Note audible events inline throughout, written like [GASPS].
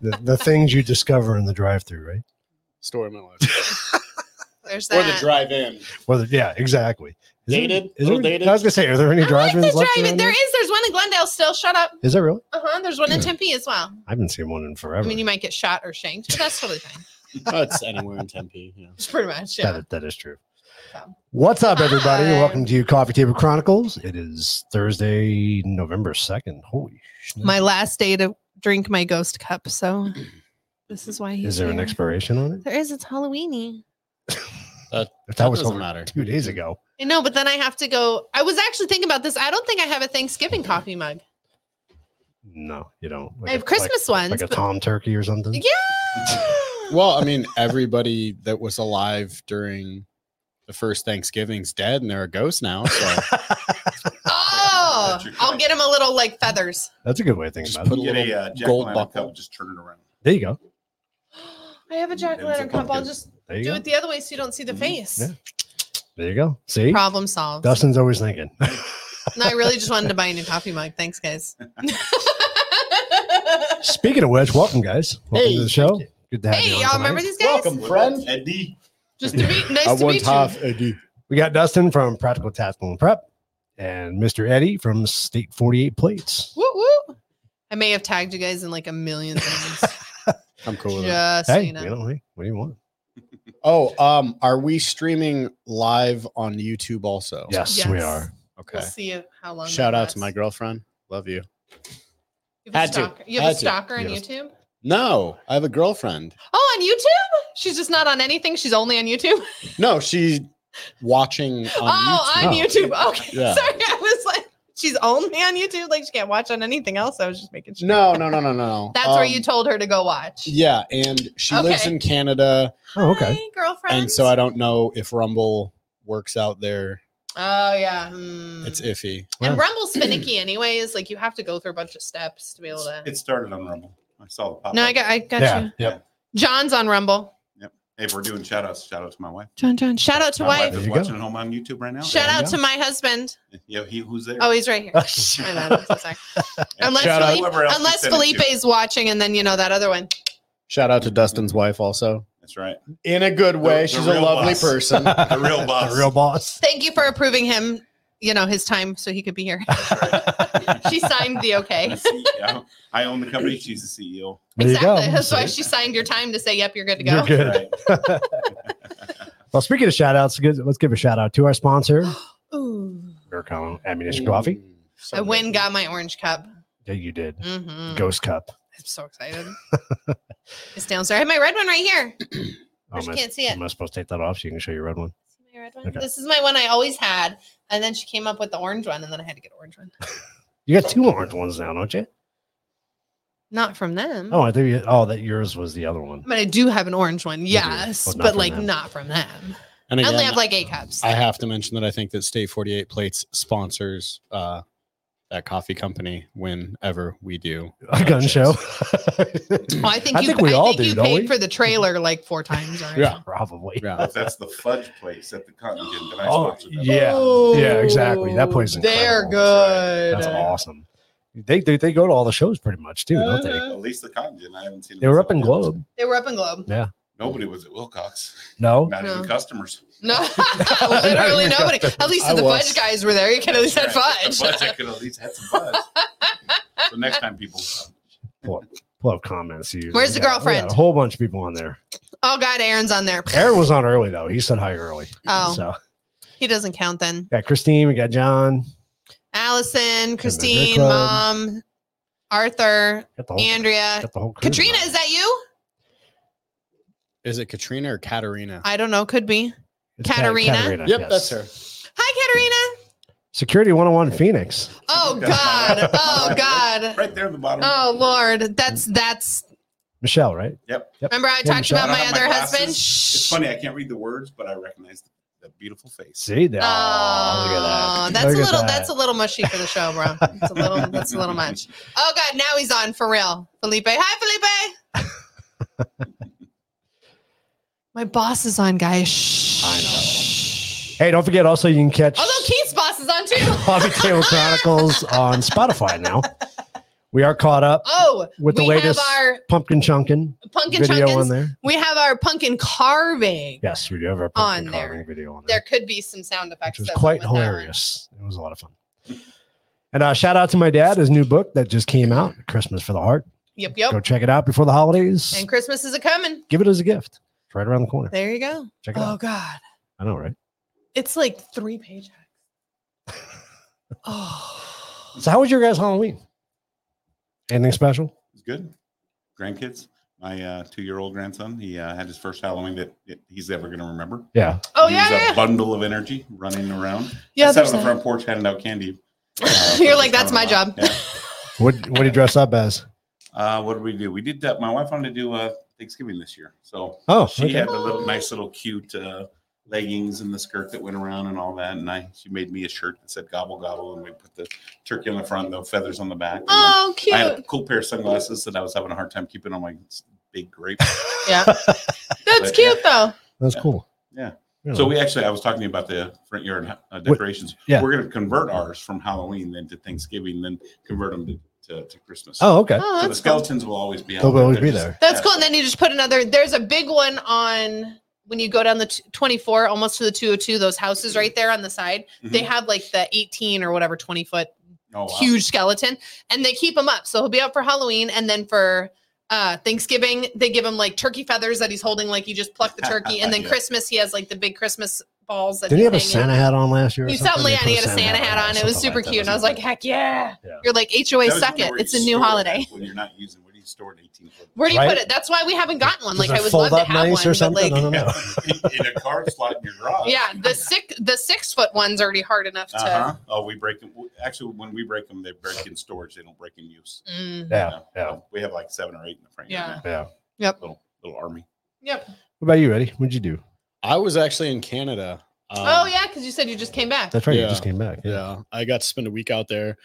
the, the things you discover in the drive-through, right? Story of my life. There's or the that. drive-in. Well, yeah, exactly. Is there- Dated? is Little there- dated? I was gonna say, are there any I like drive-ins the left drive around There there? is. There's one in Glendale still. Shut up. Is there really? Uh huh. There's one in Tempe as well. I haven't seen one in forever. I mean, you might get shot or shanked, but that's totally [LAUGHS] fine. [LAUGHS] Oh, it's anywhere in Tempe. Yeah. It's pretty much. Yeah. That, that is true. So. What's up, everybody? Hi. Welcome to Coffee Table Chronicles. It is Thursday, November 2nd. Holy shit. My last day to drink my ghost cup. So this is why he's. is there an here. expiration on it? There is. It's Halloweeny. If that was doesn't over matter. two days ago. I know, but then I have to go. I was actually thinking about this. I don't think I have a Thanksgiving coffee mug. No, you don't. I Like a- have Christmas like, ones. like a but- Tom Turkey or something. yeah. [LAUGHS] [LAUGHS] Well, I mean, everybody that was alive during the first Thanksgiving's dead, and they're a ghost now. So Oh, That's your I'll choice. get him a little like feathers. That's a good way to think just about put it. a Get little a uh, jack gold o' lantern buckle. cup, just turn it around. There you go. [GASPS] I have a jack o' lantern cup. I'll just There you do go. Mm-hmm. it the other way so you don't see the Mhm. face. Yeah. There you go. See? Problem solved. Dustin's always thinking. No, I really just wanted to buy a new coffee mug. [LAUGHS] Thanks, guys. [LAUGHS] Speaking of which, welcome, guys. Welcome Hey, to the show. thank you. Good to have you. hey, on y'all tonight. remember these guys? friend. Eddie. Just to [LAUGHS] meet. Nice I to want meet half you. Eddie. We got Dustin from Practical Tactical and Prep and Mr. Eddie from State 48 Plates. Woo, woo. I may have tagged you guys in like [LAUGHS] a million things. I'm cool with it. just so Hey, you you know. know, hey, what do you want? Oh, um, are we streaming live on YouTube also? Yes, we Yes. are. Okay. We'll see you- how long. Shout that out to my lasts. girlfriend. Love you. You have Had a to. stalker, you have a Had to. stalker on Yes. YouTube. No, I have a girlfriend. Oh, on YouTube? She's just not on anything. She's only on YouTube. [LAUGHS] No, she's watching on oh, YouTube. on Oh. YouTube. Okay. Yeah. [LAUGHS] Sorry, I was like, she's only on YouTube. Like she can't watch on anything else. I was just making sure. No, no, no, no, no. That's where Um, you told her to go watch. Yeah, and she lives Okay. in Canada, Oh, okay. Hi, girlfriend. and so I don't know if Rumble works out there. Oh yeah. Hmm. It's iffy. and Wow. Rumble's finicky, anyways. Like you have to go through a bunch of steps to be able to. It started on Rumble. I saw the pop. No, I got, I got yeah. you. Yep. John's on Rumble. Hey, if we're doing shout outs, shout out to my wife. John, John. Shout out to my wife. wife There is you go. watching at home on YouTube right now. uh, Shout There you out go. to my husband. Yeah, he who's there. Oh, he's right here. My bad. I'm so sorry. Unless Shout out- Felipe, Whoever else you unless sent it to. Felipe is watching, and then you know that other one. Shout out to Dustin's wife also. That's right. In a good Mm-hmm. The- way. the She's a real lovely boss. person. [LAUGHS] The [LAUGHS] [LAUGHS] real boss. the real boss. Thank you for approving him. You know his time, so he could be here. [LAUGHS] she signed the okay. The CEO. I own the company. She's the E CEO. There you go. exactly. That's why See? she signed your time to say, "Yep, you're good to go." You're good. [LAUGHS] Right. Well, speaking of shout outs, good- let's give a shout out to our [GASPS] sponsor, Ooh. Burcon Ammunition Mm, Coffee. I went and got my orange cup. Yeah, you did. hmm Ghost Cup. I'm so [LAUGHS] excited. it's downstairs. I have my red one right here. Oh, she am, I, can't see it. am I supposed to take that off so you can show your red one? See my red one? Okay. This is my one I always had, and then she came up with the orange one, and then I had to get an orange one. You got two orange ones now, don't Mm. you? Not from them. Oh, I think you, oh that yours was the other one. But I do have an orange one, do. yes, But not but from like them. not from them. And I again, only have like eight cups. I have to mention that I think that State 48 Plates sponsors uh, that coffee company whenever we do A gun Gotcha. [LAUGHS] show. [LAUGHS] Well, I think I you, think we all do, you don't paid we? for the trailer like four times. Already. Yeah. Probably. Yeah. That's, that's the fudge place at the Cotton Gin that I Oh, sponsored. That's yeah. yeah, exactly. That place is Oh, They're incredible. good. That's awesome. They, they they go to all the shows pretty much too, don't they? Uh-huh. At least the Cotton Gin. I haven't seen. They were up in them since. Globe. They were up in Globe. Nobody was at Wilcox. No, Not No. even customers. [LAUGHS] No, [LAUGHS] literally Not nobody. At least I the was. fudge guys were there. You could at least had The fudge. [LAUGHS] fudge, I could at least had some fudge. so next time, people. pull up comments. You, Where's the we got- we got girlfriend? A whole bunch of people on there. oh God, Aaron's on there. Aaron was on early though. He said hi early. Oh, So he doesn't count then. got Christine, we got John, Allison, Christine, Club. Oh. Mom, Arthur, got the whole, Andrea, got the whole crew Katrina. on. Is that you? [LAUGHS] Is it Katrina or Katarina? I don't know. Could be. It's Kat- Katarina? yep, yes. that's her. Hi, Katarina. Security 101 Phoenix. [LAUGHS] Oh That's my God! wife. Oh [LAUGHS] God! Right there in the bottom. Oh Lord! That's that's. Michelle, right? Yep. Remember I Yeah, talked Michelle. about my I don't have other my husband. glasses. It's funny. I can't read the words, but I recognize the, the beautiful face. See that? Oh, look Oh, at that. that's Look a at little. that. That's a little mushy for the show, [LAUGHS] bro. It's a little. That's a little much. Oh God! Now he's on for real, Felipe. Hi, Felipe. [LAUGHS] my boss is on, guys. Shh. I know. Hey, don't forget also you can catch [LAUGHS] Although Keith's boss is on too. Coffee Table Chronicles on Spotify now. We are caught up Oh, with the we have latest our pumpkin chunkin pumpkin video on chunkins. there. We have our pumpkin carving. Yes, we do have our pumpkin On there. carving video on there, There could be some sound effects. which was that went quite with that one. hilarious. It was a lot of fun. And uh, shout out to my dad, his new book that just came out, Christmas for the Heart. Yep, Go yep. check it out before the holidays. And Christmas is a coming. Give it as a gift. It's right around the corner. There you go. Check it Oh out. God, I know, right? it's like three paychecks. Oh, So, how was your guys' Halloween? Anything special? It's good. Grandkids. My uh, two-year-old grandson. He uh, had his first Halloween that that he's ever going to remember. Yeah. oh he yeah, was a yeah, bundle of energy running around. yeah. I sat there's on the that. front porch handing out [LAUGHS] candy. Uh, You're like, that's my job. Yeah. What What did you dress up as? Uh, what did we do? We did that. My wife wanted to do uh, Thanksgiving this year, so Oh, she okay. had the little nice little cute uh, leggings and the skirt that went around and all that. And I, she made me a shirt that said "Gobble Gobble," and we put the turkey on the front, and the feathers on the back. And Oh, cute. I had a cool pair of sunglasses that I was having a hard time keeping on my s- big grape. [LAUGHS] Yeah, that's But, yeah. cute though. That's cool. Yeah. Really? so we actually, I was talking about the front yard uh, decorations. yeah. We're going to convert ours from Halloween then to Thanksgiving, then convert them to, to, to Christmas. oh, okay. Oh, so that's the cool. skeletons will always be out They'll always They're be just- there. That's yeah. cool. And then you just put another. There's a big one on when you go down the t- 24, almost to the 202. Those Mm-hmm. houses right there on the side. They Mhm. have like the 18 or whatever 20 foot Oh, wow. huge skeleton, and they keep him up. So he'll be up for Halloween, and then for uh Thanksgiving they give him like turkey feathers that he's holding, like you just [LAUGHS] pluck the turkey, and then Yeah. Christmas he has like the big Christmas balls. That Did he have a he's hanging. Santa hat on last year? or He suddenly They had, he put had a Santa hat on. It or was something super that. cute, and I was like, heck yeah! Yeah. You're like HOA That was suck it. where It's a you new store holiday. that When you're not using, where do you store an 18 foot? Where do you Right? put it? That's why we haven't gotten one. Does Like I it would fold love to up have nice one, or but something? like I don't know. [LAUGHS] in a card slot in your garage. yeah, the six the six foot one's already hard enough to. Uh huh. Oh, we break them. Actually, when we break them, they break in storage. They don't break in use. Mm. Yeah. Yeah. So We have like seven or eight in the frame. Yeah. Yeah. Yep. Little little army. Yep. What about you, Eddie? What'd you do? I was actually in Canada. Um, oh yeah, because you said you just came back. Uh, That's right. You Yeah. just came back. Yeah, I got to spend a week out there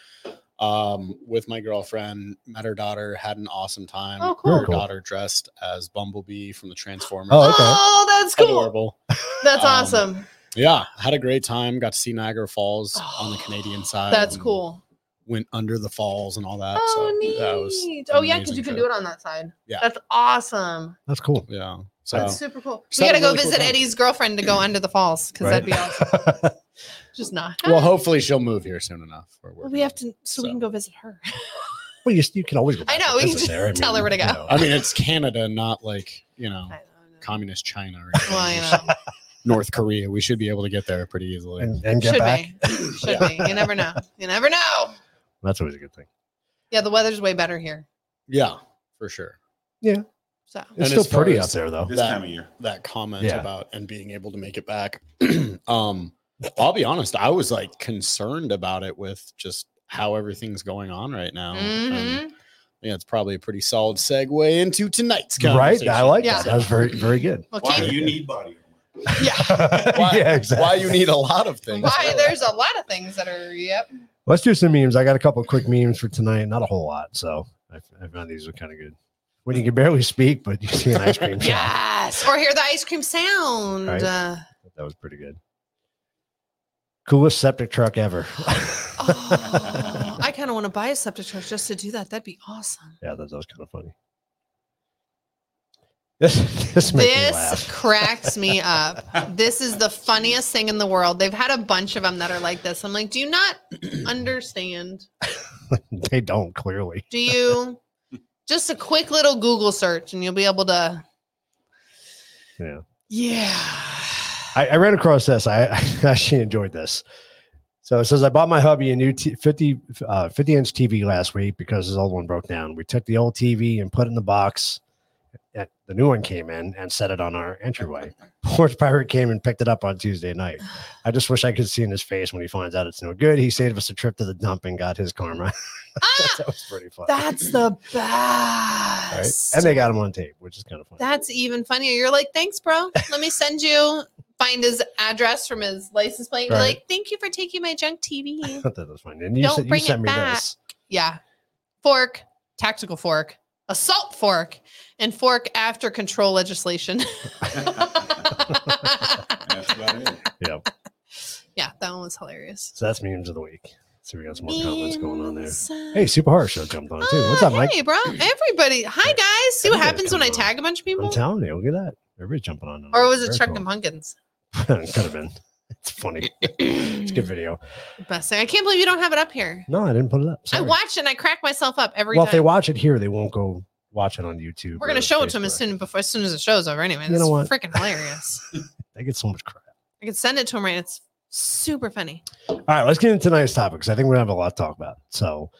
um, with my girlfriend. Met her daughter, had an awesome time. Oh, cool. Her Cool. daughter dressed as Bumblebee from the Transformers. Oh, okay. Oh, that's cool. adorable. That's Um, awesome. Yeah, had a great time. Got to see Niagara Falls on the Oh, [GASPS] Canadian side. That's and cool. Went under the falls and all um, that. Oh, so neat. That was oh yeah, because amazing you can trip. do it on that side. Yeah. That's awesome. That's cool. [LAUGHS] yeah. So That's super cool. So we that was gotta go really cool Mm. visit time. Eddie's girlfriend to go under the falls because that'd be awesome. Just not. [LAUGHS] well, hopefully she'll move here soon enough. Or Well, [LAUGHS] we have to, so, we can So. go visit her. [LAUGHS] well, you, you can always. Go I back know, and we can visit just there. tell her where to go. you know. I mean, it's Canada, not like you know I don't know. communist China [LAUGHS] or [LAUGHS] Well, I know. North Korea. We should be able to get there pretty easily. and, and get Should back. be. [LAUGHS] Should be. You never know. You never know. That's always a good thing. Yeah, the weather's way better here. yeah, for sure. So It's And still as far pretty as- out there, though. This That- time of year. That comment Yeah. about and being able to make it back. [CLEARS THROAT] um, I'll be honest. I was like concerned about it with just how everything's going on right now. And, Mhm. yeah, it's probably a pretty solid segue into tonight's Right? conversation. I like Yeah. that. That was very, very [LAUGHS] good. Well, Why [LAUGHS] keep, do you need body armor? Why, [LAUGHS] yeah, exactly. why you need a lot of things. why really. [LAUGHS] there's a lot of things that are yep. Let's do some memes. I got a couple quick memes for tonight. Not a whole lot, so I, I found these are kind of good. When you can barely speak, but you see an ice [LAUGHS] cream shop. Yes, or hear the ice cream sound. Right. Uh, That was pretty good. Coolest septic truck ever. [LAUGHS] oh, I kind of want to buy a septic truck just to do that. That'd be awesome. yeah, that, that was kind of funny. This this makes me This laugh. [LAUGHS] cracks me up. This is the funniest thing in the world. They've had a bunch of them that are like this. I'm like, do you not understand? they don't clearly. Do you? Just a quick little Google search, and you'll be able to. Yeah. Yeah. I, I ran across this. I, [LAUGHS] I actually enjoyed this. So it says, I bought my hubby a new t- 50, uh, 50 inch TV last week because his old one broke down. We took the old TV and put it in the box. Uh, The new one came in and set it on our entryway. [LAUGHS] Porch Pirate came and picked it up on Tuesday night. I just wish I could see in his face when he finds out it's no good. He saved us a trip to the dump and got his karma. [LAUGHS] Ah, that was pretty fun. that's the All right. best. And they got him on tape, which is kind of funny. that's even funnier. You're like, thanks, bro. Let me send you find his address from his license plate. and be Right. Like, thank you for taking my junk TV. [LAUGHS] that was funny. And you, Don't sent- you bring sent it me back. this. yeah, fork, tactical fork, assault fork, and fork after control legislation. [LAUGHS] That's about it. [LAUGHS] yeah, that one was hilarious. So that's memes of the week. So we got some more comments going on there. Hey, Super Horror Show jumped on too. What's Uh, up, Mike? Hey, bro. Everybody. Hi, guys. See what Everybody's happens when I coming on. tag a bunch of people? I'm telling you, look at that. Everybody's jumping on. Or was it Very Chuck cool. and Pumpkins? [LAUGHS] Could have been. It's funny. It's a good video. Best thing. I can't believe you don't have it up here. No, I didn't put it up. I Sorry. watch and I crack myself up every well, if time. they watch it here, they won't go watch it on YouTube. We're gonna or show it to him as Facebook. soon before as soon as the show's over. Anyway, You it's know what? freaking hilarious. They get so much crap. I can send it to him right. It's super funny. All right, let's get into tonight's topics. I think we have a lot to talk about. So,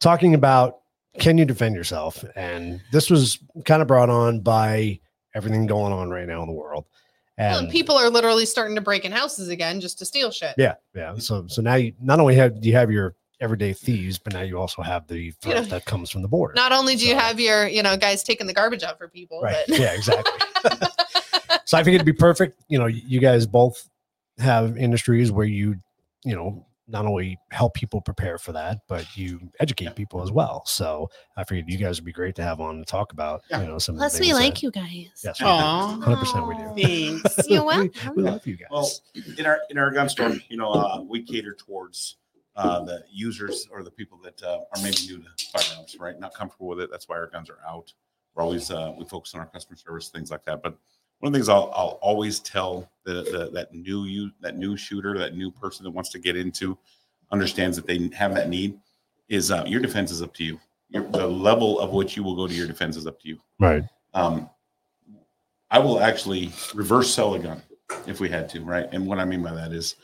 talking about can you defend yourself? And this was kind of brought on by everything going on right now in the world. Well, and people are literally starting to break in houses again just to steal shit. Yeah, yeah. So so now you not only have you have your everyday thieves, but now you also have the threat know, that comes from the border. Not only do you So- have your, you know, guys taking the garbage out for people, right. but [LAUGHS] Yeah, exactly. so I think it'd be perfect. You know, you guys both have industries where you, you know, not only help people prepare for that, but you educate people as well. So I figured you guys would be great to have on to talk about, you know, [LAUGHS] some Plus, we like you guys. Yes, Aw. 100% we Oh, [LAUGHS] do. Thanks. You're we, welcome. we love you guys. Well, in our in our gun store, you know, uh, we cater towards uh, the users or the people that uh, are maybe new to firearms, right? Not comfortable with it. That's why our guns are out. We're always uh, we focus on our customer service, things like that. But one of the things I'll, I'll always tell the, the that new you that new shooter, that new person that wants to get into, understands that they have that need, is uh, your defense is up to you. Your, the level of which you will go to your defense is up to you. right. Um, I will actually reverse sell a gun if we had to, right? And what I mean by that is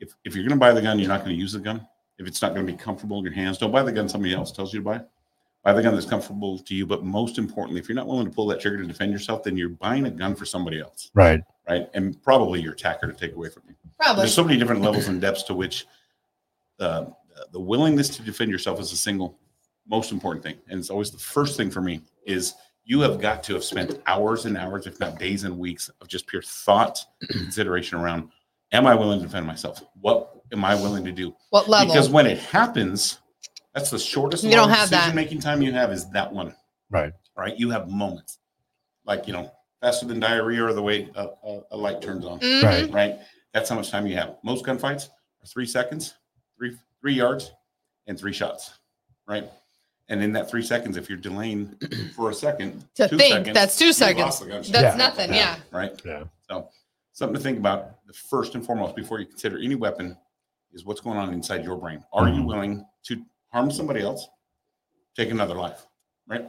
if, if you're going to buy the gun, you're not going to use the gun. If it's not going to be comfortable in your hands, don't buy the gun somebody else tells you to buy. Buy the gun that's comfortable to you. But most importantly, if you're not willing to pull that trigger to defend yourself, then you're buying a gun for somebody else, Right. right? And probably your attacker to take away from you. probably. There's so many different levels and depths to which uh, the willingness to defend yourself is the single most important thing. And it's always the first thing for me is you have got to have spent hours and hours, if not days and weeks, of just pure thought [CLEARS THROAT] consideration around am I willing to defend myself? What am I willing to do? What level? Because when it happens, that's the shortest You don't have that. decision making time you have is that one Right. right? You have moments, like you know, faster than diarrhea or the way a, a, a light turns on, Mhm. Right. right? That's how much time you have. Most gunfights are three seconds, three three yards, and three shots, right? And in that three seconds, if you're delaying [CLEARS THROAT] for a second, To two think, seconds, that's two you seconds. lost the gunshot. That's Yeah. nothing. Yeah. right. Yeah. So something to think about. The first and foremost, before you consider any weapon, is what's going on inside your brain. Are you Mhm. willing to harm somebody else, take another life, right?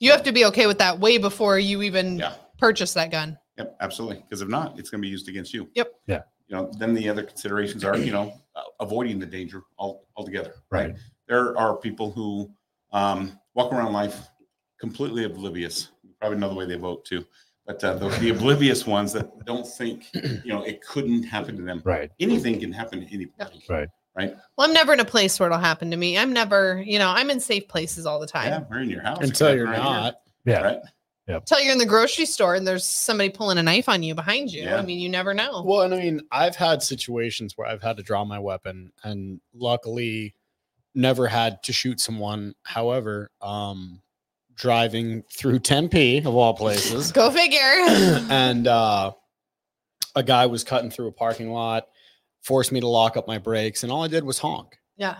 You have to be okay with that way before you even Yeah. purchase that gun. Yep, absolutely. Because if not, it's going to be used against you. Yep. Yeah. You know, then the other considerations are, you know, uh, avoiding the danger al- altogether. Right. There are people who um, walk around life completely oblivious. Probably another way they vote too, but uh, the, the oblivious ones that don't think, you know, it couldn't happen to them. Right. Anything can happen to anybody. Right. Well, I'm never in a place where it'll happen to me. I'm never, you know, I'm in safe places all the time. Yeah, we're in your house Until It you're could happen right not. Yeah. Right. Until you're in the grocery store and there's somebody pulling a knife on you behind you. Yeah. I mean, you never know. Well, and I mean, I've had situations where I've had to draw my weapon and luckily never had to shoot someone. However, um driving through Tempe of all places [COUGHS] Go figure. and uh a guy was cutting through a parking lot, forced me to lock up my brakes, and all I did was honk yeah.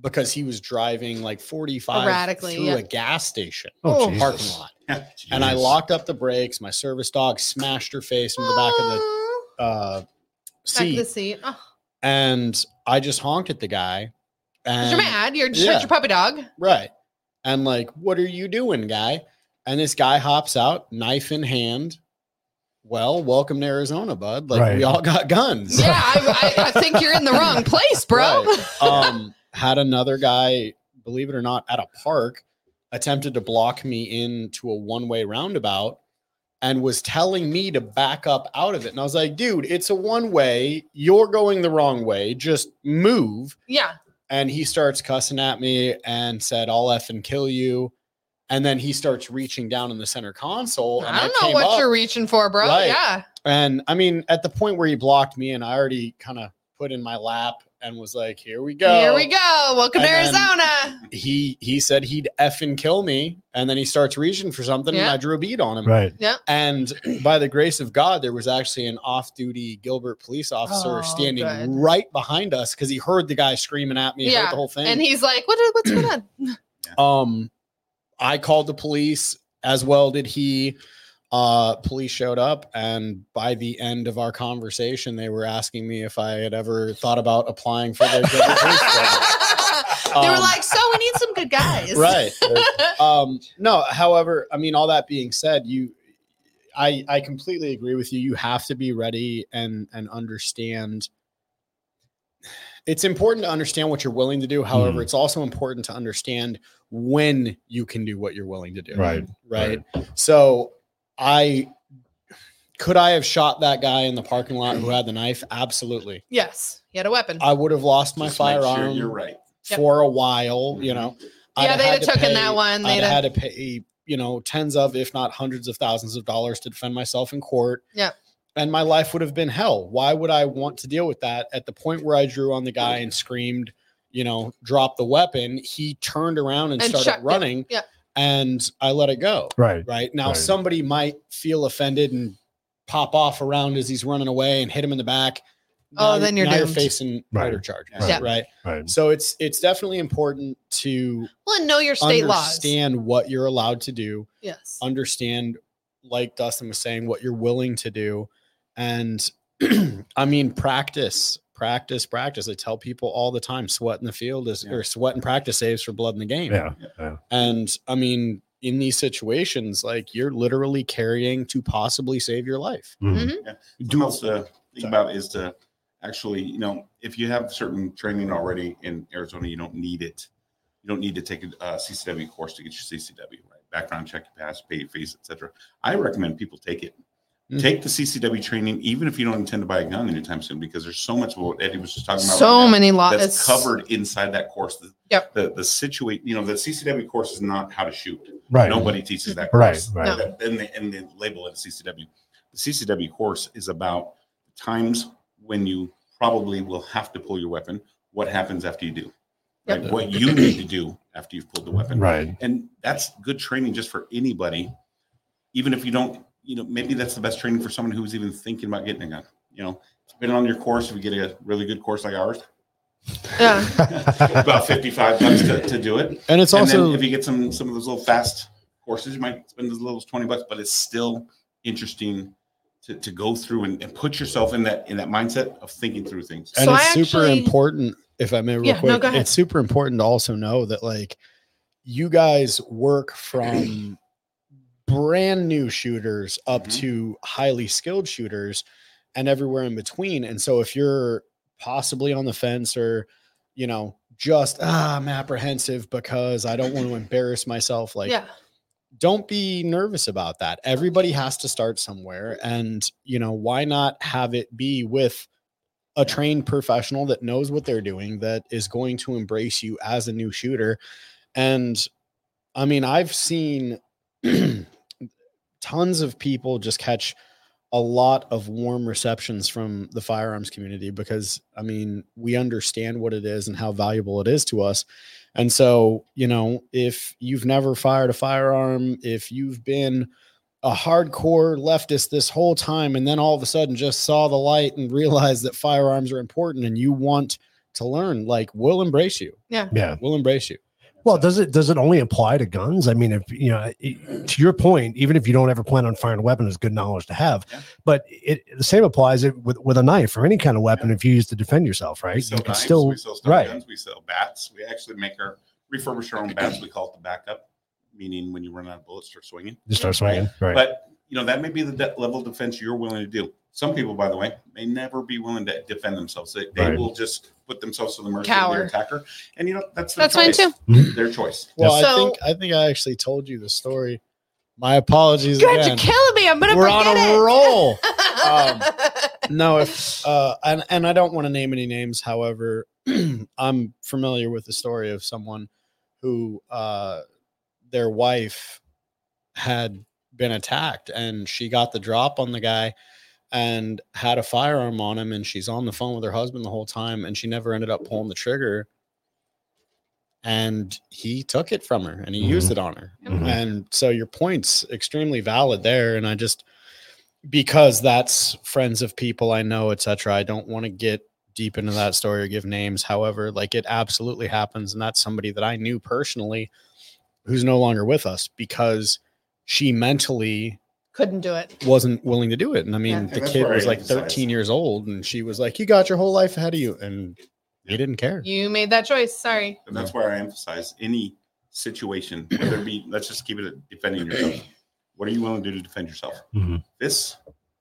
because he was driving like 45 Erratically, through yeah. a gas station Oh, Oh, Jesus. parking lot. [LAUGHS] here. And I Jeez. locked up the brakes. My service dog smashed her face in the back of the Aw, uh, Ah. back of seat the seat. Oh, and I just honked at the guy. 'cause And you're mad. You're just yeah. your puppy dog. [LAUGHS] right. And like, what are you doing, guy? And this guy hops out, knife in hand. Well, welcome to Arizona, bud. Like Right. we all got guns. Yeah, I, I, I think you're in the wrong place, bro. um, had another guy, believe it or not, at a park attempted to block me into a one-way roundabout and was telling me to back up out of it. And I was like, dude, it's a one-way. You're going the wrong way. Just move. [LAUGHS] Yeah. and he starts cussing at me and said, "I'll f and kill you." And then he starts reaching down in the center console. And I don't know what you're reaching for, bro. Right. Yeah. And I mean, at the point where he blocked me, and I already kind of put in my lap, and was like, "Here we go." Here we go. Welcome to And then- Arizona. He he said he'd effing kill me, and then he starts reaching for something, and Yeah. I drew a bead on him. Right. And by the grace of God, there was actually an off-duty Gilbert police officer Oh, standing good. right behind us because he heard the guy screaming at me, heard Yeah, the whole thing. And he's like, what, what's going [CLEARS THROAT] on? um, I called the police as well. Did he? Uh, police showed up, and by the end of our conversation, they were asking me if I had ever thought about applying for [LAUGHS] the Gilbert police. program. they were Um, like, so we need some good guys. right um no however i mean all that being said you i i completely agree with you you have to be ready and and understand it's important to understand what you're willing to do however Hmm. Mhm. it's also important to understand when you can do what you're willing to do Right. right so i could i have shot that guy in the parking lot who had the knife absolutely Yes. He had a weapon. i would have lost my Just make sure firearm You're right. Yep. for a while, you know. yeah, have they'd had have to taken pay- that one. I'd They'd had have, to pay, you know, tens of, if not hundreds of thousands of dollars to defend myself in court. Yep. And my life would have been hell. Why would I want to deal with that? At the point where I drew on the guy and screamed, you know, drop the weapon, he turned around and, And chucked started it. running. Yep. And I let it go. Right. Right. Now Right. somebody might feel offended and pop off around as he's running away and hit him in the back. Oh, Now then you're now doomed. facing Right. murder charges. Yeah. Right. Right. So it's it's definitely important to well, and know your state laws. understand what you're allowed to do, Yes. understand like Dustin was saying what you're willing to do and [CLEARS THROAT] I mean practice, practice, practice. I tell people all the time sweat in the field is Yeah. or sweat and practice saves for blood in the game. Yeah. And I mean in these situations like you're literally carrying to possibly save your life. Mm-hmm. Mhm. Something else to think about is to actually, you know, if you have certain training already in Arizona, you don't need it. You don't need to take a uh, CCW course to get your CCW, right? Background check, you pass, pay your fees, etc. I recommend people take it. Mhm. Take the CCW training, even if you don't intend to buy a gun anytime soon, because there's so much of what Eddie was just talking about. right So now many laws. that's It's- covered inside that course. The, Yep. The the situate, you know, the CCW course is not how to shoot. Right. Nobody teaches that Right. course. Right. That- And they, and they label it CCW. The CCW course is about times when you probably will have to pull your weapon. What happens after you do? Right? Yep. What you need to do after you've pulled the weapon. Right. And that's good training just for anybody, even if you don't, you know, maybe that's the best training for someone who's even thinking about getting a gun. You know, depending on your course, if you get a really good course like ours, Yeah. [LAUGHS] about 55 bucks to, to do it. And it's and also then if you get some some of those little fast courses, you might spend as little as 20 bucks, but it's still interesting to, to go through and, and put yourself in that in that mindset of thinking through things. and So it's I super actually- important if i may real Yeah, no, quick go ahead. it's super important to also know that like you guys work from brand new shooters up Mhm. to highly skilled shooters and everywhere in between and so if you're possibly on the fence or you know just ah, i'm apprehensive because i don't want [CLEARS THROAT] to embarrass myself like yeah. don't be nervous about that. Everybody has to start somewhere. And, you know, why not have it be with a trained professional that knows what they're doing, that is going to embrace you as a new shooter? And I mean, I've seen tons of people just catch a lot of warm receptions from the firearms community because, I mean, we understand what it is and how valuable it is to us. And so, you know, if you've never fired a firearm, if you've been a hardcore leftist this whole time and then all of a sudden just saw the light and [LAUGHS] realized that firearms are important and you want to learn, like we'll embrace you. Yeah. We'll embrace you. Well, does it does it only apply to guns? I mean, if you know, it- to your point, even if you don't ever plan on firing a weapon, it's good knowledge to have. Yeah. But it the same applies it with with a knife or any kind of weapon if you use to defend yourself, right? We sell you can knives, still we sell stun right. guns, we sell bats. We actually make our refurbish our own bats. We call it the backup, meaning when you run out of bullets, start swinging. just start swinging, right? But you know that may be the de- level of defense you're willing to do. Some people, by the way, may never be willing to defend themselves. They, they Right. will just put themselves to the mercy of Cower. their attacker, and you know that's their That's fine choice. too. Their choice. Well, I So- think I think I actually told you the story. My apologies God, you're again. killing me. I'm going to We're on forget a it. roll. no, if uh, and and I don't want to name any names. However, [CLEARS THROAT] I'm familiar with the story of someone who uh, their wife had been attacked, and she got the drop on the guy, and had a firearm on him and she's on the phone with her husband the whole time and she never ended up pulling the trigger and he took it from her and he used it on her [LAUGHS] Mhm. Mm-hmm. and so your point's extremely valid there. And I just because that's friends of people I know, etc. I don't want to get deep into that story or give names. However, like it absolutely happens, and that's somebody that I knew personally who's no longer with us because she mentally Couldn't do it. wasn't willing to do it. And I mean, Yeah. And the that's kid where was I like emphasize. 13 years old, and she was like, "You got your whole life ahead of you," and he didn't care. You made that choice. Sorry. And that's where I emphasize any situation, whether it be, let's just keep it at defending yourself. What are you willing to do to defend yourself? Mhm. Fists,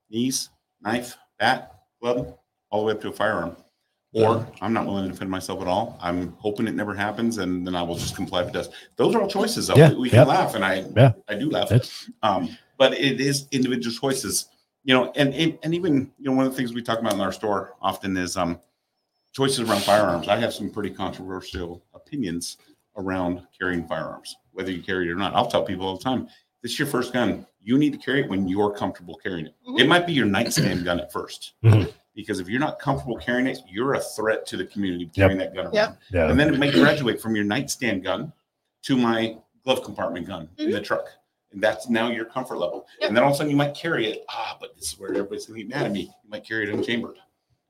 knees, knife, bat, club, all the way up to a firearm. Or I'm not willing to defend myself at all. I'm hoping it never happens, and then I will just comply if it does. Those are all choices. Though. Yeah, we can yeah. laugh, and I, Yeah. I do laugh. That's- Um, but it is individual choices, you know. And, and and even you know one of the things we talk about in our store often is um, choices around firearms. I have some pretty controversial opinions around carrying firearms, whether you carry it or not. I'll tell people all the time, this is your first gun. You need to carry it when you're comfortable carrying it. It might be your nightstand gun at 1st Mhm. Because if you're not comfortable carrying it, you're a threat to the community carrying that gun around. Yep. Yeah. And [LAUGHS] then [LAUGHS] it may graduate from your nightstand gun to my glove compartment gun in the truck. And that's now your comfort level. Mm-hmm. Yep. And then all of a sudden you might carry it. Ah, but this is where everybody's gonna be mad at me. You might carry it unchambered.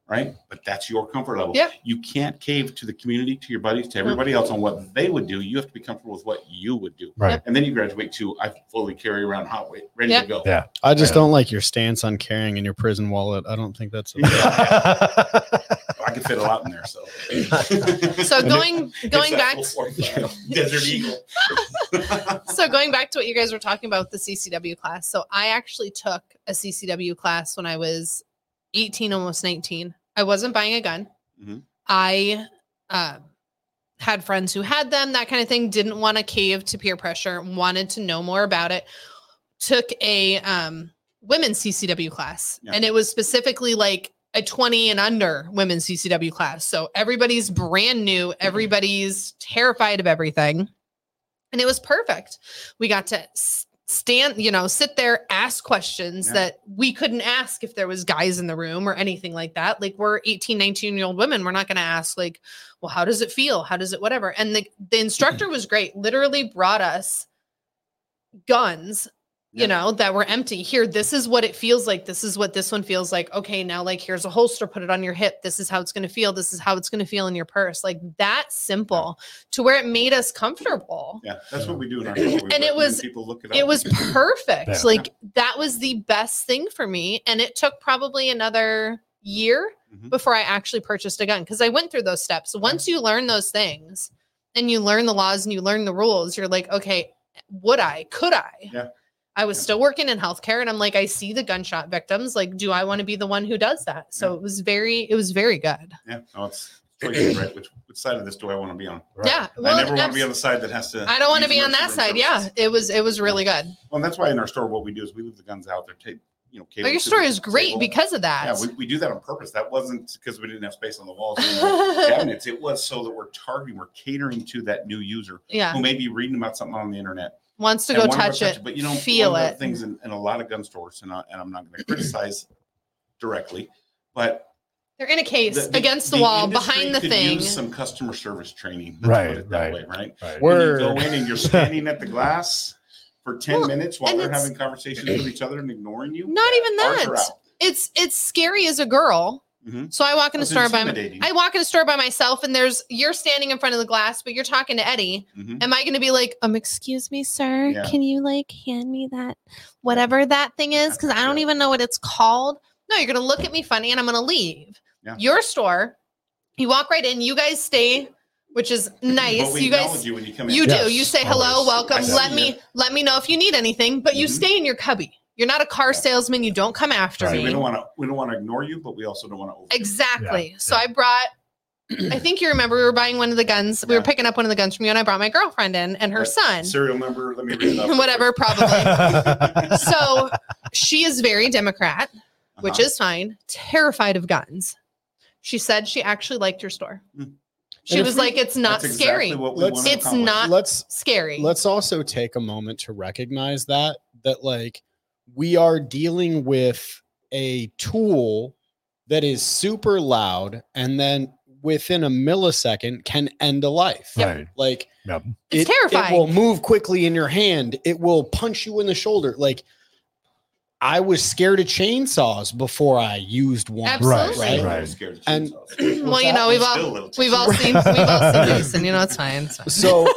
Right? But that's your comfort level. Yep. You can't cave to the community, to your buddies, to everybody else on what they would do. You have to be comfortable with what you would do. Right. And then you graduate to I fully carry around hot weight, ready Yep. to go. Yeah. I just Yeah. don't like your stance on carrying in your prison wallet. I don't think that's. [LAUGHS] I can fit a lot in there. So [LAUGHS] So going going back Desert Eagle. [LAUGHS] so going back to what you guys were talking about with the CCW class. So I actually took a CCW class when I was 18, almost 19. I wasn't buying a gun. Mhm. I uh, had friends who had them, that kind of thing. Didn't want to cave to peer pressure. Wanted to know more about it. Took a um, women's CCW class, Yeah. and it was specifically like a 20 and under women's CCW class. So everybody's brand new. Everybody's terrified of everything and it was perfect. We got to s- stand, you know, sit there, ask questions Yeah. that we couldn't ask if there was guys in the room or anything like that. Like we're 18, 19 year old women. We're not going to ask like, well, how does it feel? How does it, whatever. And the, the [CLEARS THROAT] instructor was great, literally brought us guns, you Yeah. know, that were empty here. This is what it feels like. This is what this one feels like. Okay. Now like, here's a holster, put it on your hip. This is how it's going to feel. This is how it's going to feel in your purse. Like that simple to where it made us comfortable Yeah, that's what we do in our. store. We And it recommend was- people look it, up. it was perfect. Yeah. Like that was the best thing for me. And it took probably another year Mhm. before I actually purchased a gun because I went through those steps. Once you learn those things and you learn the laws and you learn the rules, you're like, okay, would I? Could I? Yeah. I was Yeah. still working in healthcare and I'm like, I see the gunshot victims. Like, do I want to be the one who does that? So Yeah. it was very, it was very good. Yeah, no, it's choices, right? Which, which side of this do I want to be on? Right. Yeah. I never want to be abs- on the side that has to. I don't want to use be on emergency that room side. Yeah. services. It was, it was really good. Well, and that's why in our store, what we do is we leave the guns out there. Tape, you know, cable But your to story the is great table. because of that. [LAUGHS] Yeah, we, we do that on purpose. That wasn't because we didn't have space on the [LAUGHS] walls or in the cabinets. It was so that we're targeting, we're catering to that new user yeah. who may be reading about something on the internet. wants to and go wanna touch it, But you know, feel one of the it. Things in, in a lot of gun stores, and, I, and I'm not going to criticize directly, but They're in a case the- the- against the, wall, industry behind the could thing. Use some customer service training, Right, put it that right. Way, right. Right. When you go Word. in and you're [LAUGHS] standing at the glass for ten Well, minutes while and they're it's- having conversations with each other and ignoring you. Not even Arms that. are out. It's it's scary as a girl. Mhm. So I walk in a That's store by my, intimidating. I walk in a store by myself, and there's you're standing in front of the glass, but you're talking to Eddie. Mhm. Am I going to be like, um, excuse me, sir, Yeah. can you like hand me that whatever that thing is? Because I don't Yeah. even know what it's called. No, you're going to look at me funny, and I'm going to leave. Yeah. Your store, you walk right in. You guys stay, which is But nice. we You guys acknowledge you when you come in. You Yes, do. You say hello, always. welcome. I Let see. me let me know if you need anything, but you Mhm. stay in your cubby. You're not a car Yeah. salesman. You don't come after Right. We me. don't want to. We don't want to ignore you, but we also don't want to. Exactly. So yeah. I brought I think you remember we were buying one of the guns. We were Yeah. picking up one of the guns from you and I brought my girlfriend in and her Right. son. Serial number. Let me read it [LAUGHS] up. Whatever, [LAUGHS] probably. so she is very Democrat, which Uh-huh. is fine, terrified of guns. She said she actually liked your store. Mm. She And was if like, it's not That's scary. Exactly what we Let's- want to It's accomplish. not- Let's scary. let's also take a moment to recognize that that like we are dealing with a tool that is super loud and then within a millisecond can end a life. [LAUGHS] Right. Like Yep. It's terrifying. It will move quickly in your hand. It will punch you in the shoulder. Like I was scared of chainsaws before I used one. Right. Absolutely. Right. I'm Right. scared of And- [CLEARS THROAT] chainsaws. well, you know, we've all Still a little we've all seen we've all [LAUGHS] seen this, and you know it's fine. It's fine. [LAUGHS] So,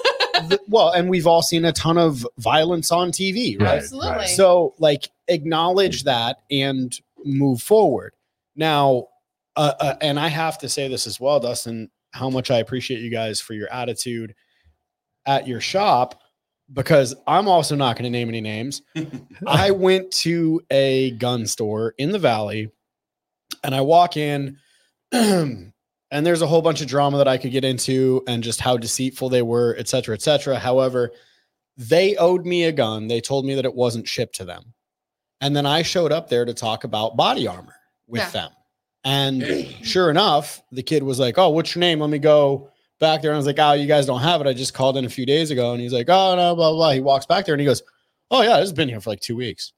th- well, and we've all seen a ton of violence on TV, right? Right. Absolutely. So, like, acknowledge that and move forward. Now, uh, uh, and I have to say this as well, Dustin, how much I appreciate you guys for your attitude at your shop, because I'm also not going to name any names. I went to a gun store in the valley and I walk in, [CLEARS THROAT] and there's a whole bunch of drama that I could get into and just how deceitful they were, et cetera, et cetera. However, they owed me a gun. They told me that it wasn't shipped to them. And then I showed up there to talk about body armor with Yeah. them. And sure enough, the kid was like, Oh, what's your name? Let me go back there. And I was like, Oh, you guys don't have it. I just called in a few days ago. And he's like, Oh, no, blah, blah, blah. He walks back there and he goes, Oh, yeah, this has been here for like two weeks.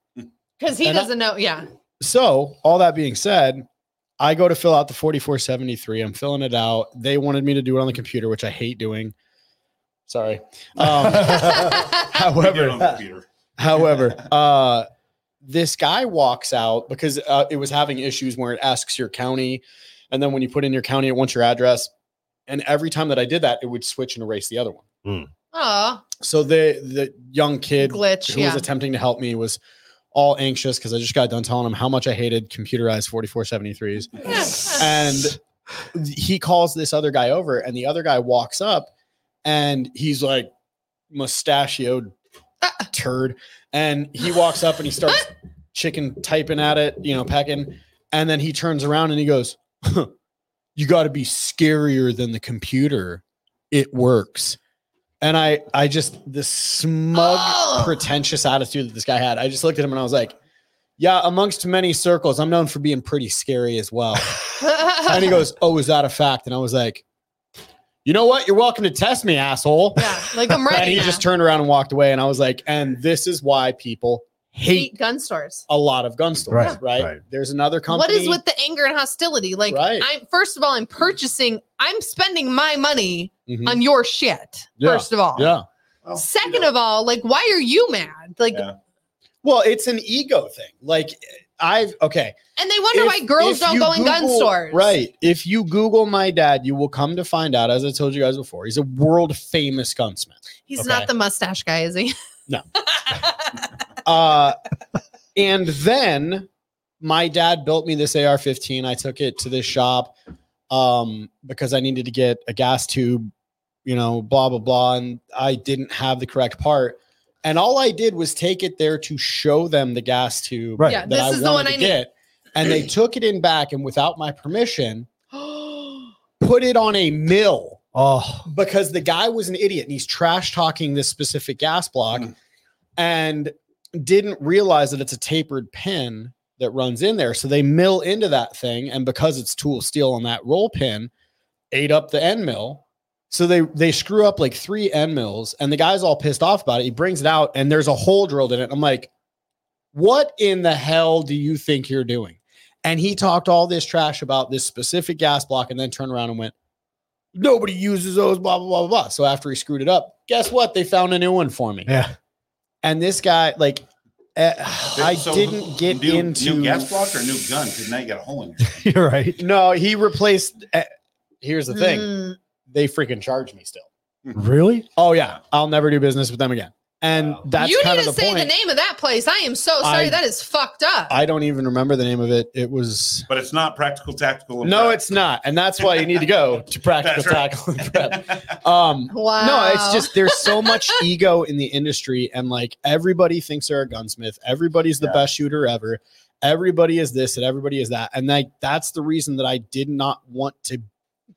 Because he and I- doesn't know. Yeah. [LAUGHS] So, all that being said, I go to fill out the 4473. I'm filling it out. They wanted me to do it on the computer, which I hate doing. Sorry. Um, [LAUGHS] We did it however, on the computer. however, uh, this guy walks out because uh, it was having issues where it asks your county. And then when you put in your county, it wants your address. And every time that I did that, it would switch and erase the other one. oh, So the the young kid glitch. who Yeah. was attempting to help me was all anxious because I just got done telling him how much I hated computerized 4473s [LAUGHS] Yeah. and he calls this other guy over and the other guy walks up and he's like mustachioed turd and he walks up and he starts chicken typing at it you know pecking and then he turns around and he goes "Huh, you got to be scarier than the computer it works and i i just the smug Oh. pretentious attitude that this guy had i just looked at him and i was like yeah amongst many circles i'm known for being pretty scary as well and he goes, "Oh, is that a fact?" And I was like, "You know what? You're welcome to test me, asshole." [LAUGHS] yeah. Like I'm ready. and he now. just turned around and walked away. And I was like, "And this is why people hate Hate gun stores. a lot of gun stores, Right, right? right. There's another company. What is with the anger and hostility? Like, Right. I'm first of all, I'm purchasing, I'm spending my money Mhm. on your shit. Yeah. First of all, Yeah. Well, you second know, of all, like, why are you mad? Like, Yeah. Well, it's an ego thing. Like I've okay. and they wonder If- why girls if don't you go in gun Google- stores, Right. If you Google my dad, you will come to find out, as I told you guys before, he's a world famous gunsmith. He's Okay. not the mustache guy, is he? No. Uh, and then my dad built me this AR-15. I took it to this shop um, because I needed to get a gas tube, you know, blah blah blah, and I didn't have the correct part. And all I did was take it there to show them the gas tube Right. yeah, that this I is wanted the one to I [GASPS] need. get. [GASPS] And they took it in back and without my permission, put it on a mill Oh, because the guy was an idiot and he's trash talking this specific gas block Mm. and didn't realize that it's a tapered pin that runs in there. So they mill into that thing, and because it's tool steel on that roll pin, ate up the end mill. So they they screw up like three end mills, and the guy's all pissed off about it. He brings it out, and there's a hole drilled in it. I'm like, what in the hell do you think you're doing? And he talked all this trash about this specific gas block, and then turned around and went, nobody uses those, blah blah blah blah, blah. So after he screwed it up, guess what? They found a new one for me. yeah. [LAUGHS] And this guy, like, eh, I so didn't get new, into new gas block or new gun because now you got a hole in it. You're right. No, he replaced. eh, here's the thing: Mm, they freaking charge me still. Really? Oh yeah, I'll never do business with them again. And Wow. that's you kind need of to the say point. the name of that place. I am so sorry. I- that is fucked up. I don't even remember the name of it. It was But it's not practical, tactical. and no, prep. it's not, and that's why you need to go [LAUGHS] to practical That's right. tackle and [LAUGHS] prep. Um, wow. No, it's just there's so [LAUGHS] much ego in the industry, and like everybody thinks they're a gunsmith. Everybody's the Yeah. best shooter ever. Everybody is this and everybody is that, and like that's the reason that I did not want to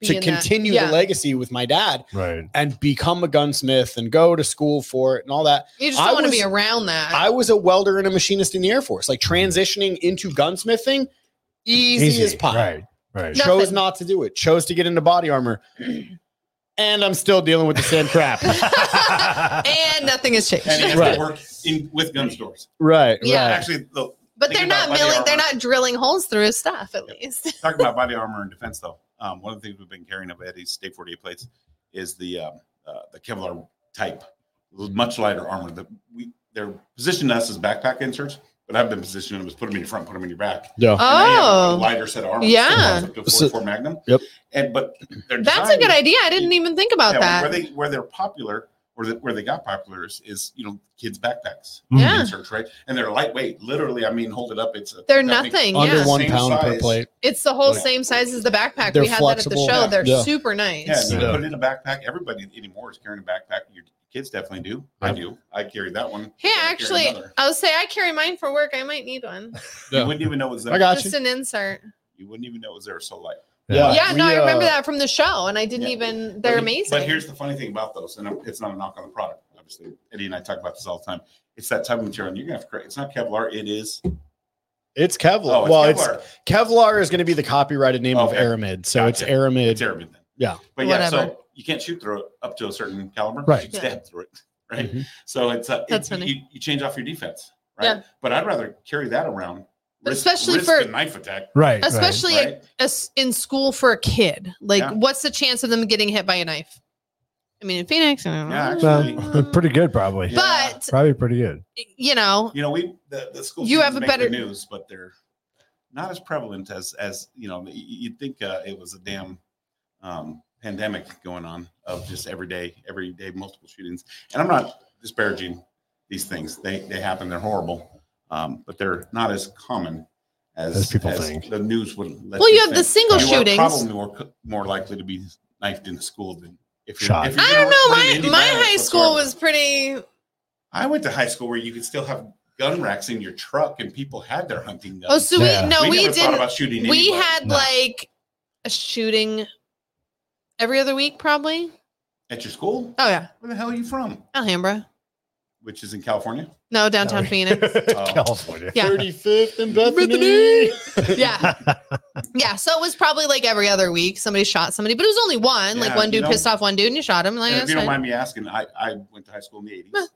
to Being that- continue yeah. the legacy with my dad Right. and become a gunsmith and go to school for it and all that. You just I don't want to was- be around that. I was a welder and a machinist in the Air Force, like transitioning into gunsmithing, easy, as pie. Right. Right. [LAUGHS] No. Chose Nothing. not to do it. Chose to get into body [CLEARS THROAT] armor, and I'm still dealing with the same [LAUGHS] crap. and nothing has changed. And it has Right. to work in with gun stores. Right. Yeah. Right. Actually, the, [LAUGHS] But Think they're not about why they milling, are they're what- not drilling holes through his stuff, at [LAUGHS] least. Talking about body armor and defense, though, um, one of the things we've been carrying of Eddie's Day 48 plates is the um, uh, the Kevlar type, much lighter armor. That we they're positioned us as backpack inserts, but I've been positioning them as put them in your front, put them in your back. Yeah. And they have a Oh, lighter set of armor. Yeah. Up to So- 44 Magnum. Yep. And but they're that's a designed- good idea. I didn't even think about yeah, that. Where they where they're popular or that where they got popular is, is you know kids backpacks Mm, Yeah. inserts, right? And they're lightweight. Literally, I mean, hold it up. It's a, They're that thing- nothing. Under Yeah. one Same pound per size. plate. It's the whole Yeah. same size as the backpack. They're we had flexible. that at the show. Yeah. They're Yeah. super nice. Yeah, and you Yeah. put it in a backpack. Everybody anymore is carrying a backpack. Your kids definitely do. I Yeah. do. I carried that one. Hey, I carry actually, another. I would say I carry mine for work. I might need one. Yeah. you wouldn't even know it was there. I got you. Just an insert. you wouldn't even know it was there. So like, Yeah. Uh, yeah, no, we, I remember uh, that from the show, and I didn't yeah. even. They're but- amazing. But here's the funny thing about those, and it's not a knock on the product. Obviously, Eddie and I talk about this all the time. It's that type of material. And you're gonna have to create. It's not Kevlar. It is. It's Kevlar. Oh, it's well, Kevlar. it's Kevlar is going to be the copyrighted name of Okay. Aramid. So it's Gotcha. Aramid. It's Aramid then. Yeah. But yeah, Whatever. so you can't shoot through it up to a certain caliber. Right. You Yeah. stab through it. [LAUGHS] Right. Mhm. So it's uh, That's it's- funny. You, you change off your defense. Right. Yeah. But I'd rather carry that around. But especially risk for- a knife attack. Right. right. especially Right. as- in school for a kid. Like, Yeah. what's the chance of them getting hit by a knife? I mean, in Phoenix, I don't Yeah, know. [LAUGHS] Well, [LAUGHS] pretty good, probably. Yeah. But Probably pretty [LAUGHS] good. you know, you know, we the, the school You shootings have a make better- the news, but they're not as prevalent as as you know. y- You'd think uh, it was a damn um, pandemic going on of just every day, every day multiple shootings. And I'm not disparaging these things; they they happen. They're horrible, um, but they're not as common as, As people think. The news would. Let Well, you have the single You are shootings. Probably more co- more likely to be knifed into school than. If you're, Shot. if you're I gonna don't work for an know. My indie my violence high school whatsoever. was pretty. I went to high school where you could still have gun racks in your truck, and people had their hunting guns. Oh, so Yeah. we no, we, never thought didn't. about shooting. We anybody had No. like a shooting every other week, probably. at your school. Oh yeah, Where the hell are you from? Alhambra. Which is in California. No, downtown No. Phoenix. [LAUGHS] California. Yeah. 35th and Bethany. Bethany. Yeah. [LAUGHS] Yeah, so it was probably like every other week somebody shot somebody, but it was only one. Yeah, like one you dude know- pissed off one dude and you shot him. Like And if Oh, that's you don't fine. mind me asking, I, I went to high school in the eighties. Huh.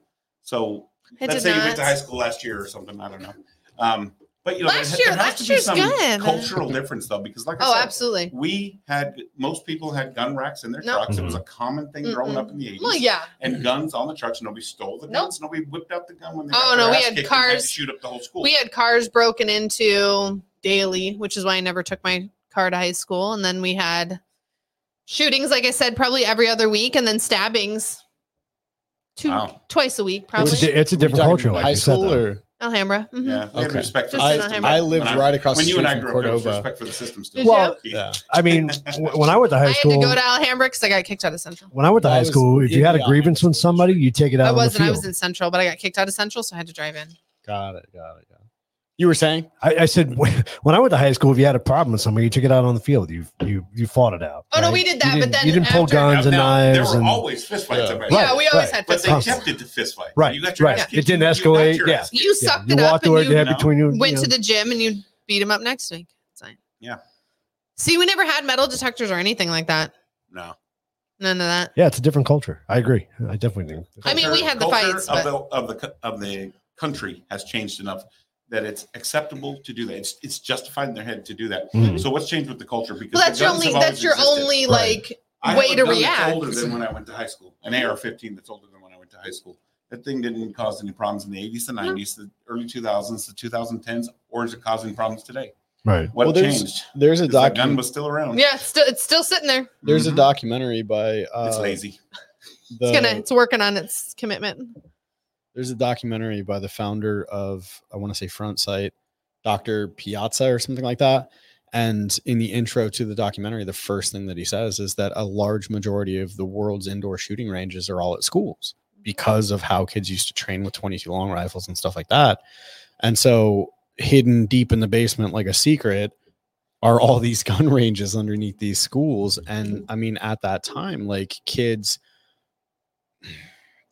So I let's did say you went not. to high school last year or something. I don't know. Um, but you know, Last there, year- there has last to be year's some good. cultural difference though, because like I oh, said, absolutely. we had most people had gun racks in their No. trucks. It was a common thing growing Mm-mm. up in the eighties. Well, yeah. and Mm-hmm. guns on the trucks. Nobody stole the Nope. guns. Nobody whipped out the gun when they. Oh, got no, their we ass had kicked and to cars. shoot up the whole school. We had cars broken into daily, which is why I never took my car to high school. And then we had shootings, like I said, probably every other week, and then stabbings two Wow. twice a week, It's a, probably. di- it's a different culture, like high you said. school though. or Alhambra. Mhm. Yeah, we had Mm-hmm. Okay. respect for Just the in system. Alhambra. I lived When I- right across When the you street and I from grew up, there was Cordova. respect for the system still. Did Well, you? Yeah. I mean, w- when I went to I high had school, to go to Alhambra because I got kicked out of Central. when I went to I high was school, if in you had the a grievance Alhambra. with somebody, you take it out I on the wasn't. I field. was in Central, but I got kicked out of Central, so I had to drive in. Got it. Got it. Got it. You were saying? I, I said [LAUGHS] when when I went to high school, if you had a problem with somebody, you took it out on the field. You you you fought it out. Oh, no, right? we did You that, but didn't- then you didn't pull after- guns and Now, knives There were and always fistfights. Yeah. at my- Right, yeah, we always right, had But they fistfights. kept it to fistfight. Right, You got your right. ass It kicked. You- didn't you got escalate, your yeah. ass kicked. You yeah, sucked you it up walked and away you you had know, between you. went you to the gym and you beat him up next week. It's fine. Yeah. See, we never had metal detectors or anything like that. No. None of that. yeah, it's a different culture. I agree. I definitely do. I mean, we had the Culture fights, Of the, of the, co- of the country has changed enough that it's acceptable to do that. It's, it's justified in their head to do that. Hmm. Mm. Mhm. So what's changed with the culture? Because Well, the that's your guns only. have always That's your existed. only Right. like. I have way a to gun that's react. Older than when I went to high school, an AR-15 that's older than when I went to high school. That thing didn't cause any problems in the 80s, the 90s, the early 2000s, the 2010s, or is it causing problems today? Right. What Well, there's- changed? There's a If The gun document. was still around. Yeah, it's still it's still sitting there. There's a Mhm. documentary by uh, It's lazy. the, it's gonna. It's working on its commitment. There's a documentary by the founder of I want to say Front Sight, Dr. Piazza or something like that. And in the intro to the documentary, the first thing that he says is that a large majority of the world's indoor shooting ranges are all at schools because of how kids used to train with 22 long rifles and stuff like that. And so hidden deep in the basement like a secret are all these [LAUGHS] gun ranges underneath these schools and i mean at that time like kids y-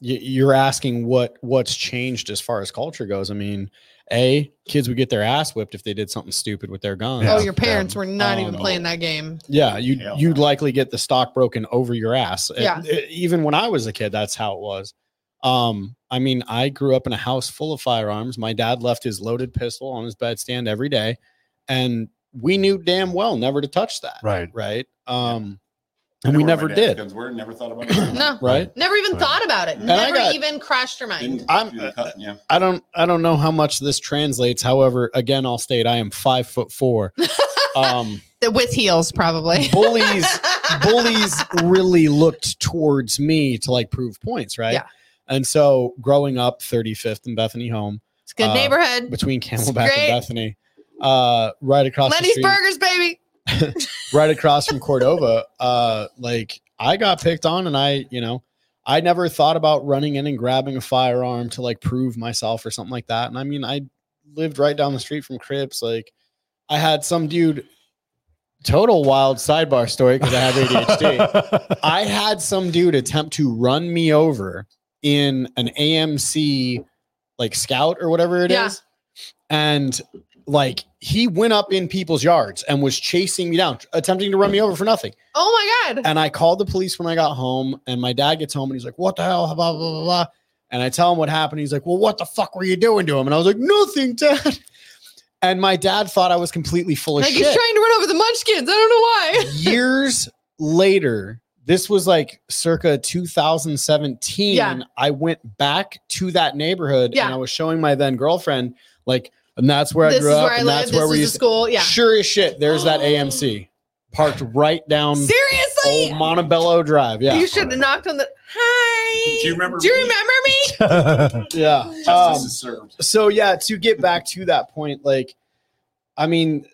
you're asking what what's changed as far as culture goes i mean a kids would get their ass whipped if they did something stupid with their guns Yeah. Oh, your parents were not Um, even playing that game. yeah, you'd Hell you'd no. likely get the stock broken over your ass. It- Yeah. it- even when I was a kid, that's how it was. Um, I mean, I grew up in a house full of firearms. My dad left his loaded pistol on his bedstand every day, and we knew damn well never to touch that. [LAUGHS] Right. Right. Um, I and know we where my never dad's did. Guns were never thought about it. No, Right. never even Right. thought about it. And I Never got- even crossed your mind. Didn't I'm- do the cut, yeah. I don't I don't know how much this translates. However, again, I'll state I am five foot four. Um, With [LAUGHS] heels, probably. [LAUGHS] bullies bullies really looked towards me to like prove points, right? Yeah. And so growing up 35th and Bethany home It's a good Uh, neighborhood. between Camelback great. and Bethany, uh, right across Lenny's the street, Burgers, baby. right across from Cordova, uh, like I got picked on and I, you know, I never thought about running in and grabbing a firearm to like prove myself or something like that. And I mean, I lived right down the street from Crips. Like I had some dude total wild sidebar story because I have ADHD. I had some dude attempt to run me over in an AMC like scout or whatever it is, Yeah. And like he went up in people's yards and was chasing me down, attempting to run me over for nothing. Oh my God. And I called the police when I got home, and my dad gets home and he's like, What the hell? Blah, blah, blah, blah. And I tell him what happened. He's like, Well, what the fuck were you doing to him? And I was like, Nothing, dad. And my dad thought I was completely full of Like shit he's trying to run over the munchkins. I don't know why. years later, this was like circa 2017. Yeah. I went back to that neighborhood Yeah. and I was showing my then girlfriend, like, and that's where I this is grew where up, I and live. that's This where is we the used to. school. Yeah. Oh. Sure as shit, there's that AMC parked right down Seriously? old Montebello Drive. Yeah. you should have knocked on the. Hi. Do you remember Do you me? remember me? [LAUGHS] Yeah. Justice Um, is served. so yeah to get back to that point like i mean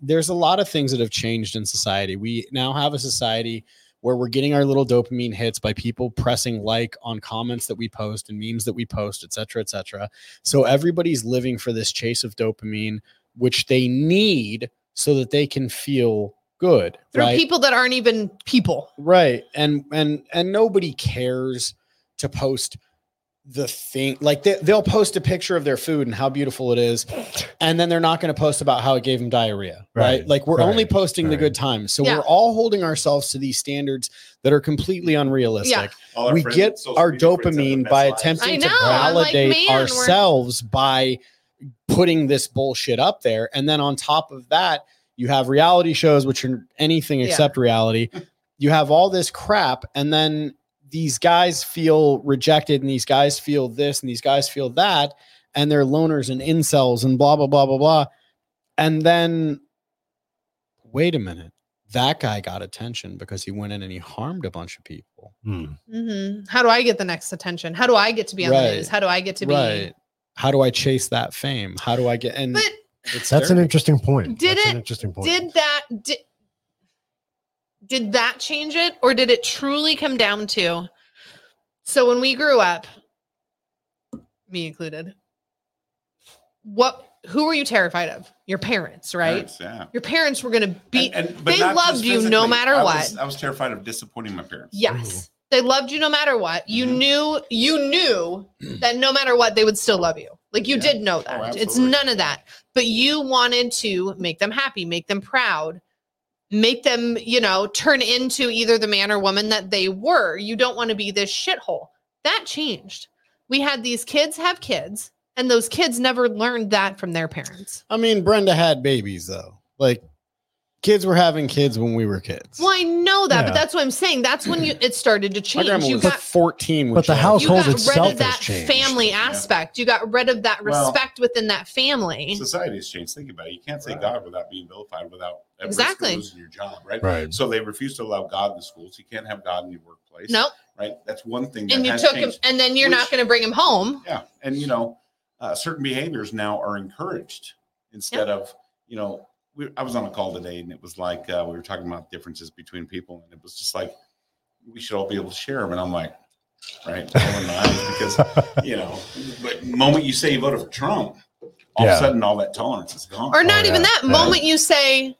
there's a lot of things that have changed in society we now have a society where we're getting our little dopamine hits by people pressing like on comments that we post and memes that we post et cetera et cetera so everybody's living for this chase of dopamine which they need so that they can feel good Through right people that aren't even people. right and and and nobody cares to post the thing like they, they'll post a picture of their food and how beautiful it is and then they're not going to post about how it gave them diarrhea right, Right, like we're only right, posting the right. good times so Yeah. we're all holding ourselves to these standards that are completely unrealistic Yeah. All our we friends- get social our media friends have the dopamine best by lives. attempting I to know. I'm like, validate man, we're- ourselves by putting this bullshit up there. And then on top of that, you have reality shows, which are anything Yeah. except reality. You have all this crap, and then these guys feel rejected, and these guys feel this, and these guys feel that, and they're loners and incels and blah, blah, blah, blah, blah. And then, wait a minute, that guy got attention because he went in and he harmed a bunch of people. Hmm. Mm-hmm. Mhm. How do I get the next attention? How do I get to be on Right. the news? How do I get to be? How do I chase that fame? How do I get and But it's That's an terrible. interesting point. Did That's it- An interesting point. did that did, did that change it or did it truly come down to so when we grew up me included what who were you terrified of your parents right Parents, yeah. your parents were going to beat And- and- but they not just loved you no physically. matter I what was- I was terrified of disappointing my parents. yes they loved you no matter what you Mhm. knew you knew that no matter what they would still love you like you Yeah. did know that it's absolutely. none of that but you wanted to make them happy make them proud make them you know turn into either the man or woman that they were you don't want to be this shithole that changed we had these kids have kids and those kids never learned that from their parents I mean, Brenda had babies though. Like kids were having kids when we were kids. well i know that Yeah. but that's what i'm saying that's when you it started to My change grandma you was got 14 when But the she had house- you household got rid Oh, itself has of that changed. family aspect. You got rid of that Well- respect within that family. Society has changed. Think about it. You can't say Right. God without being vilified, without at risk of Exactly. losing your job, right? Right. So they refuse to allow God in the schools. You can't have God in your workplace. No, Right. That's one thing. That and you has took him, changed. and then you're not which- going to bring him home. Yeah, and you know, uh, certain behaviors now are encouraged instead of you know. We, I was on a call today, and it was like uh, we were talking about differences between people, and it was just like we should all be able to share them. And I'm like, right, [LAUGHS] rolling my eyes because you know, but the moment you say you voted for Trump, all of Yeah. a sudden all that tolerance is gone. Or not Oh, even yeah, that yeah. moment you say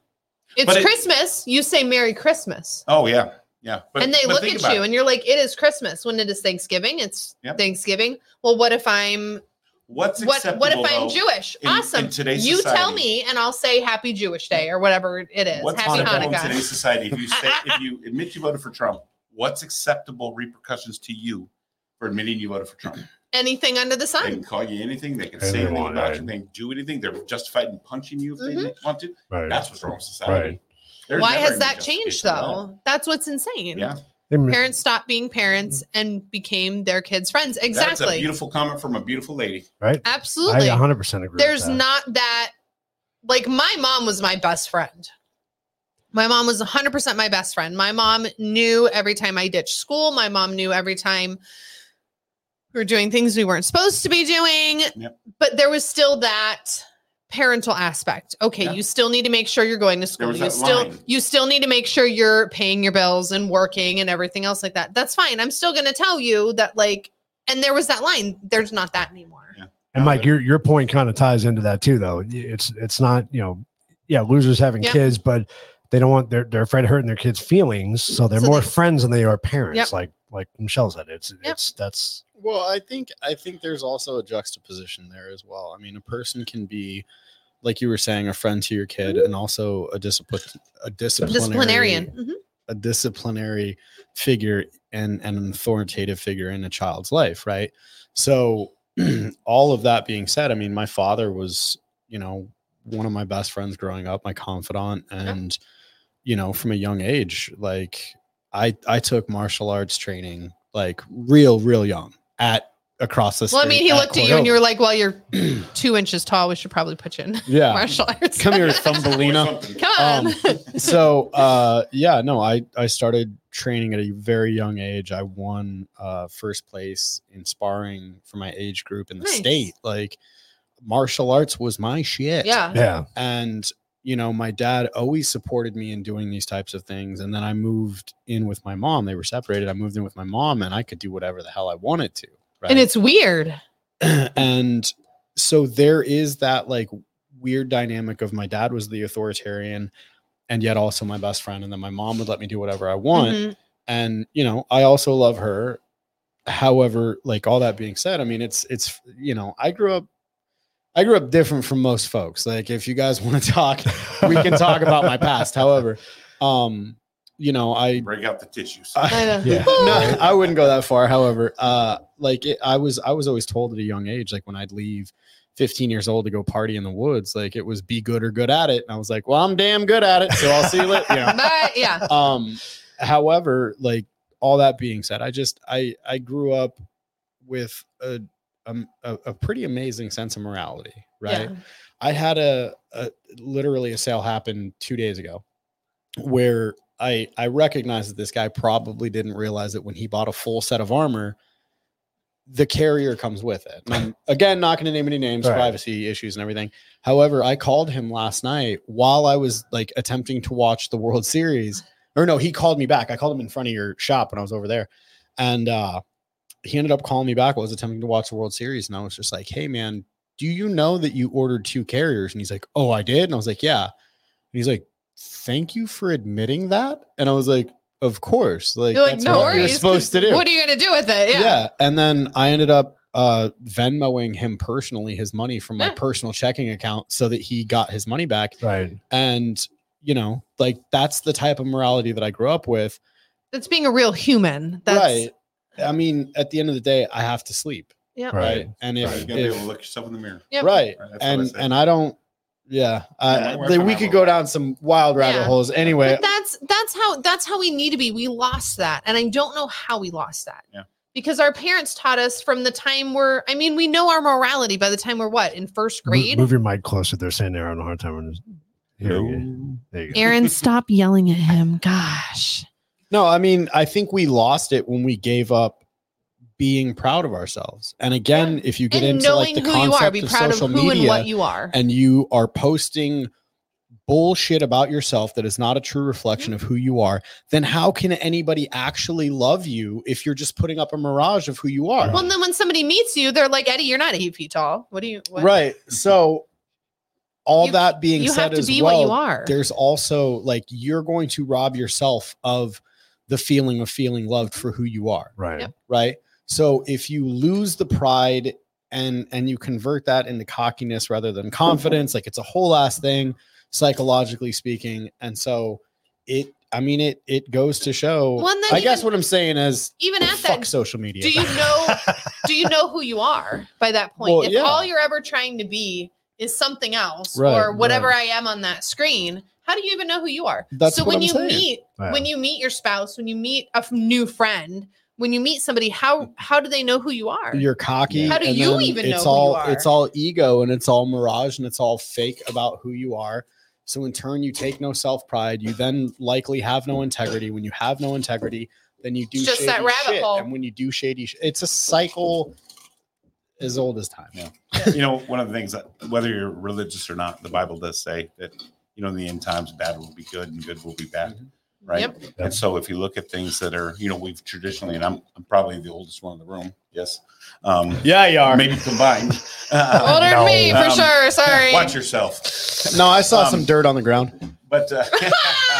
it's But it- Christmas, you say Merry Christmas, oh yeah, yeah. But, and they but look think at about you, it. and you're like, "It is Christmas." When it is Thanksgiving, it's Yep. Thanksgiving. Well, what if I'm What's what what if acceptable, I'm though, Jewish? in- in awesome. today's you tell society? me, and I'll say Happy Jewish Day or whatever it is. What's Happy acceptable in Hanukkah. [LAUGHS] today's society? If you say, if you admit you voted for Trump, what's acceptable repercussions to you for admitting you voted for Trump. Anything under the They can sun. call you anything. They can Anything say they anything want, about right. you. They can do anything. They're justified in punching you if they want to. Right. That's what's wrong with society. Right. Mm-hmm. There's Why never has any that changed justification at all. though? That's what's insane. Yeah. And- Parents stopped being parents and became their kids' friends. That's a Exactly. beautiful comment from a beautiful lady. right. I Absolutely. 100% agree. There's with that. not that like my mom was my best friend. My mom was 100% my best friend. My mom knew every time I ditched school. My mom knew every time we were doing things we weren't supposed to be doing. Yep. But there was still that parental aspect. Okay, Yeah. you still need to make sure you're going to school. was You that still line. you still need to make sure you're paying your bills and working and everything else like that. That's fine. I'm still going to tell you that like and there was that line. There's not that anymore. And Mike, your your point kind of ties into that too, though. It's it's not you know, yeah, losers having Yep. kids, but they don't want they're they're afraid of hurting their kids' feelings, so they're So more they- friends than they are parents. Yep. Like like Michelle said, it's it's that's Well, I think I think there's also a juxtaposition there as well. I mean, a person can be, like you were saying, a friend to your kid, and also a discipline, a disciplinary, Mm-hmm. disciplinarian. Mhm. a disciplinary figure and, and an authoritative figure in a child's life, right? So, [CLEARS THROAT] all of that being said, I mean, my father was, you know, one of my best friends growing up, my confidant, and you know, from a young age, like I I took martial arts training like real real young at across the. Well, I mean, street he looked at you and you were like, "Well, you're [CLEARS THROAT] Cordova. two inches tall. We should probably put you in [LAUGHS] yeah, martial arts." come here, Or Thumbelina. [LAUGHS] something. Come on. Um, so uh yeah no i i started training at a very young age i won uh first place in sparring for my age group in the Nice. state like martial arts was my shit [LAUGHS] yeah. yeah. and you know my dad always supported me in doing these types of things and then i moved in with my mom they were separated i moved in with my mom and i could do whatever the hell i wanted to right And it's weird. and so there is that like weird dynamic of my dad was the authoritarian and yet also my best friend and then my mom would let me do whatever i want Mhm. and you know i also love her however like all that being said i mean it's it's you know i grew up i grew up different from most folks like if you guys [LAUGHS] want to talk we can [LAUGHS] talk about my past however um you know i Break out the tissues. Uh, I know. Yeah. no, I wouldn't go that far. However, uh, like it, I was, I was always told at a young age, like when I'd leave 15 years old to go party in the woods, like it was be good or good at it. And I was like, well, I'm damn good at it. So I'll see you later. You [LAUGHS] know? But yeah, Um, however, like all that being said, I just, I, I grew up with a, um, a, a pretty amazing sense of morality. [LAUGHS] Right. yeah. I had a, a literally a sale happen two days ago where I I recognized that this guy probably didn't realize that when he bought a full set of armor, the carrier comes with it. And I'm, again, not going to name any names, Right. privacy issues and everything. However, I called him last night while I was like attempting to watch the World Series. Or no, he called me back. I called him in front of your shop when I was over there. And uh he ended up calling me back while I was attempting to watch the World Series. And I was just like, hey man, do you know that you ordered two carriers? And he's like, Oh, I did. And I was like, Yeah. And he's like, Thank you for admitting that. And I was like, Of course. Like, You're like, that's "No what you're worries." [LAUGHS] supposed to do. What are you gonna do with it? yeah. Yeah. And then I ended up uh Venmoing him personally his money from my Yeah. personal checking account so that he got his money back. Right. And you know, like that's the type of morality that I grew up with. That's being a real human. That's right. I mean, at the end of the day, I have to sleep. Yep. Right. Right. And You if, gotta be if able to look yourself in the mirror. Yep. right Right, that's what I and said. and i don't yeah, Yeah, uh, my wife they, and we I could were go like- down some wild rabbit Yeah. holes anyway But that's that's how that's how we need to be. We lost that, and I don't know how we lost that. Yeah. Because our parents taught us from the time we're, I mean, we know our morality by the time we're what in first Mo- grade. Move your mic closer. They're saying they're having a hard time. on this. Here you go. There you go. Aaron, stop yelling at him. Gosh. no i mean i think we lost it when we gave up being proud of ourselves and again if you get and into like knowing the who you are, concept be of proud of social who and media what you are. and you are posting bullshit about yourself that is not a true reflection Mm-hmm. of who you are then how can anybody actually love you if you're just putting up a mirage of who you are well, and then when somebody meets you, they're like, Eddie, you're not eight feet tall. What do you? What? right so all You- that being You said have to as be well what you are. there's also like you're going to rob yourself of the feeling of feeling loved for who you are Right. Yep. right so if you lose the pride and and you convert that into cockiness rather than confidence like it's a whole ass thing psychologically speaking and so it I mean, it it goes to show. Well, and then I guess even- what I'm saying is, Even at fuck that, social media. do you know? [LAUGHS] do you know who you are by that point? Well, if yeah. all you're ever trying to be is something else Right, or whatever I am on that screen, how do you even know who you are? That's so what when I'm you saying. meet Wow. when you meet your spouse, when you meet a f- new friend, when you meet somebody, how how do they know who you are? You're cocky. How do and you then even know it's who you all are? it's all ego and it's all mirage and it's all fake about who you are. So in turn, you take no self pride. You then likely have no integrity. When you have no integrity, then you do It's just shady that rabbit shit. hole. And when you do shady, sh- it's a cycle as old as time. Yeah. you know, one of the things that whether you're religious or not, the Bible does say that you know in the end times, bad will be good and good will be bad, Mhm. right? Mm-hmm. Yep. Yep. And so, if you look at things that are, you know, we've traditionally, and I'm, I'm probably the oldest one in the room. Yes, um, Yeah, you maybe combined. [LAUGHS] Uh, Older than me for Um, sure. Oh, Sorry. Watch yourself. No, I saw Um, some dirt on the ground. But uh, [LAUGHS]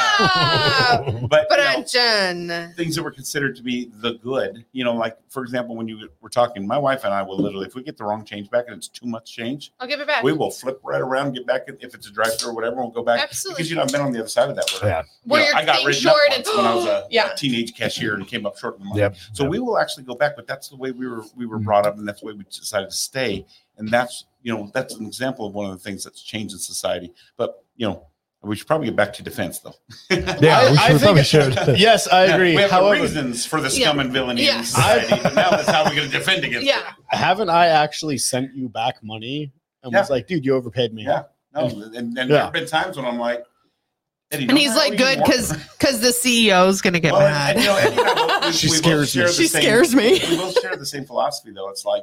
Ah, but you but know, I'm Jen. things that were considered to be the good, you know, like for example, when you were talking, my wife and I will literally, if we get the wrong change back and it's too much change, I'll give it back. we will flip right around, get back in- if it's a drive through or whatever, we'll go back Absolutely. because you know I've been on the other side of that. Where, Yeah. you Where know, you're I got getting ridden up short once and- when I was a, [GASPS] Yeah. a teenage cashier and came up short in the money. Yep. So we will actually go back, but that's the way we were we Mm-hmm. were brought up, and that's the way we decided to stay. And that's you know that's an example of one of the things that's changed in society. But you know we should probably get back to defense though. [LAUGHS] [LAUGHS] Yeah, I- we, should, I we probably think- should. Yes, I Yeah, agree. We have the However, reasons for the Yeah. scum and villainy Yeah. in society, but now that's how we're going to defend against Yeah. it. haven't I actually sent you back money and was like, dude, you overpaid me? Yeah. No, and, and there Yeah. have been times when I'm like, Eddie, And don't he's hire like, me good, anymore. because because the CEO's gonna get Well, mad. and- and, you know, Eddie and [LAUGHS] I both- we- She we both scares share me. the She same- scares me. We both share the same philosophy, though. It's like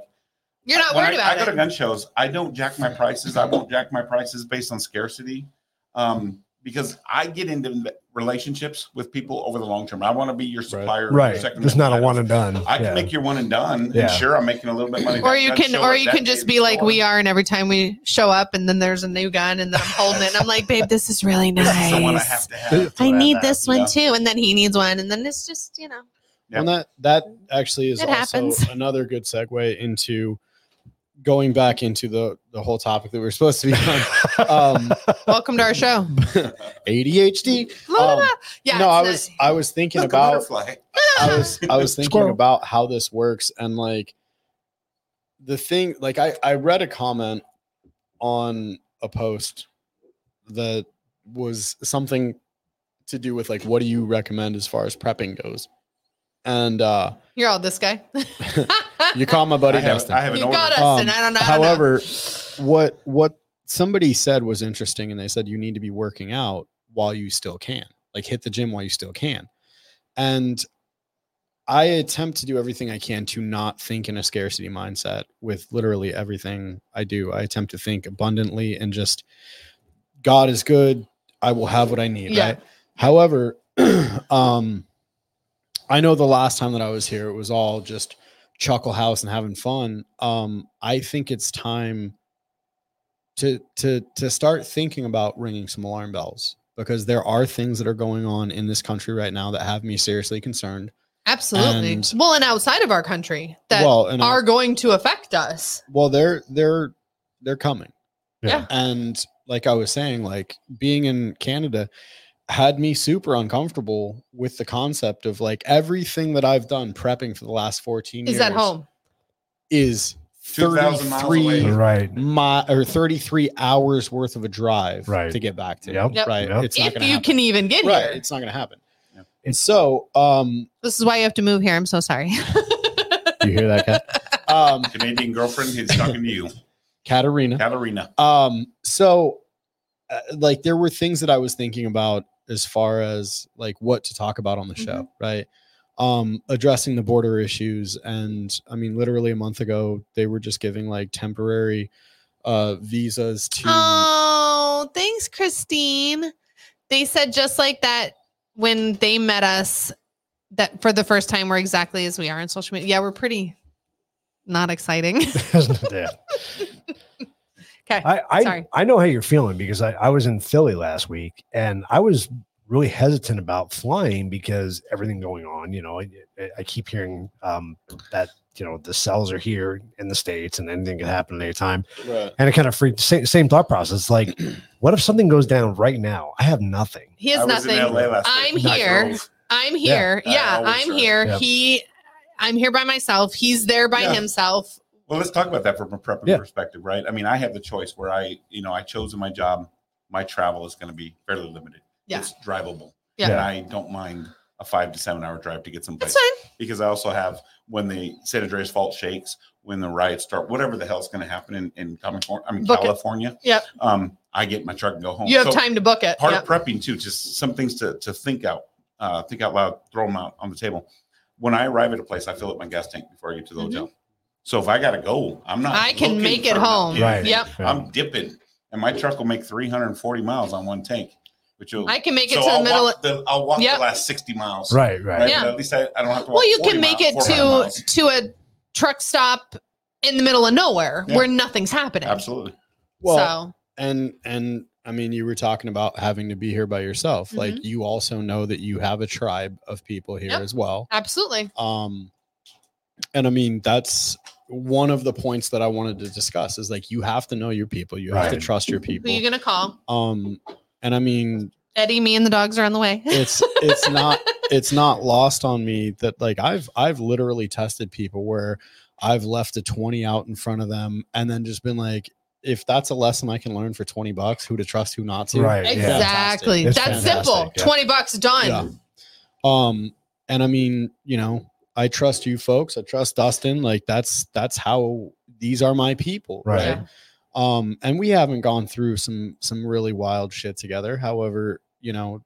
You're not when worried about I, I go to it. gun shows. I don't jack my prices. I won't jack my prices based on scarcity, um, because I get into relationships with people over the long term. I want to be your supplier, your Right. second It's not a provider. one and done. I can Yeah. make your one and done. Yeah. And sure, I'm making a little bit of money. or that you gun can show or or you that can just kid's be like store. we are and every time we show up and then there's a new gun and then i'm holding it and i'm like babe this is really This is someone I nice have to have. i need this you one know? too and then he needs one and then it's just you know Yeah. Well, that that actually is It also happens. [LAUGHS] another good segue into going back into the the whole topic that we were supposed to be [LAUGHS] on. Um, welcome to our show Um, ADHD. La, la, la. Um, yeah no, I it's was not- I was thinking Look, a about butterfly. [LAUGHS] I was I was thinking Squirrel. about how this works and like the thing like I I read a comment on a post that was something to do with like what do you recommend as far as prepping goes. And uh you're all this guy [LAUGHS] you call my buddy I have, Dustin. I have an you order. got us Um, and i don't know I don't know. However, what what somebody said was interesting, and they said you need to be working out while you still can, like hit the gym while you still can. And I attempt to do everything I can to not think in a scarcity mindset with literally everything I do. I attempt to think abundantly and just God is good. I will have what I need. Yeah. Right. However, [CLEARS THROAT] um, I know the last time that I was here, it was all just chuckle house and having fun. Um, I think it's time to to to start thinking about ringing some alarm bells because there are things that are going on in this country right now that have me seriously concerned. absolutely and- well and outside of our country that well, and I- are going to affect us well they're they're they're coming Yeah. and like i was saying like being in canada had me super uncomfortable with the concept of like everything that i've done prepping for the last 14 years is at home is 2,000 miles 33 away. Right. [LAUGHS] mi- or 33 hours worth of a drive Right. to get back to Yep. Yep. right Yep. it's not if gonna you happen can even get right here it's not gonna happen Yep. and so um this is why you have to move here i'm so sorry [LAUGHS] You hear that guy? [LAUGHS] um Canadian girlfriend, he's talking to you, katarina Katarina. um so uh, like there were things that i was thinking about as far as like what to talk about on the show Mm-hmm. right um addressing the border issues and i mean literally a month ago they were just giving like temporary uh visas to Oh, thanks, Christine. They said just like that when they met us that for the first time we're exactly as we are on social media. Yeah, we're pretty not exciting. [LAUGHS] yeah. okay. I, I, Sorry. I know how you're feeling because I, I was in Philly last week and I was really hesitant about flying because everything going on. You know, I, I- I keep hearing um, that you know the cells are here in the states and anything can happen at any time. Right. And it kind of freaked. Same, same thought process. [CLEARS THROAT] Like, what if something goes down right now? I have nothing. He has I was in nothing. LA last I'm week. Nice here. girls. I'm here. I Yeah, always I'm heard. here. Yeah. He, I'm here by myself. He's there by Yeah. himself. Well, let's talk about that from a prepping Yeah. perspective, right? I mean, I have the choice where I, you know, I chose in my job, my travel is going to be fairly limited. Yeah. It's drivable. Yeah. And I don't mind a five to seven hour drive to get someplace. That's fine. because I also have when the San Andreas fault shakes, when the riots start, whatever the hell's going to happen in, in California, I mean, Book it. California. Yep. Um, I get in my truck and go home. You have So time to book it. Part Yeah. of prepping too, just some things to, to think out, uh, think out loud, throw them out on the table. When I arrive at a place, I fill up my gas tank before I get to the Mhm. hotel. So if I got to go, I'm not. I can looking make it for home. nothing. Right. Yep. I'm dipping, and my truck will make 340 miles on one tank, which will. I can make it so to the I'll middle. Walk the, I'll walk Yep. the last 60 miles. Right. Right. Right? Yeah. But at least I, I don't have to. Walk well, you can 40 make miles, it 400 to miles. to a truck stop in the middle of nowhere Yeah. where nothing's happening. Absolutely. Well, so and and I mean, you were talking about having to be here by yourself. Like you also know that you have a tribe of people here Mm-hmm. Yep. as well. absolutely. um and i mean that's one of the points that i wanted to discuss is like you have to know your people you have to Right. trust your Who people you gonna call? um and i mean Eddie, me, and the dogs are on the way. [LAUGHS] it's it's not it's not lost on me that like i've i've literally tested people where i've left a 20 out in front of them and then just been like if that's a lesson i can learn for 20 bucks who to trust who not to Right. Yeah. exactly. It's That's fantastic, simple. yeah. Twenty bucks done. Yeah. Um, and I mean, you know, I trust you folks. I trust Dustin. Like that's that's how these are my people, Right. right? Um, and we haven't gone through some some really wild shit together. However, you know,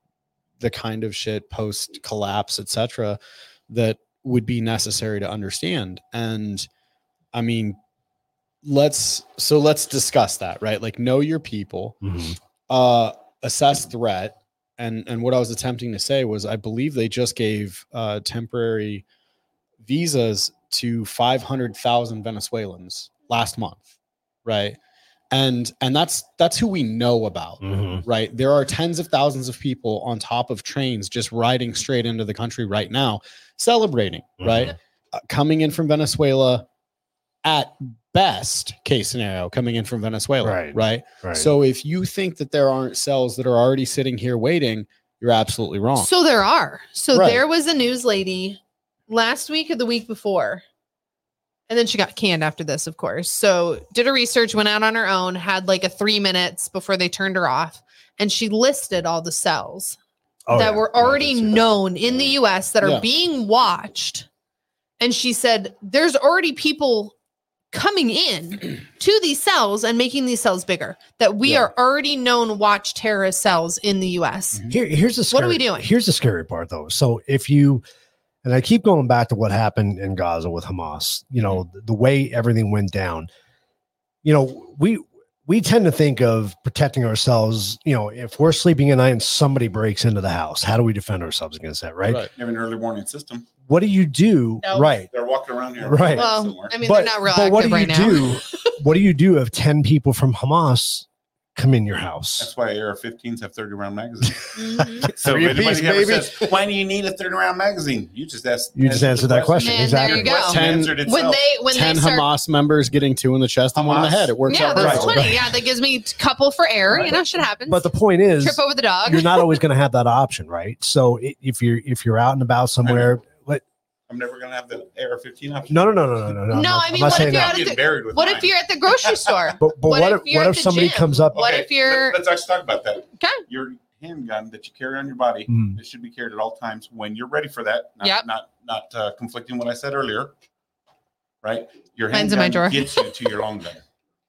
the kind of shit post collapse, etc., that would be necessary to understand. And I mean, let's so let's discuss that, right? Like know your people Mhm. uh, assess threat. And and what I was attempting to say was, I believe they just gave uh, temporary visas to five hundred thousand Venezuelans last month, right? And and that's that's who we know about, Mhm. right? There are tens of thousands of people on top of trains just riding straight into the country right now, celebrating, Mhm. right? Uh, coming in from Venezuela, at best case scenario, coming in from Venezuela, Right. right? Right. So if you think that there aren't cells that are already sitting here waiting, you're absolutely wrong. So there are. So Right. there was a news lady last week or the week before. And then she got canned after this, of course. So did her research, went out on her own, had like a three minutes before they turned her off. And she listed all the cells Oh, that yeah. were Yeah, I already did see that. known in the US that are Yeah. being watched. And she said, there's already people [CLEARS THROAT] coming in to these cells and making these cells bigger, that we Yeah. are already known watch terrorist cells in the US. Here, here's the scary, What are we doing? Here's the scary part, though. So if you, and I keep going back to what happened in Gaza with Hamas, you know, th- the way everything went down, you know, we we tend to think of protecting ourselves. You know, if we're sleeping at night and somebody breaks into the house, how do we defend ourselves against that? Right? You have an early warning system. What do you do? No. Right. They're walking around here. Right. Well, somewhere. I mean, but, they're not real but active what do you right now. do? [LAUGHS] what do you do if ten people from Hamas come in your house? That's why AR-15s have 30 round magazines. Mhm. So Three if anybody apiece, ever baby. says, why do you need a 30 round magazine? You just asked. You just answered that question. And there you Exactly. go. Question Ten- answered when itself. they when they Ten start Hamas members getting two in the chest and one in the Hamas. head. It works yeah out that's Right. perfectly. 20 yeah that gives me a couple for error you know shit happens But the point is, trip over the dog you're not [LAUGHS] always going to have that option, right? So i- if you're if you're out and about somewhere, let, I'm never going to have the AR-15 option. no, no, no, no, no, no, no. No, I'm I not- mean, I'm not what if saying you're that. out- I'm getting buried with what mine. if you're at the grocery store But, but what what, if if you're what at if the somebody gym? comes up? What if you're- let- Let's actually talk about that. Okay. Your handgun that you carry on your body Mm, that should be carried at all times when you're ready for that. Not, Yep. Not not uh, conflicting what I said earlier. Right. Your Mine's in handgun my drawer. gets you to your long gun.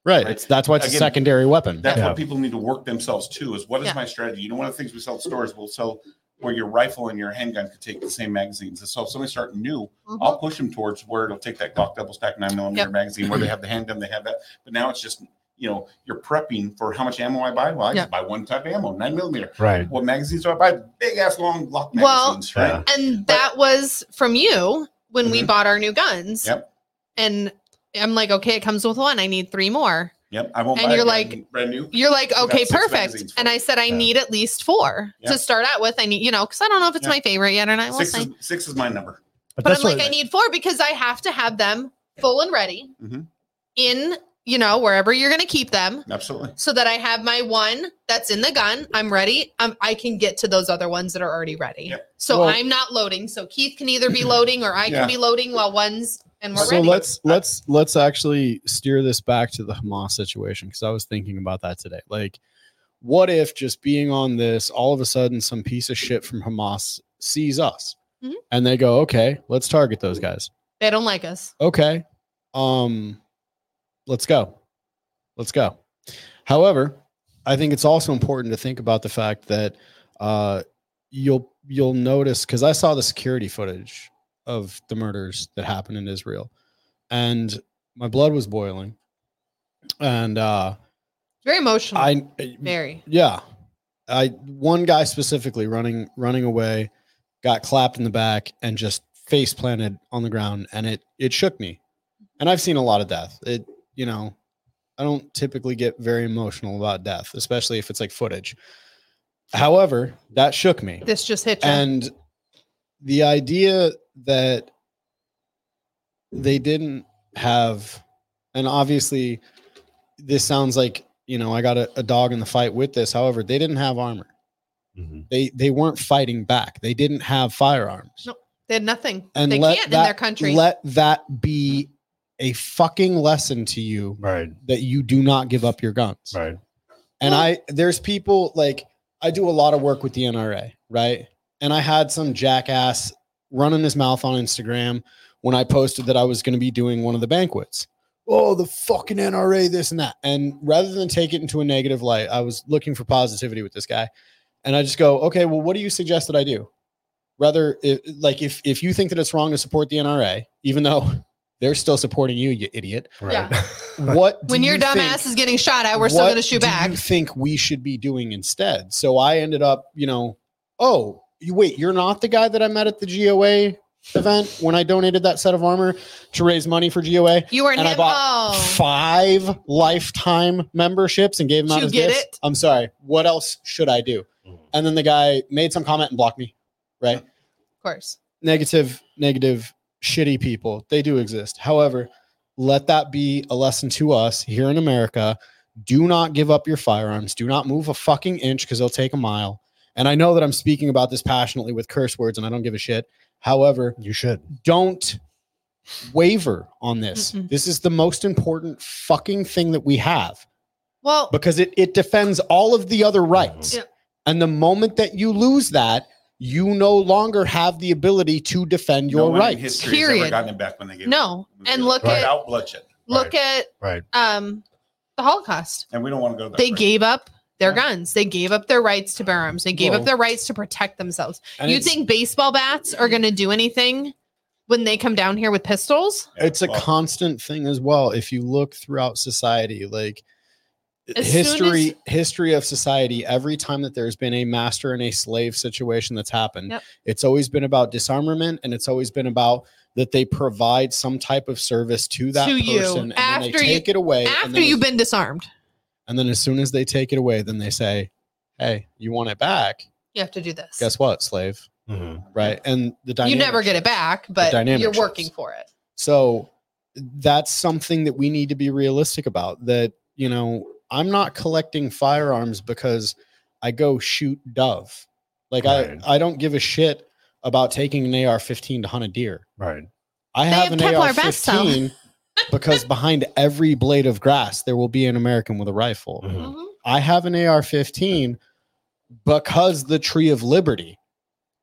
Right. It's, that's why it's a Again, secondary weapon. That's Yeah. what people need to work themselves to is what is Yeah. my strategy? You know, one of the things we sell at stores, we'll sell where your rifle and your handgun could take the same magazines. And so if somebody's starting new, I'll push them towards where it'll take that Glock double stack nine millimeter Mm-hmm. Yep. magazine where they have the handgun, they have that. But now it's just, you know, you're prepping for how much ammo I buy. Well, I Yep. just buy one type of ammo, nine millimeter. right. What magazines do I buy? Big ass long Glock Well, magazines, right? and that was from you when we bought our new guns Mm-hmm. Yep. and i'm like okay it comes with one i need three more Yep. I won't And buy you're a brand like- new- brand new. You're like, got okay, six perfect. magazines for And it. I said, I Yeah. need at least four Yeah. to start out with. I need, you know, because I don't know if it's Yeah. my favorite yet or not. We'll Six see. is, six is my number. But, But that's I'm like, what I need four because I have to have them full and ready Mhm. in, you know, wherever you're going to keep them Absolutely. so that I have my one that's in the gun. I'm ready. Um, I can get to those other ones that are already ready. Yep. So Well- I'm not loading. So Keith can either [CLEARS THROAT] be loading or I Yeah. can be loading while one's and we're so ready. let's let's let's actually steer this back to the Hamas situation because I was thinking about that today. Like, what if just being on this, all of a sudden, some piece of shit from Hamas sees us Mhm. and they go, "Okay, let's target those guys." They don't like us. Okay, um, let's go, let's go. However, I think it's also important to think about the fact that uh, you'll you'll notice because I saw the security footage of the murders that happened in Israel, and my blood was boiling, and uh, Very emotional. I Very. yeah, I one guy specifically running running away, got clapped in the back and just face planted on the ground, and it it shook me. And I've seen a lot of death. It you know, I don't typically get very emotional about death, especially if it's like footage. However, that shook me. This just hit you. And the idea that they didn't have, and obviously, this sounds like you know I got a, a dog in the fight with this. However, they didn't have armor. Mhm. They they weren't fighting back. They didn't have firearms. No, they had nothing. and they let can't that, in their country. Let that be a fucking lesson to you right, that you do not give up your guns. right. And Well- I there's people like I do a lot of work with the NRA, right? And I had some jackass running his mouth on Instagram when I posted that I was going to be doing one of the banquets. Oh, the fucking NRA, this and that. And rather than take it into a negative light, I was looking for positivity with this guy. And I just go, okay, well, what do you suggest that I do? Rather, if, like, if if you think that it's wrong to support the NRA, even though [LAUGHS] they're still supporting you, you idiot. Right. Yeah. What do when your you dumb think- ass is getting shot at, we're still what going to shoot do back. You think we should be doing instead? So I ended up, you know, oh, you wait, you're not the guy that I met at the GOA event when I donated that set of armor to raise money for GOA. You are And I him. bought Oh, Five lifetime memberships and gave them Do out you as get gifts. it? I'm sorry. What else should I do? And then the guy made some comment and blocked me. Right? of course. Negative, negative, shitty people. They do exist. However, let that be a lesson to us here in America. Do not give up your firearms. Do not move a fucking inch because they'll take a mile. And I know that I'm speaking about this passionately with curse words and I don't give a shit. However, You should. don't waver on this. Mm-mm. This is the most important fucking thing that we have Well, because it, it defends all of the other rights. Yeah. And the moment that you lose that, you no longer have the ability to defend your one in rights. History has ever Period. gotten it back when they gave no. it. And look Right. at without bloodshed, look at Right. um the Holocaust. and we don't want to go there. They gave up their Yeah. guns. They gave up their rights to bear arms. They gave Well- up their rights to protect themselves. And you it's- think baseball bats are going to do anything when they come down here with pistols? it's a constant thing as well if you look throughout society like As soon history as- history of society every time that there's been a master and a slave situation that's happened Yep. it's always been about disarmament and it's always been about that they provide some type of service to that To person you. and then After they you- take it away and After then, you've as, been disarmed, and then as soon as they take it away then they say hey you want it back you have to do this. guess what slave Mhm. right and the you dynamic never get it back, but dynamic you're shifts. working for it. So that's something that we need to be realistic about. That, you know, I'm not collecting firearms because I go shoot dove. Like Right. I, I don't give a shit about taking an AR 15 to hunt a deer. Right. I have, have an Kevlar AR vests, though. 15 because behind every blade of grass, there will be an American with a rifle. Mhm. Mhm. I have an AR 15 because the tree of liberty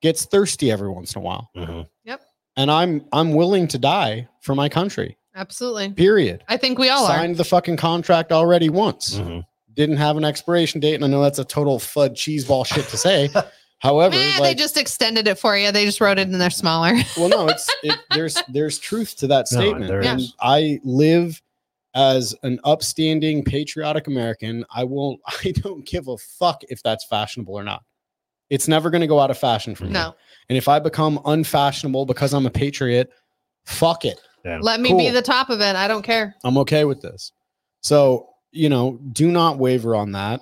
gets thirsty every once in a while. Mhm. And I'm I'm willing to die for my country. Absolutely. Period I think we all are. signed the fucking contract already once. Mhm. Didn't have an expiration date, and I know that's a total fud cheese ball shit to say. However, Eh, like, they just extended it for you. They just wrote it in there smaller. [LAUGHS] well, no, it's it, there's there's truth to that No, statement. there and is. I live as an upstanding, patriotic American. I won't. [LAUGHS] I don't give a fuck if that's fashionable or not. It's never going to go out of fashion for me. No, And if I become unfashionable because I'm a patriot, fuck it. Yeah. let me be Cool. the top of it. I don't care. I'm okay with this. So you know, do not waver on that.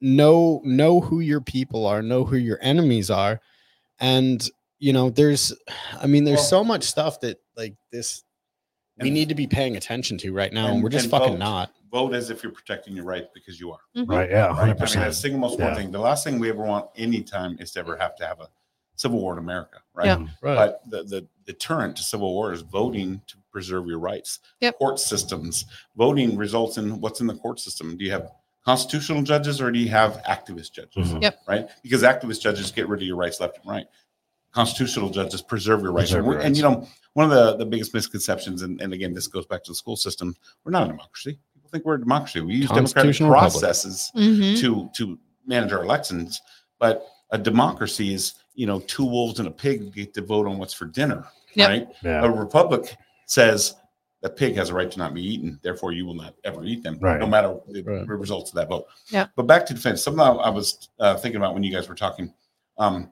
Know know who your people are, know who your enemies are. And you know, there's I mean, there's Well- so much stuff that like this we And- need to be paying attention to right now, and, And- we're just and fucking vote. not. Vote as if you're protecting your right because you are. Mhm. Right. Yeah. Right? I mean, 100%. that's the single most Yeah. important thing. The last thing we ever want anytime is to ever have to have a civil war in America, right? Yeah. Mm-hmm. Right. But the, the deterrent to civil war is voting to preserve your rights. Yep. Court systems. Voting results in what's in the court system. Do you have constitutional judges or do you have activist judges? Mhm. Yep. Right? Because activist judges get rid of your rights left and right. Constitutional judges preserve your rights. Preserve and, your we- and, you know, one of the, the biggest misconceptions, and, and again, this goes back to the school system, we're not a democracy. People think we're a democracy. We use democratic Constitutional republic. processes Mhm. to to manage our elections. But a democracy is, you know, two wolves and a pig get to vote on what's for dinner, Yep. right? Yeah. A republic says the pig has a right to not be eaten, therefore you will not ever eat them, Right. no matter the Right. results of that vote. Yeah. But back to defense, something I, I was uh, thinking about when you guys were talking, um,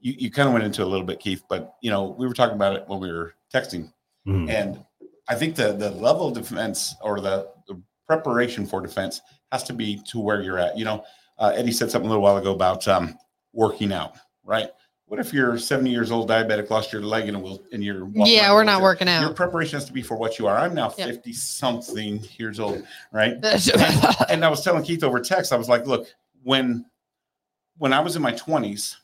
you, you kind of went into it a little bit, Keith, but you know, we were talking about it when we were texting. [LAUGHS] Mhm. And I think the the level of defense or the, the preparation for defense has to be to where you're at. You know, uh, Eddie said something a little while ago about um, working out, right? What if you're 70 years old, diabetic, lost your leg in a wheel, and you're walking around in Yeah, a we're not wheelchair? working Your out. preparation has to be for what you are. I'm now Yeah. 50 something years old, right? [LAUGHS] and I was telling Keith over text, I was like, look, when when I was in my twenties,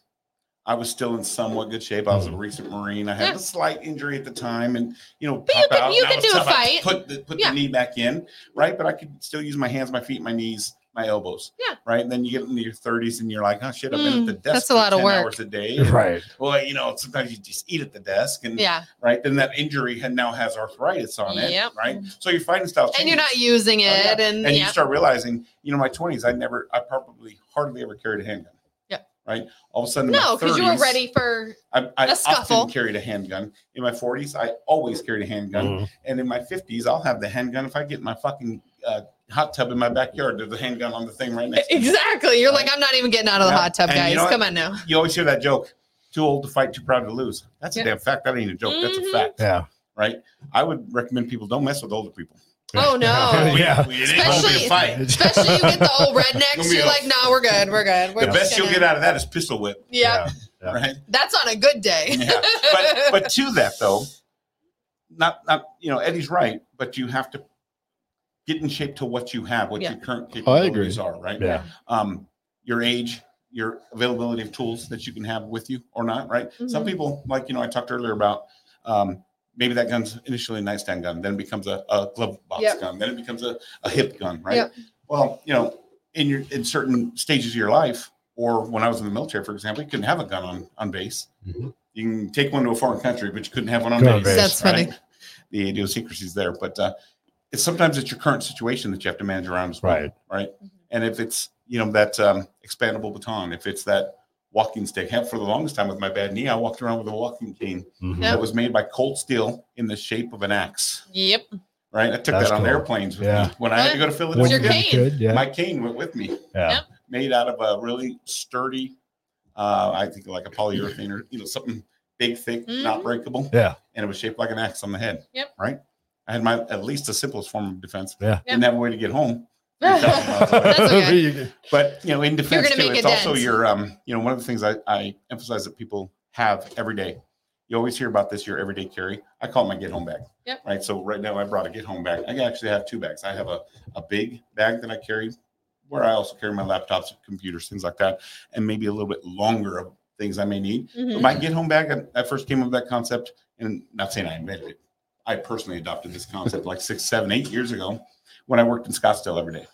I was still in somewhat good shape. I was a recent Marine. I had Yeah. a slight injury at the time, and you know, But you pop could- out, you and I could was do a tough. I fight. Put the put Yeah. the knee back in, right? But I could still use my hands, my feet, my knees, my elbows. Yeah. Right. And then you get into your thirties, and you're like, oh shit, I've been Mm, at the desk. that's a for lot of 10 work. Hours a day. [LAUGHS] And, Right. Well, you know, sometimes you just eat at the desk, and yeah. right then that injury had, now has arthritis on it. Yep. Right. So your fighting style. And you're not changes using Oh, it. yeah. And, and yeah. you start realizing, you know, my twenties, I never, I probably hardly ever carried a handgun. Yeah. Right. All of a sudden, in my no, because you were 30s, ready for. I, I a scuffle. often carried a handgun. In my forties, I always carried a handgun, Mhm. and in my fifties, I'll have the handgun if I get in my fucking uh, hot tub in my backyard. There's a handgun on the thing right next. to me. Exactly. You're like, Right. I'm not even getting out of the Yeah. hot tub, And you guys. know what? Come on now. You always hear that joke: "Too old to fight, too proud to lose." That's Yeah. a damn fact. That ain't a joke. That's a Mhm. fact. Yeah. Right. I would recommend people don't mess with older people. Oh, [LAUGHS] no. [LAUGHS] yeah. We- we- it ain't gonna be a Especially- [LAUGHS] fight. Especially you get [LAUGHS] the old Gonna rednecks. be You're a- like, no, we're good. We're good. We're The just best you'll gonna- get out of that is pistol whip. Yeah. Yeah. Right. That's on a good day. Yeah. but [LAUGHS] but to that though, not not you know Eddie's right, but you have to get in shape to what you have, what Yeah. your Oh, current I agree. capabilities are, right? Yeah. Um, your age, your availability of tools that you can have with you or not, right? Some Mhm. people, like you know, I talked earlier about um, maybe that gun's initially a nightstand gun, then it becomes a, a glove box Yep. gun, then it becomes a, a hip gun, right? Yep. Well, you know, in your in certain stages of your life, or when I was in the military, for example, you couldn't have a gun on on base. Mhm. You can take one to a foreign country, but you couldn't have one on Go on base. base. That's funny. right? The idiosyncrasies there, but uh, it's sometimes it's your current situation that you have to manage around as well, Right. right? Mhm. And if it's you know that um, expandable baton, if it's that walking stick, heck, for the longest time with my bad knee, I walked around with a walking cane Mhm. Yeah. that was made by cold steel in the shape of an axe, Yep. [LAUGHS] right? I took That's that on cool. airplanes with Yeah. me when I had to go to When Philadelphia. your you cane. could, Yeah. My cane went with me Yeah. made out of a really sturdy, uh, I think like a polyurethane or you know something big, thick, Mhm. not breakable. Yeah. and it was shaped like an axe on the head. Yep. Right. I had my at least the simplest form of defense. Yeah. Didn't have a way to get home. [LAUGHS] That's okay. You could- But you know, in defense gonna too, make it's a also dent. your um, you know, one of the things I, I emphasize that people have every day. You always hear about this your everyday carry. I call it my get home bag. Yep. Right. So right now I brought a get home bag. I actually have two bags. I have a, a big bag that I carry where I also carry my laptops, computers, things like that, and maybe a little bit longer of things I may need. But Mhm. my get home bag, I, I first came up with that concept, and not saying I invented it. I personally adopted this concept like six, seven, eight years ago when I worked in Scottsdale every day.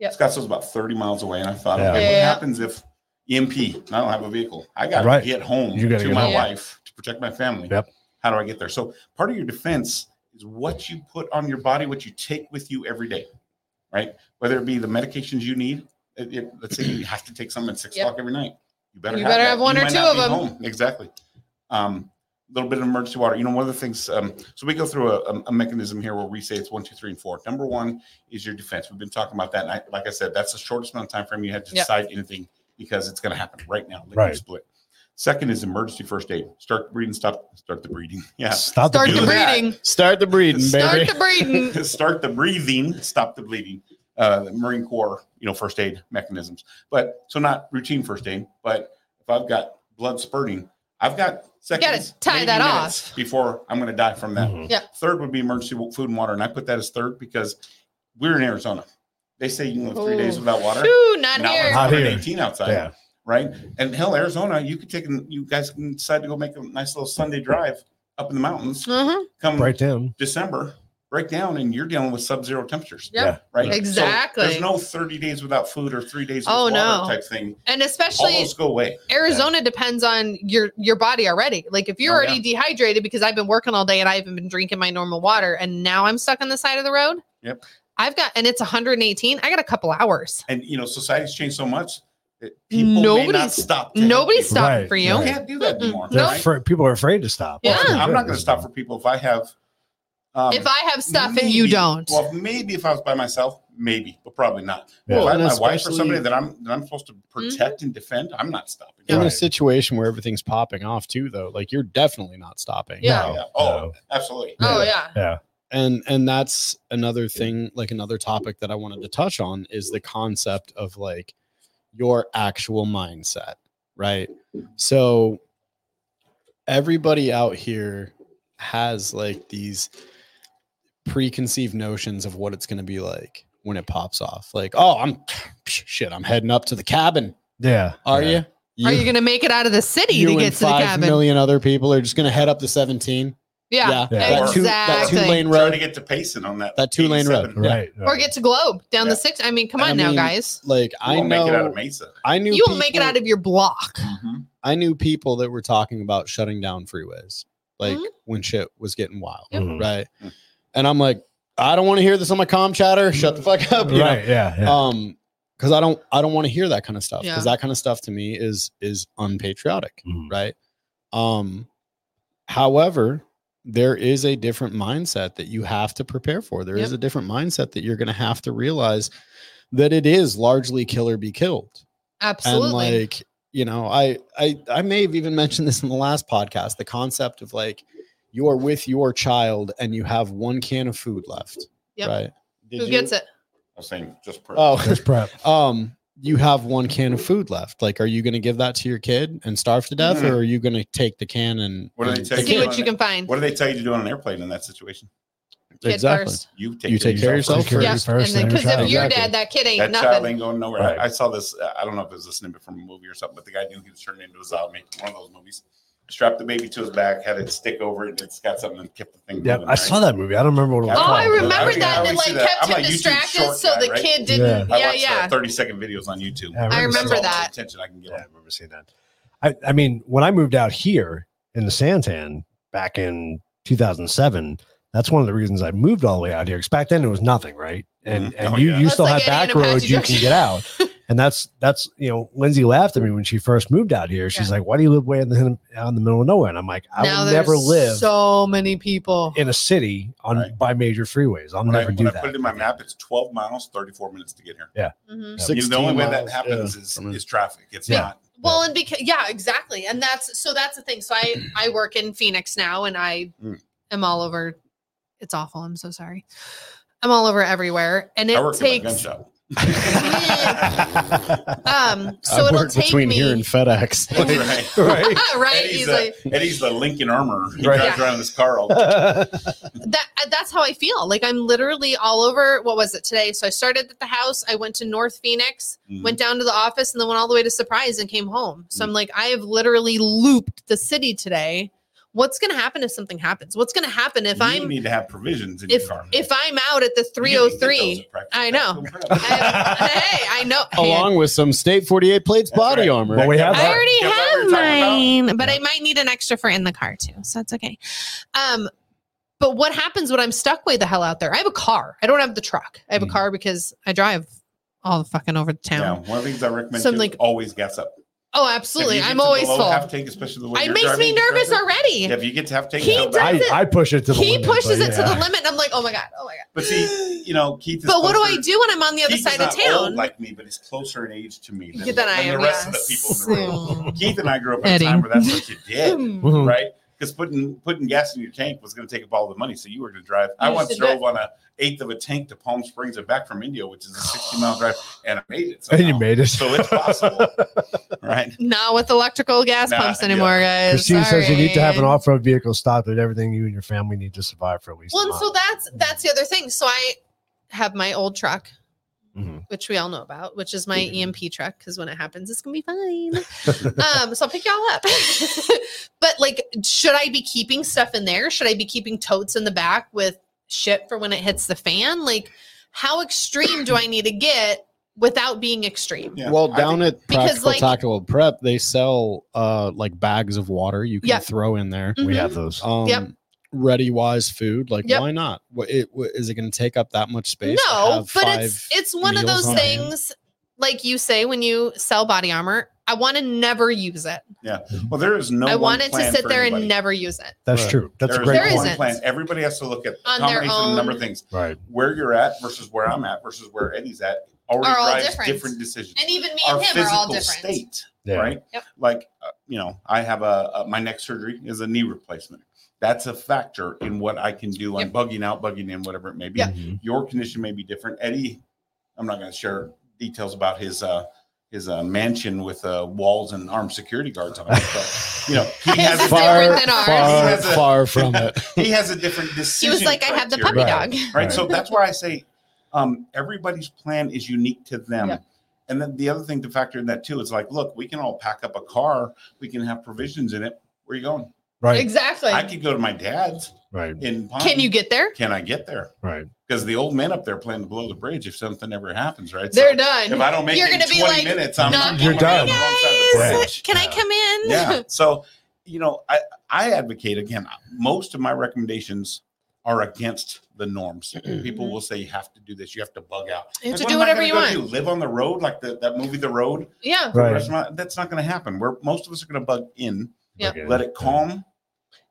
Yep. Scottsdale's about 30 miles away, and I thought, Yeah. okay, Yeah. what happens if EMP, and I don't have a vehicle? I got to Right. get home You gotta to get my home. Yeah. wife to protect my family. Yep. How do I get there? So part of your defense is what you put on your body, what you take with you every day, right? Whether it be the medications you need. it- it- let's say you have to take something at six Yep. o'clock every night. You better, You have, better that. have one You or might two of not be them. home. Exactly. Um, little bit of emergency water. You know, one of the things, um, so we go through a, a- a mechanism here where we say it's one, two, three, and four. Number one is your defense. We've been talking about that. And I, like I said, that's the shortest amount of time frame you have to Yep. decide anything because it's going to happen right now. liquid Right. Split. Second is emergency first aid. Start breathing, stop, start the breathing. [LAUGHS] Yeah. Stop Start the the do music. that. breeding. Start the breeding, Start baby. Start the breeding. start the breathing, stop the bleeding. uh, the Marine Corps, you know, first aid mechanisms. But so not routine first aid, but if I've got blood spurting, I've got seconds, tie maybe that minutes before I'm going to die from that. Mhm. Third would be emergency wa- food and water, and I put that as third because we're in Arizona. They say you can live [LAUGHS] three days Ooh. without water. Phew, not Now here. it's Not here. 118 outside Yeah. right? And hell, Arizona, you could take and you guys can decide to go make a nice little Sunday drive up in the mountains. Mhm. Come Right down. December, break down, and you're dealing with sub-zero temperatures, Yep. Yeah. right? So Exactly. there's no 30 days without food or three days Oh, without water no. type thing. And All especially those go away. Arizona depends on your your body already. Like if you're Oh, already dehydrated because I've been working all day and I haven't been drinking my normal water and now I'm stuck on the side of the road. Yep. I've got and it's 118. I got a couple hours. And you know, society's changed so much that people may not Nobody's- stop. to help Nobody's people. stopping Right, for you. right. You can't do that Mm-mm. anymore. They're No. right? afra- people are afraid to stop. Yeah. I'm not going to stop for people if I have. Um, If I have stuff and you maybe- don't. Well, maybe if I was by myself, maybe, but probably not. Yeah. Well, if I And had my wife or somebody especially- that I'm that I'm supposed to Mm-hmm. protect and defend, I'm not stopping. in Right. a situation where everything's popping off too though like you're definitely not stopping Yeah. Yeah. No, Oh, no. absolutely. oh yeah. Yeah. and and that's another thing like another topic that i wanted to touch on is the concept of like your actual mindset right so everybody out here has like these preconceived notions of what it's going to be like when it pops off like oh i'm shit i'm heading up to the cabin Yeah. are yeah. you you Are you gonna make it out of the city you to get and to the five cabin? million other people are just going to head up the 17 yeah, Yeah. Yeah. Or- That two- that Exactly. two-lane Trying road to get to Payson on that. That two-lane road. 87. Right. Or get to Globe down the Yeah. six. I mean, come I on now, mean, guys. like You i won't know make it out of Mesa. i knew You will make it people- out of your block. Mhm. I knew people that were talking about shutting down freeways, like Mhm. when shit was getting wild, Yep. Mhm. right? Mm. And I'm like, I don't want to hear this on my comm chatter. Shut the fuck up, you know? Right. Yeah. yeah. Um, because I don't, I don't want to hear that kind of stuff. Yeah. Because that kind of stuff to me is is unpatriotic, Mhm. right? Um, however, there is a different mindset that you have to prepare for. There is a Yep. different mindset that you're going to have to realize that it is largely kill or be killed Absolutely. and like you know I, I i may have even mentioned this in the last podcast the concept of like you are with your child and you have one can of food left Yep. right Did Who you- gets it? I was saying just per- oh [LAUGHS] Just prep. um you have one can of food left like are you going to give that to your kid and starve to death Mhm. or are you going to take the can and What do they and tell the you? See kid? what you can find. What do they tell you to do on an airplane in that situation? Kid exactly first. You take You take care of yourself Take care of Yeah. you first. and then your because if child. you're Exactly. dead, that kid ain't That child nothing. ain't going nowhere. Right. I, I saw this. uh, I don't know if it was a snippet from a movie or something, but the guy knew he was turning into a zombie. One of those movies. Strapped the baby to his back, had it stick over it, and it's got something that kept the thing. Yeah, moving, I right? saw that movie. I don't remember what it was Oh, Oh, called. I Yeah, I remember mean, I that. It always like see that. kept I'm a him YouTube distracted, short so guy, the right? kid didn't. I Yeah, watched yeah. Uh, 30 second videos on YouTube. Yeah, I seeing remember it. That's all that. the Attention I can give Yeah, I them. remember seeing that. I, I mean, when I moved out here in the Santan back in 2007, that's one of the reasons I moved all the way out here. Because back then it was nothing, right? And Mhm. and Oh, you yeah. you That's still like had getting back in a roads you Apache can get [LAUGHS] out. And that's that's you know Lindsay laughed at me when she first moved out here. She's like, "Why do you live way in the out in the middle of nowhere?" And I'm like, "I now will there's never live so many people. in a city on Right. by major freeways. I'll When, I, never do when I that." put it in my map, it's 12 miles, 34 minutes to get here. Mhm. You know, the 16 only way that miles, happens yeah. is, I mean- is traffic. It's Yeah. not. Well, and because yeah, exactly, and that's so that's the thing. So [CLEARS THROAT] I I work in Phoenix now, and I Mm. am all over. It's awful. I'm so sorry. I'm all over everywhere, and I it work in my gun takes shop. [LAUGHS] um. [LAUGHS] I So it'll work take between me here and [LAUGHS] FedEx. Right. [LAUGHS] right. [LAUGHS] right. Eddie's He's a- like Eddie's the Lincoln Armor. He Right. drives Yeah. around in this [LAUGHS] car all that uh, that's how I feel. Like I'm literally all over. What was it today? So I started at the house. I went to North Phoenix, Mhm. went down to the office, and then went all the way to Surprise and came home. So I'm Mm-hmm. like, I have literally looped the city today. What's gonna happen if something happens? What's gonna happen if you I'm need to have provisions in your car. if I'm out at the You can get those 303? at practice. I know. [LAUGHS] I That's have- hey, I [LAUGHS] know. hey, Along with some state 48 plates That's body right. armor. Well, we have I already Yeah, what we have were talking about. mine, but Yeah. I might need an extra for in the car too, so that's okay. Um, but what happens when I'm stuck way the hell out there? I have a car. I don't have the truck. I have a Mhm. car because I drive all the fucking over the Mm. Yeah, town. one of the things I recommend Some, too, like- always gas up. If Oh, you absolutely. get I'm to always below full. Half tank, especially the way It you're makes me driving, you're nervous driving. already. Yeah, if you get to half tank, He down does I, back- it- I push it to the He limit, pushes but it to the yeah. limit. I'm like, oh my god, oh my god. But see, you know, Keith. Is But what do I closer- do when I'm on the other Keith side is of not old [LAUGHS] town? like me, but he's closer in age to me than, Than I than am, the rest of the yes. [LAUGHS] people in the room. Mm. Keith and I grew up at Eddie. [LAUGHS] [LAUGHS] a time where that's what you did, Mm. Mhm. right? because putting putting gas in your tank was going to take up all the money. So you were going to drive. I You once should do it. drove on a eighth of a tank to Palm Springs and back from India, which is a sixty mile drive, and I made it. And you somehow. made it. so it's possible, right? Not with electrical gas Nah, pumps yeah. anymore, [LAUGHS] guys. Christine says you need to have an Sorry. off-road vehicle stop at everything you and your family need to survive for at least. Well, and so that's that's the other thing. So I have my old truck, Mm-hmm. Mhm. which we all know about, which is my EMP truck, because when it happens, it's gonna be [LAUGHS] fine. um, so I'll pick y'all up. [LAUGHS] but like, should I be keeping stuff in there? Should I be keeping totes in the back with shit for when it hits the fan? Like, how extreme do I need to get without being extreme? Yeah. Well, I down think- at Practical Because, like- Taco Prep, they sell uh like bags of water you can Yeah. throw in there. we Mhm. have those. Um Yep. ready wise food. Like Yep. why not? What it wha- is it gonna take up that much space? to No, have but five- it's it's one of meals those on hand. things, like you say when you sell body armor. I want to never use it. Well, there is no. I one want it to plan sit for there anybody. and never use it. That's Right. true. That's There a is great no There point. one isn't. plan. Everybody has to look at the On their combination of a number own. of things. Right. Where you're at versus where I'm at versus where Eddie's at already Are all drives different. different decisions. And even me Our and him are physical all different. state Yeah. right? Yep. Like, uh, you know, I have a, a my next surgery is a knee replacement. That's a factor in what I can do on Yep. bugging out, bugging in, whatever it may be. Yep. Mhm. Your condition may be different. Eddie, I'm not going to share details about his uh his uh, mansion with uh, walls and armed security guards on it, but you know, he His has is different than ours. He far, has a- far from it. he has a different He decision. was like, I have the puppy criteria Right. dog. right? So that's why I say um, everybody's plan is unique to them. Yep. And then the other thing to factor in that too is like, look, we can all pack up a car, we can have provisions in it. Where are you going? Right. [LAUGHS] Exactly. I could go to my dad's Right. in. Pine. Can you get there? Can I get there? Right. Because the old men up there plan to blow the bridge if something ever happens, right? So They're If done. I don't make You're it in gonna be 20 like, minutes, I'm "Not I'm You're on the done. wrong side of the Hey Guys, bridge. can I come in? [LAUGHS] yeah. So, you know, I I advocate again. Most of my recommendations are against the norms. People will say you have to do this, you have to bug out. Mm-hmm. You have Like, to do what am whatever I you gonna want. go do? Live on the road, like the, that movie, The Road. Yeah. For the Right. rest of my- that's not going to happen. We're most of us are going to bug in, Yeah. Okay. let it calm,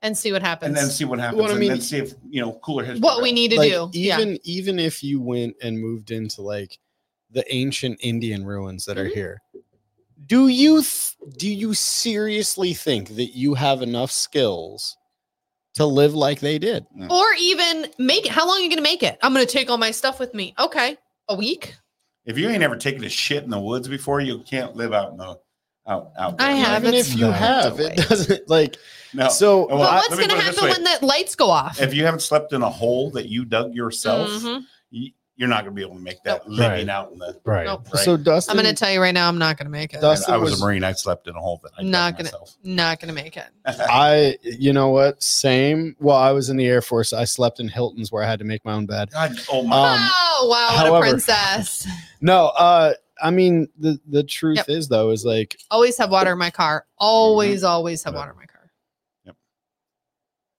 And see what and then happens. see what happens, Well, I mean- and then see if you know cooler heads. What we prevail. need to like, do. yeah. Even even if you went and moved into like the ancient Indian ruins that are Mhm. here, do you th- do you seriously think that you have enough skills to live like they did? Or even make it. How long are you going to make it? I'm going to take all my stuff with me. Okay. A week? If you ain't ever taken a shit in the woods before, you can't live out in the out out. I there. have, Even it's- if you No. have, it Don't doesn't like No. so. Oh, uh, Well, but I- what's let me going to put it this happen way. when the lights go off? if you haven't slept in a hole that you dug yourself, Mhm. you- you're not going to be able to make that Nope. living Right. out in the. Right. Nope. Right. So Dustin, I'm going to tell you right now, I'm not going to make it. Dust- And I was, was- a marine. I slept in a hole that I Not not gonna- gonna. Myself. not going to make it. I you know what? Same. Well, I was in the Air Force. I slept in Hilton's where I had to make my own bed. God, oh my! Um, oh, wow. What however- a princess. No, uh, I mean the the truth Yep. is though is like Always have water in my car. Always, always have Yeah. water in my car.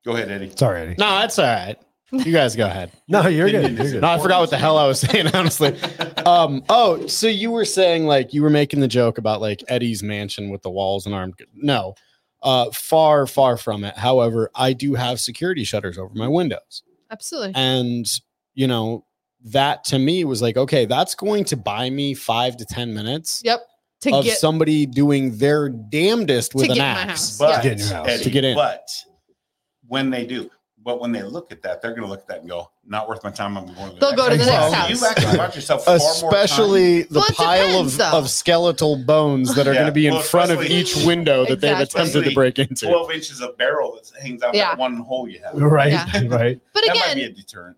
Go ahead, Eddie. Sorry, Eddie. no, that's all right. You guys go ahead. No, you're good. Didn't You're mean good. No, I forgot what the hell I was saying, [LAUGHS] honestly. Um, oh, so you were saying like you were making the joke about like Eddie's mansion with the walls and armed. No, uh, far, far from it. However, I do have security shutters over my windows, Absolutely. and you know, that to me was like, okay, that's going to buy me five to 10 minutes Yep. To of get somebody doing their damnedest with To an get in my axe. house. [LAUGHS] But To get in your house. Eddie, To get in. But when they do, but when they look at that, they're going to look at that and go, "Not worth my time." I'm going. To They'll go to the one." next You house. actually bought yourself far more time. Especially the Well, it pile depends, of, though. of skeletal bones that are Yeah, going to be in well, front of especially- each window that they've Exactly. attempted to break into. twelve inches of barrel that hangs out Yeah. that one hole you [LAUGHS] [LAUGHS] have. Right. Yeah. Right. But that might be again, a deterrent.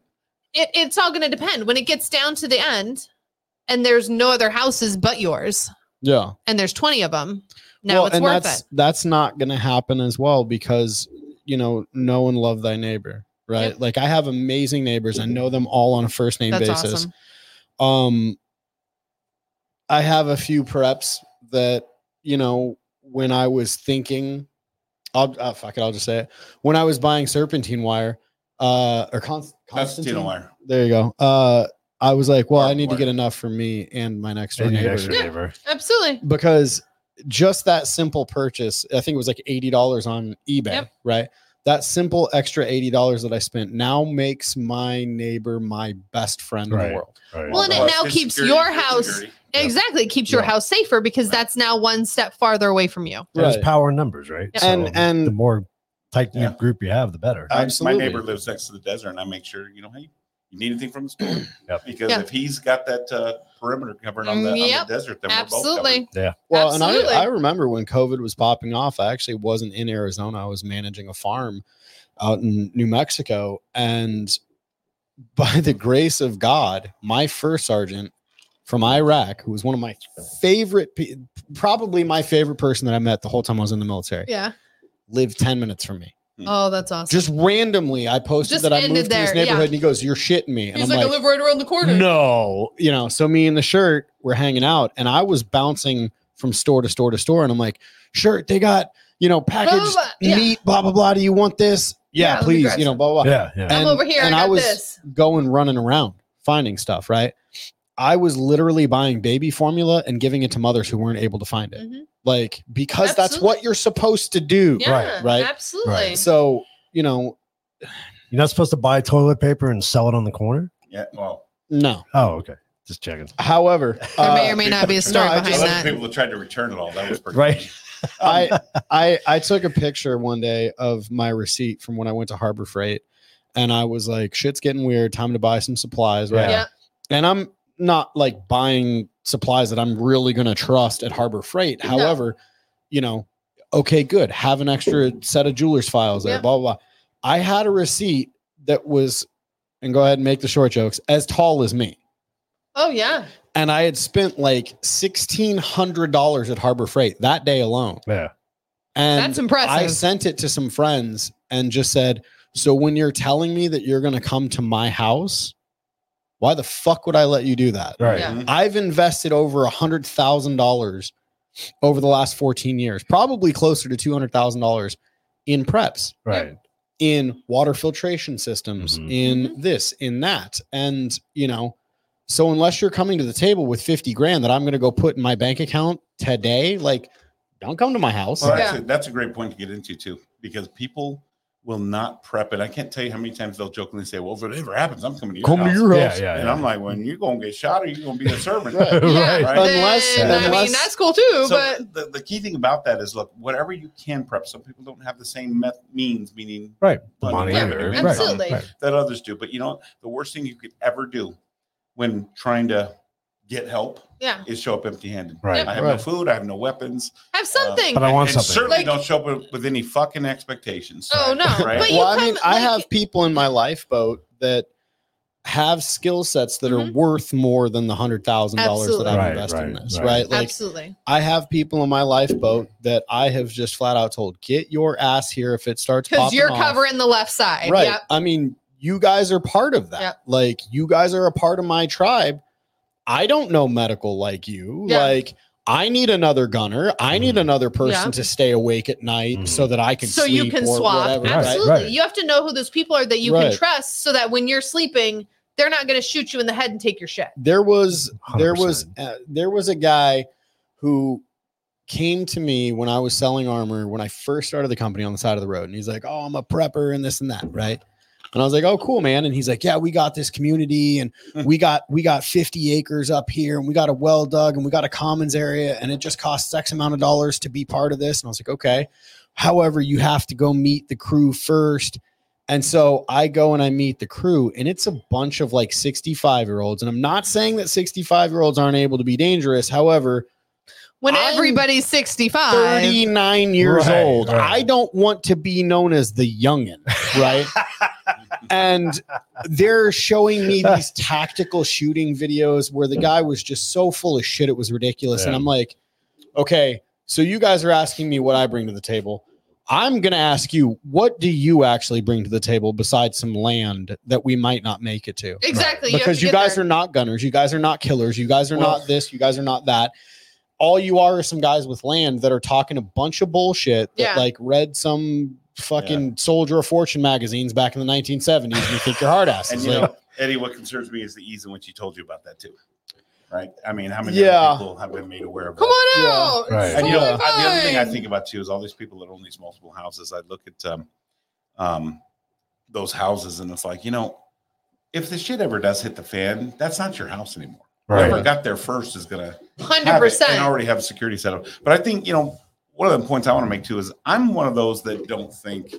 it, it's all going to depend. When it gets down to the end, and there's no other houses but yours, yeah. and there's 20 of them. Now it's and worth that's it. that's not going to happen as well because you know know and love thy neighbor, right? Yep. Like I have amazing neighbors. I know them all on a first name That's basis. awesome. Um, I have a few preps that you know when I was thinking, I'll oh, fuck it, I'll just say it. When I was buying serpentine wire, uh, or Const- That's Constantine wire. There you go. Uh, I was like, well, I Barbed need to wire. get enough for me and my next door And your neighbor extra Yeah. neighbor. Absolutely. because just that simple purchase, I think it was like eighty dollars on eBay, Yep. right? That simple extra eighty dollars that I spent now makes my neighbor my best friend in Right. the world. Right. Well, and it Well, now it's keeps security, your it's house- security. Exactly. It keeps your Yeah. house safer because Right. that's now one step farther away from you. There's power in numbers, right? Yeah. And- and- the more tight knit Yeah. group you have, the better. I- Absolutely. My neighbor lives next to the desert, and I make sure you know, hey, you need anything from the store? Yep. Because Yeah. Mm, if he's got that uh, perimeter covered on the, Yep. on the desert, then we're both covered. Absolutely. Well, and Absolutely. I, I remember when COVID was popping off, I actually wasn't in Arizona. I was managing a farm out in New Mexico. And by the grace of God, my first sergeant from Iraq, who was one of my favorite, pe- probably my favorite person that I met the whole time I was in the military, Yeah. lived 10 minutes from me. Oh, that's awesome. Just randomly, I posted Just that I ended moved to there, this yeah. neighborhood, and he goes, You're shitting me. And He's like, I live right around the corner. no, you know, so me and the shirt were hanging out, and I was bouncing from store to store to store, and I'm like, shirt, they got you know packaged blah, yeah. meat, blah blah blah. Do you want this? Yeah, Yeah, let me please, grab you know, blah blah. blah. Yeah, yeah. I'm And- over here. and I I got was- this. Going running around finding stuff, right? I was literally buying baby formula and giving it to mothers who weren't able to find it, Mhm. like because that's Absolutely. what you're supposed to do. Yeah, Right, right. Absolutely. Right. So you know, You're not supposed to buy toilet paper and sell it on the corner. Yeah. Well, no. Oh, okay. Just checking. However, There uh, may or may [LAUGHS] not be a no, story I I behind just- love that. the people that tried to return it all. That was pretty Right. funny. Um, [LAUGHS] I I I took a picture one day of my receipt from when I went to Harbor Freight, and I was like, "Shit's getting weird. Time to buy some supplies." Right. Yeah. And I'm not like buying supplies that I'm really gonna trust at Harbor Freight. No. However, you know, okay, good. Have an extra set of jeweler's files there. Yeah. Blah blah. blah. I had a receipt that was, and go ahead and make the short jokes as tall as me. Oh yeah. And I had spent like sixteen hundred dollars at Harbor Freight that day alone. Yeah. And That's impressive. I sent it to some friends and just said, "So when you're telling me that you're going to come to my house, why the fuck would I let you do that? Right. Yeah. I've invested over a hundred thousand dollars over the last 14 years, probably closer to two hundred thousand dollars in preps, Right. in water filtration systems, Mhm. Mm-hmm. in this, in that, and you know." So unless you're coming to the table with 50 grand that I'm going to go put in my bank account today, like don't come to my house. Well, Yeah. that's, a, that's a great point to get into too, because people will not prep it. I can't tell you how many times they'll jokingly say, "Well, if it ever happens, I'm coming to your house." Yeah. Yeah. And yeah. I'm like, "When you gonna get shot, or you gonna be a servant?" [LAUGHS] Right. Right. Yeah. Unless- Then, I mean, unless- that's cool too, [LAUGHS] So but the, the key thing about that is, look, whatever you can prep. Some people don't have the same met- means, meaning Right. But- Money. Yeah, or- right, absolutely. right. that others do. But you know, the worst thing you could ever do when trying to get help yeah. is show up empty-handed. Right. I have no Right. food. I have no weapons. Have Um, something. But I want and something. certainly Like- don't show up with- with any fucking expectations. oh no. Right. But you well, I mean, come, I like- have people in my lifeboat that have skill sets that are worth more than the hundred thousand dollars that Mm-hmm. Absolutely. I've Right, invested in right, this, right. right? Like, absolutely. I have people in my lifeboat that I have just flat out told, "Get your ass here if it starts." Because popping you're off." covering the left side. right? Yep. I mean, you guys are part of that. Yep. Like, you guys are a part of my tribe. I don't know medical like you. Yeah. Like, I need another gunner. I need Mhm. another person Yeah. to stay awake at night Mhm. so that I can So you sleep can or swap. whatever, right? Absolutely. Right. You have to know who those people are that you Right. can trust so that when you're sleeping, they're not going to shoot you in the head and take your shit. there was there 100%. was uh, there was a guy who came to me when I was selling armor when I first started the company on the side of the road, and he's like, "Oh, I'm a prepper and this and that," right? And I was like, "Oh, cool, man." And he's like, "Yeah, we got this community, and we got we got 50 acres up here, and we got a well dug, and we got a commons area, and it just costs X amount of dollars to be part of this." And I was like, "Okay." However, you have to go meet the crew first. And so I go and I meet the crew, and it's a bunch of like 65 year olds. And I'm not saying that 65 year olds aren't able to be dangerous. However, When I'm everybody's 65. 39 years Right, old, right. I don't want to be known as the youngin, [LAUGHS] right? and they're showing me these tactical shooting videos where the guy was just so full of shit, it was ridiculous. And Yeah. I'm like, okay, so you guys are asking me what I bring to the table. I'm going to ask you, what do you actually bring to the table besides some land that we might not make it to? Exactly. have because to you get guys there. are not gunners, you guys are not killers, you guys are Well- not this, you guys are not that. All you are are some guys with land that are talking a bunch of bullshit that Yeah. like read some fucking soldier of fortune magazines back in the 1970s and you think you're hard asses. [LAUGHS] And you Like, know, Eddie, what concerns me is the ease in which he told you about that too. Right? I mean, how many Yeah. other people have been made aware of Come that? on Yeah. out. Right. It's And you know, totally I- the other thing I fine. think about too is all these people that own these multiple houses. I look at um, um, those houses and it's like, you know, if the shit ever does hit the fan, that's not your house anymore. Whoever right. got there first is gonna have it 100%. and already have security set up. But I think you know one of the points I want to make too is I'm one of those that don't think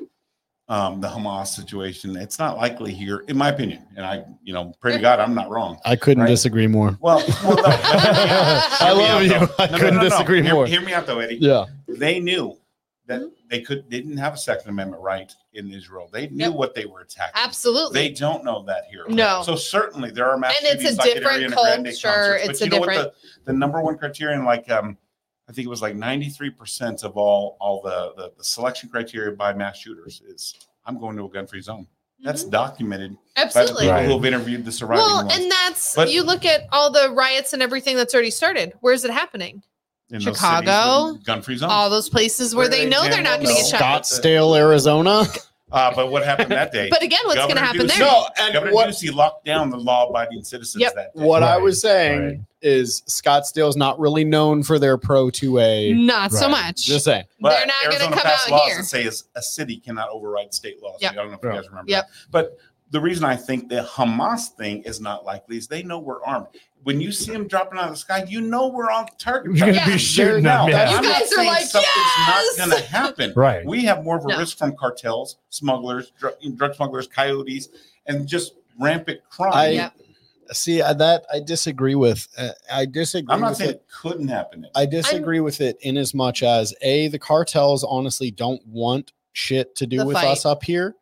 um, the Hamas situation. It's not likely here, in my opinion. And I, you know, pray to God I'm not wrong. I couldn't Right. disagree more. Well, well, no, [LAUGHS] I I Hear me love out, you. though. [LAUGHS] I No, no, couldn't no, no. disagree Hear- more. Hear me out though, Eddie. Yeah. They knew that they could they didn't have a Second Amendment right in Israel. They knew Yep. what they were attacking. Absolutely. They don't know that here. No. So certainly there are mass And it's a shootings like at different Ariana Grande culture. concerts, It's a different- the, the number one criterion, like um, I think it was like ninety three percent of all all the, the the selection criteria by mass shooters is I'm going to a gun free zone. That's Mhm. documented by the absolutely. people Right. who have interviewed the surviving Well, ones and that's But- you look at all the riots and everything that's already started. Where is it happening? in Chicago, gun free zones. All those places Oh. where they know they're not going to get shot. Scottsdale, Arizona. Uh, but what happened that day? [LAUGHS] But again, what's going to Governor happen Ducey- there? No, Governor and what Ducey locked down the law-abiding citizens Yep. that day. what I Right, was saying right. is Scottsdale's not really known for their pro 2A. Not so Right. much. Just saying. They're not gonna Arizona come passed out laws here. and say is a city cannot override state laws. Yep. I don't know if you Yeah. guys remember Yep. that. But the reason I think the Hamas thing is not likely is they know we're armed. When you see them dropping out of the sky, you know we're on target. You're gonna Yeah, be shooting They're them. now. Yeah. You I'm not guys are saying like, something's "Yes!" not going to [LAUGHS] happen. Right. We have more of a No. risk from cartels, smugglers, drug, drug smugglers, coyotes, and just rampant crime. I- Yep. See, I- that I disagree with. Uh, I disagree I'm not with saying it. it couldn't happen. I disagree with it in as much as a the cartels honestly don't want shit to do The with fight. us up here.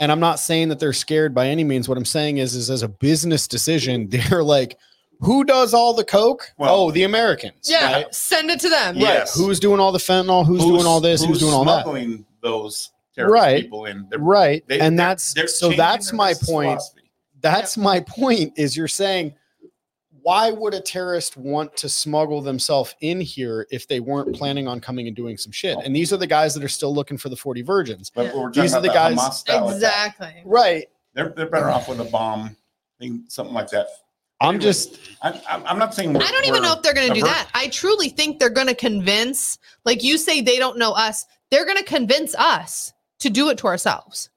And I'm not saying that they're scared by any means. What I'm saying is, is as a business decision, [LAUGHS] they're like, who does all the coke? Well- oh, the Americans. yeah, Right? send it to them. Yeah. Right. Yes. Who's doing all the fentanyl? Who's, doing all this? Who's, doing all that? smuggling those terrorist Right. people in? They're- Right. they- and they're- that's they're so changing that's their my business point. philosophy. That's my point is you're saying why would a terrorist want to smuggle themselves in here if they weren't planning on coming and doing some shit? And these are the guys that are still looking for the 40 virgins. But Yeah. we're talking These are about the the guys- Hamas style attack. Exactly. Right. They're, they're better off with a bomb, thing, something like that. I'm Anyway, just I'm, I'm I'm not saying. We're, I don't even we're- know if they're going to do avert- that. I truly think they're going to convince, like you say, they don't know us. They're going to convince us to do it to ourselves.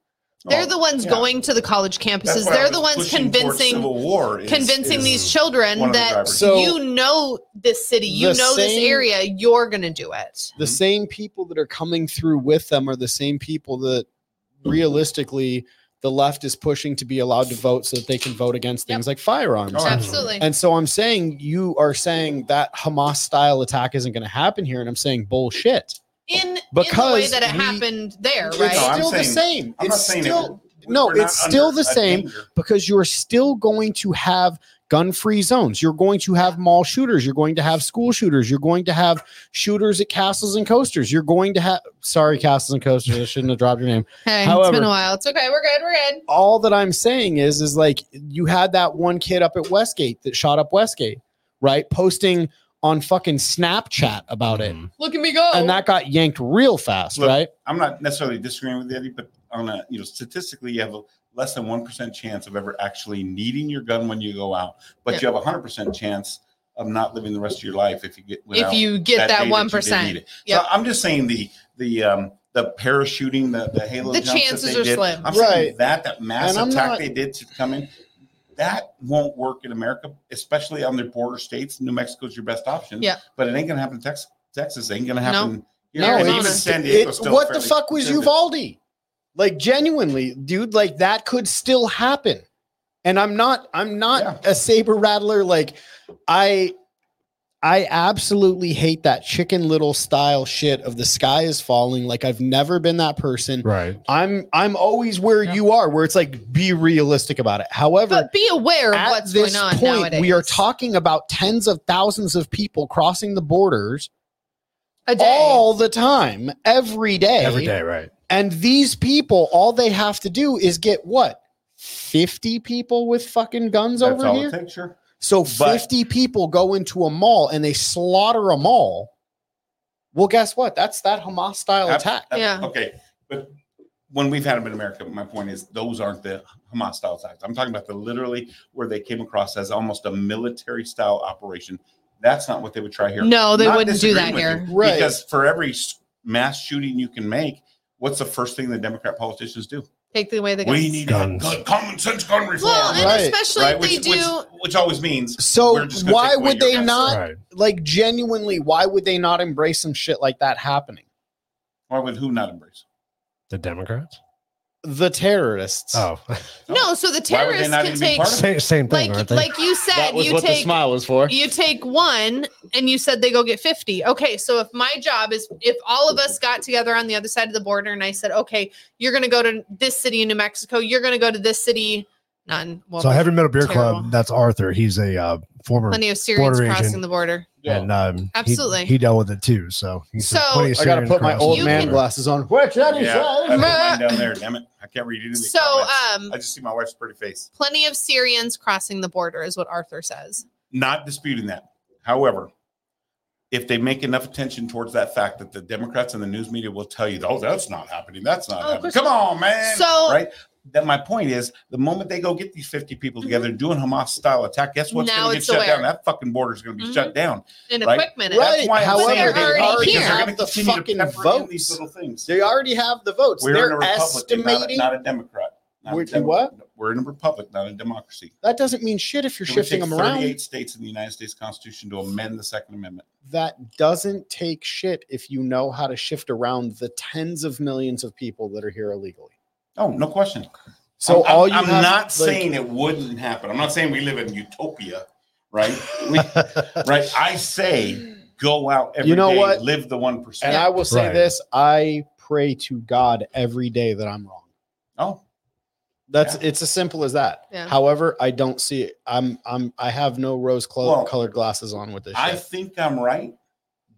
They're oh, the ones yeah. going to the college That's campuses. why I They're was the ones pushing towards convincing Civil War is- convincing is- these children one of the that drivers. So- you know this city, you The know this same- area, you're going to do it. Mm-hmm. the same people that are coming through with them are the same people that realistically the left is pushing to be allowed to vote so that they can vote against Yep. things like firearms. Oh, Absolutely. And so I'm saying you are saying that Hamas style attack isn't going to happen here. And I'm saying bullshit. In, in the way Because that it we- happened there, It's right? No, I'm still the saying- same. I'm not it's saying still it- no, we're not it's still under the a same. danger. because you're still going to have gun-free zones. You're going to have mall shooters. You're going to have school shooters. You're going to have shooters at castles and coasters. You're going to have sorry, castles and coasters. I shouldn't have dropped your name. hey, it's been however- a while. It's okay. We're good. We're good. All that I'm saying is, is like you had that one kid up at Westgate that shot up Westgate, right? Posting on fucking Snapchat about it. Mhm. Look at me go. And that got yanked real fast, Look, right? I'm not necessarily disagreeing with Eddie, but on a you know statistically, you have a less than one percent chance of ever actually needing your gun when you go out, but you have a hundred percent chance of not living the rest of your life if you get if without you get that day you one did need percent, it. Yep. So I'm just saying the the um the parachuting, the the halo. The jumps that chances they are did, slim. I'm Right. saying that that mass And I'm attack not- they did to come in. That won't work in America, especially on the border states. New Mexico's your best option. Yep. But it ain't gonna happen in Texas. Texas ain't gonna happen. here. No, and it's even not. San Diego's It- still what the fairly fuck was conservative. Uvalde? Like genuinely, dude, like that could still happen. And I'm not I'm not Yeah. a saber rattler like I I absolutely hate that chicken little style shit of the sky is falling like I've never been that person. Right. I'm I'm always where you are where it's like be realistic about it. However, but be aware of at what's this going on point, nowadays. we are talking about tens of thousands of people crossing the borders a day. all the time, every day. Every day. Right. And these people, all they have to do is get what? 50 people with fucking guns That's over all here? it takes, sure. So But- 50 people go into a mall and they slaughter a mall. Well, guess what? That's that Hamas style Ab- attack. ab- Yeah. Okay, but when we've had them in America, my point is those aren't the Hamas style attacks. I'm talking about the literally where they came across as almost a military style operation. That's not what they would try here. No, they Not wouldn't do that disagreeing with here. you, Right. Because for every s- mass shooting you can make, what's the first thing the Democrat politicians do? Take the away the guns. We need to have Guns. gun- common sense gun reform. well, and Right, especially right? if they Which, do. which, which always means So We're just gonna why take away would they your guns. Uh, not Right. like genuinely why would they not embrace some shit like that happening? or would who not embrace? The Democrats. the terrorists. Oh, [LAUGHS] No, so the Why would they terrorists not can even be take part of it? same, same thing, like aren't they? like you that said, was you what the take smile was for. you take one and you said they go get 50 okay so if my job is if all of us got together on the other side of the border and i said okay you're going to go to this city in new mexico you're going to go to this city none well so heavy metal beer terrible. club. That's Arthur. He's a uh, former plenty of syrians Border crossing agent. the border Yeah. and um, he- Absolutely. he, dealt with it too. So he's So- I gotta put my old You man can- glasses on. Which that is Yeah, [LAUGHS] I put mine Bruh. down there. Damn it, I can't read any of these so comments. um I just see my wife's pretty face. plenty of syrians crossing the border is what arthur says Not disputing that. However, if they make enough attention towards that fact that the Democrats and the news media will tell you, "Oh, that's not happening. That's not Oh, happening." for Come on, man. so right? That my point is, the moment they go get these fifty people Mm-hmm. together doing Hamas style attack, guess what's Now going to get it's shut aware. down? That fucking border is going to be Mm-hmm. Mhm. shut down. in a Right. quick minute Right. That's why I'm However, saying They're they already are, because here. they're gonna Have the continue to fucking pepper in votes. These little things. They already have the votes. We're in a They're republic, not a, estimating. not a Democrat. Not We're- a Dem- what? We're in a republic, not a democracy. that doesn't mean shit if you're It would shifting take them around. 38 states in the United States Constitution to amend the Second Amendment. That doesn't take shit if you know how to shift around the tens of millions of people that are here illegally. Oh, no question. So I'm, all you I'm have- not like, saying it wouldn't happen. I'm not saying we live in utopia, right? [LAUGHS] We, right. I say go out every day, You know what? live the one And percent. I will say Right. this: I pray to God every day that I'm wrong. oh, That's Yeah. it's as simple as that. Yeah. However, I don't see it. I'm I'm I have no rose clo- Well, colored glasses on with this. I shit. think I'm right,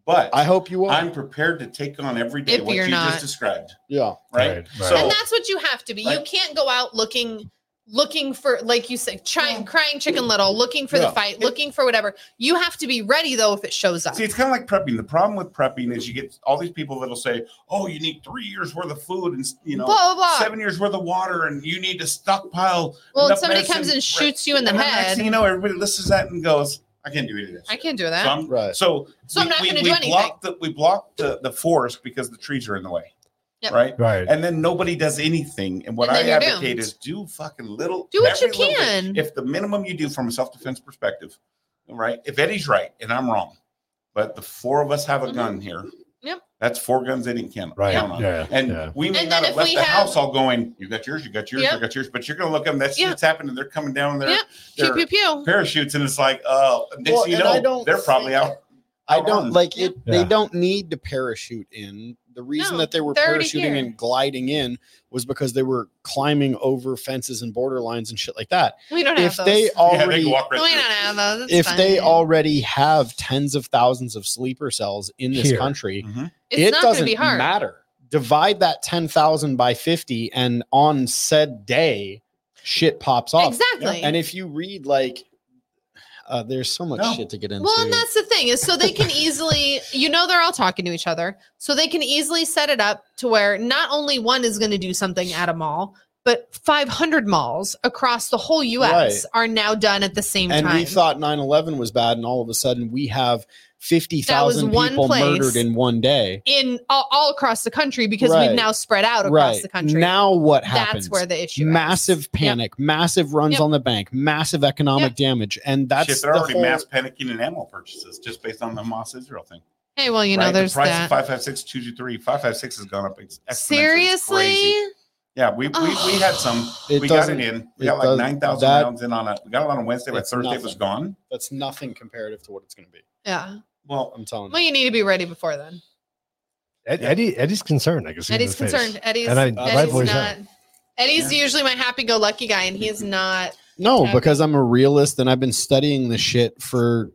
but I hope you are. I'm prepared to take on every day If what you're you not. just described, yeah. right? So- and that's what you have to be. You Right. can't go out looking looking for like you say trying crying chicken little looking for the Yeah. fight looking for whatever you have to be ready though if it shows up See, it's kind of like prepping. The problem with prepping is you get all these people that'll say, "Oh, you need three years worth of food and you know blah blah blah seven years worth of water, and you need to stockpile." well and enough somebody medicine," comes and right? shoots you in the And then next head thing you know, everybody listens to that and goes, "I can't do any of that." i shit." can't do So that I'm, Right. so, So I'm not we- gonna we- do we anything. block the We block the, the forest because the trees are in the way, Yep. right? right. And then nobody does anything. And what And I then you're advocate doomed. is do fucking little. do what you every little bit. can If the minimum you do from a self defense perspective, right? If Eddie's right and I'm wrong, but the four of us have a Mhm. gun here. Yep. That's four guns they didn't count, Right. count on. Yeah. And yeah. we may And then not if have left we the have- house all going, you got yours, you got yours, Yep. you got yours, but you're going to look at them. That's Yep. shit's happening. They're coming down there. Yep. pew pew pew Parachutes, and it's like, uh, next Well, thing you and I know, don't they're probably think- out. [LAUGHS] I Oh, out don't armed. like it. Yeah. They don't need to parachute in. The reason No, that they were they're already here. parachuting and gliding in was because they were climbing over fences and border lines and shit like that. we don't If have those they yeah, they already, can walk right no, we through. don't have those It's if they fine. already have tens of thousands of sleeper cells in this Here. country, Mhm. it's it not doesn't gonna be hard matter. Divide that ten thousand by fifty, and on said day, shit pops off. exactly And if you read like, uh, there's so much No. shit to get into. Well, and that's the thing is so they [LAUGHS] can easily, you know, they're all talking to each other. So they can easily set it up to where not only one is going to do something at a mall, but 500 malls across the whole US are now done at the same and time. we thought 9-11 was bad and all of a sudden we have 50,000 That was one people place. murdered in one day in all, all across the country because Right. we've now spread out across right the country. now what happens That's where the issue is. massive panic massive runs Yep. on the bank massive economic damage and that's Shit, the they're already whole, mass panicking in animal purchases just based on the Hamas Israel thing. Hey, well, you know, right? there's the price that. of 556, 223, 556 has gone up. It's exponentially. It's Seriously? Oh. crazy. Yeah, we, we, we had some. it we got doesn't it in. We it got like doesn't- 9,000 that- rounds in on a. We got it on a Wednesday, but It's Thursday it was nothing. gone. that's nothing comparative to what it's going to be Yeah. Well, i'm telling Well, you you need to be ready before then. Ed- Eddie Eddie's concerned. I can see. it in Eddie's his face. concerned. Eddie's, And I- Eddie's rightfully so. not. Eddie's usually my happy go lucky guy, and he's not. no Okay. because i'm a realist and i've been studying this shit for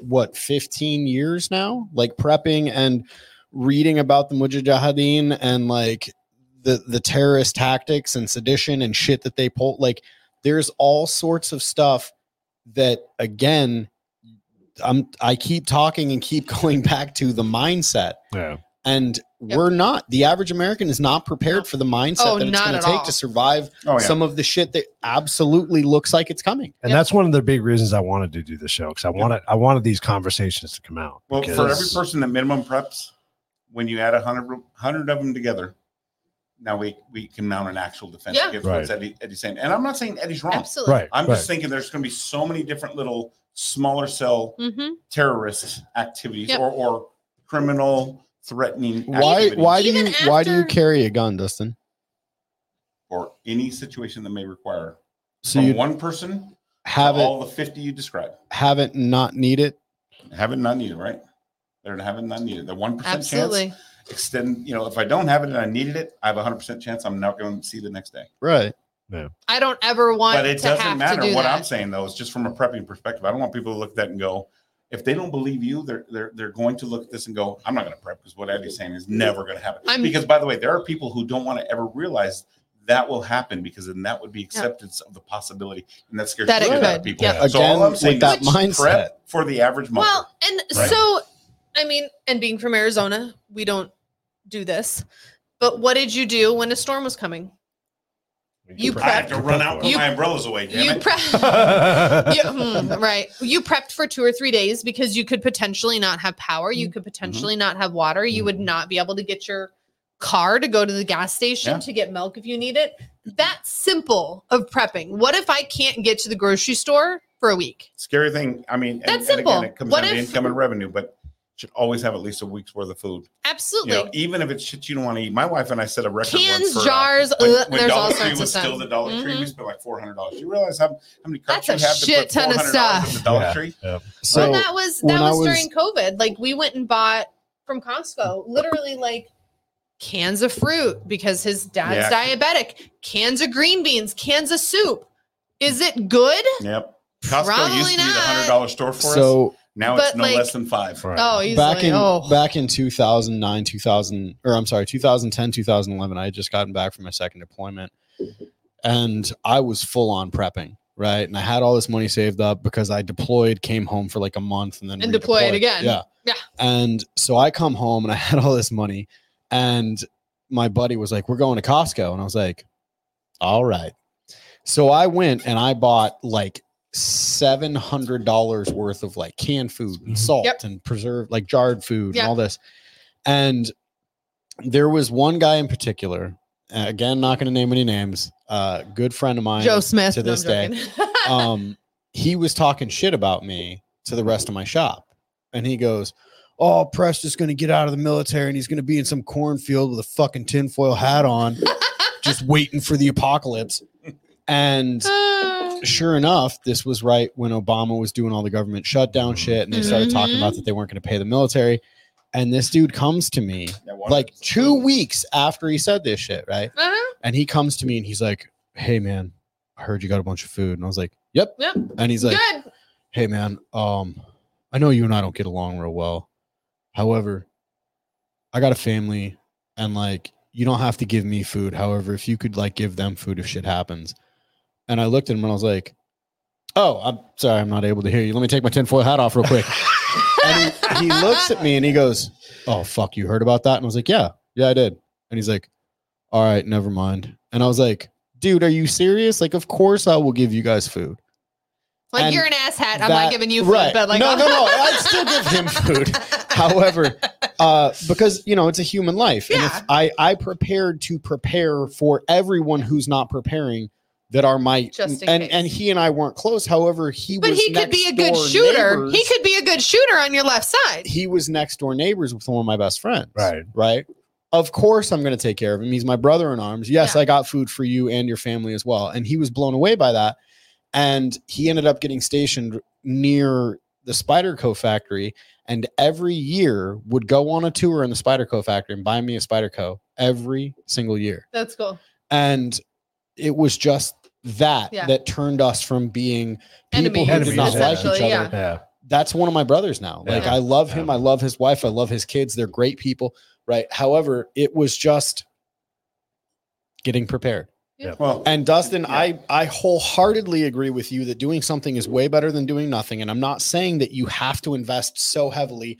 what 15 years now like prepping and reading about the mujahideen and like the the terrorist tactics and sedition and shit that they pull like there's all sorts of stuff that again i'm i keep talking and keep [LAUGHS] going back to the mindset Yeah. and Yep. we're not the average american is not prepared for the mindset Oh, that it's not going at to take all. to survive oh yeah. some of the shit that absolutely looks like it's coming And Yep. that's one of the big reasons I wanted to do the show because I wanted I wanted these conversations to come out. well, because- for every person that minimum preps, when you add a 100 of them together, now we, we can mount an actual defense Yeah. against what's Right. Eddie, Eddie's saying. And I'm not saying Eddie's wrong. Absolutely. right, I'm right. just thinking there's going to be so many different little smaller cell Mm-hmm. terrorist activities Yep. or, or criminal threatening. why activities. why do you Even why do you after- carry a gun dustin or any situation that may require So from you one person have Oh, all it, the 50 you described. have it not need it. Have it not needed, right? They're to have it not needed. The 1% chance Absolutely. extend, you know, if I don't have it and I needed it, I have a 100% chance I'm not going to see the next day. Right. I don't ever want but it to doesn't have matter to do what that. I'm saying though. It's just from a prepping perspective. I don't want people to look at that and go, if they don't believe you, they're they're they're going to look at this and go, I'm not going to prep because what Abby's saying is never going to happen. I'm- because by the way, there are people who don't want to ever realize that will happen because then that would be acceptance of the possibility, and that scares That the it shit out of could, people. yeah. So all Again, I'm saying with that is prep mindset. for the average month. Well, and right? so, I mean, and being from Arizona, we don't do this. But what did you do when a storm was coming? You I have to prepped. run out, [LAUGHS] put You- my umbrellas away. Damn you it. prepped. [LAUGHS] hmm, right. You prepped for two or three days because you could potentially not have power. Mm-hmm. You could potentially not have water. You would Mhm. not be able to get your car to go to the gas station Yeah. to get milk if you need it. That's simple of prepping. What if I can't get to the grocery store for a week? Scary thing. I mean, and, That's and simple. again, it comes What down to if- income and revenue, but should always have at least a week's worth of food. Absolutely. you know, even if it's shit you don't want to eat. My wife and I set a record once Cans, for, uh, jars, when, ugh, when there's Dollar all Tree sorts of was still the stuff. Dollar Tree, we Mhm. spent like four hundred dollars. You realize how, how many carts That's you a have shit to put ton of $400 in stuff. the Dollar Yeah. Tree? So well, that was when that I was, was- during COVID. Like we went and bought from Costco, literally like cans of fruit because his dad's diabetic, cans of green beans, cans of soup. Is it good? Yep. Costco used Probably to be the hundred not. dollar store for us. so Now it's but, no like- less than five. Right. Oh, easily. back in oh, back in 2009 2000 or i'm sorry 2010 2011 i had just gotten back from my second deployment and i was full on prepping right and i had all this money saved up because i deployed came home for like a month and then And deployed redeployed. again. yeah Yeah. and so i come home and i [LAUGHS] had all this money and my buddy was like we're going to costco and i was like all right so i went and i bought like seven hundred dollars worth of like canned food and salt Yep. and preserved like jarred food Yep. and all this. And there was one guy in particular, uh, again, not going to name any names, uh, good friend of mine. [LAUGHS] Joe Smith to No, I'm this day. joking. um, he was talking shit about me to the rest of my shop, and he goes. Oh, Preston's going to get out of the military and he's going to be in some cornfield with a fucking tinfoil hat on, just waiting for the apocalypse. And Uh, sure enough, this was right when Obama was doing all the government shutdown shit, and they started talking Mhm. about that they weren't going to pay the military. And this dude comes to me That one- like two weeks after he said this shit, right? [LAUGHS] uh-huh. And he comes to me and he's like, "Hey, man, I heard you got a bunch of food," and I was like, "Yep." Yep. And he's like, Good. "Hey, man, um, I know you and I don't get along real well. However, I got a family, and like, you don't have to give me food. However, if you could like give them food if shit happens." And I looked at him and I was like, "Oh, I'm sorry, I'm not able to hear you. Let me take my tinfoil hat off real quick." and he, he looks at me and he goes, "Oh fuck, you heard about that?" And I was like, "Yeah, yeah, I did." And he's like, "All right, never mind." And I was like, "Dude, are you serious? Like, of course I will give you guys food." [LAUGHS] Like and you're an ass hat. I'm that- not giving you food, right. but like [LAUGHS] No, no, no, I'd still give him food. However, uh, because you know it's a human life, and Yeah. if I I prepared to prepare for everyone who's not preparing that are my Just in and case. and he and I weren't close. However, he But was he could be a next good door shooter. He neighbors. could be a good shooter on your left side. he was next door neighbors with one of my best friends. Right. Right. Of course, I'm going to take care of him. He's my brother in arms. Yes, Yeah. I got food for you and your family as well. And he was blown away by that. And he ended up getting stationed near the Spyderco factory. And every year would go on a tour in the Spyderco factory and buy me a Spyderco every single year. That's cool. And it was just that Yeah. that turned us from being people who Enemies, did not like each essentially, other yeah. Yeah. that's one of my brothers now. Like Yeah. I love Yeah. him. I love his wife. I love his kids. They're great people. Right. However, it was just getting prepared. Well, And Dustin, Yeah. I I wholeheartedly agree with you that doing something is way better than doing nothing. And I'm not saying that you have to invest so heavily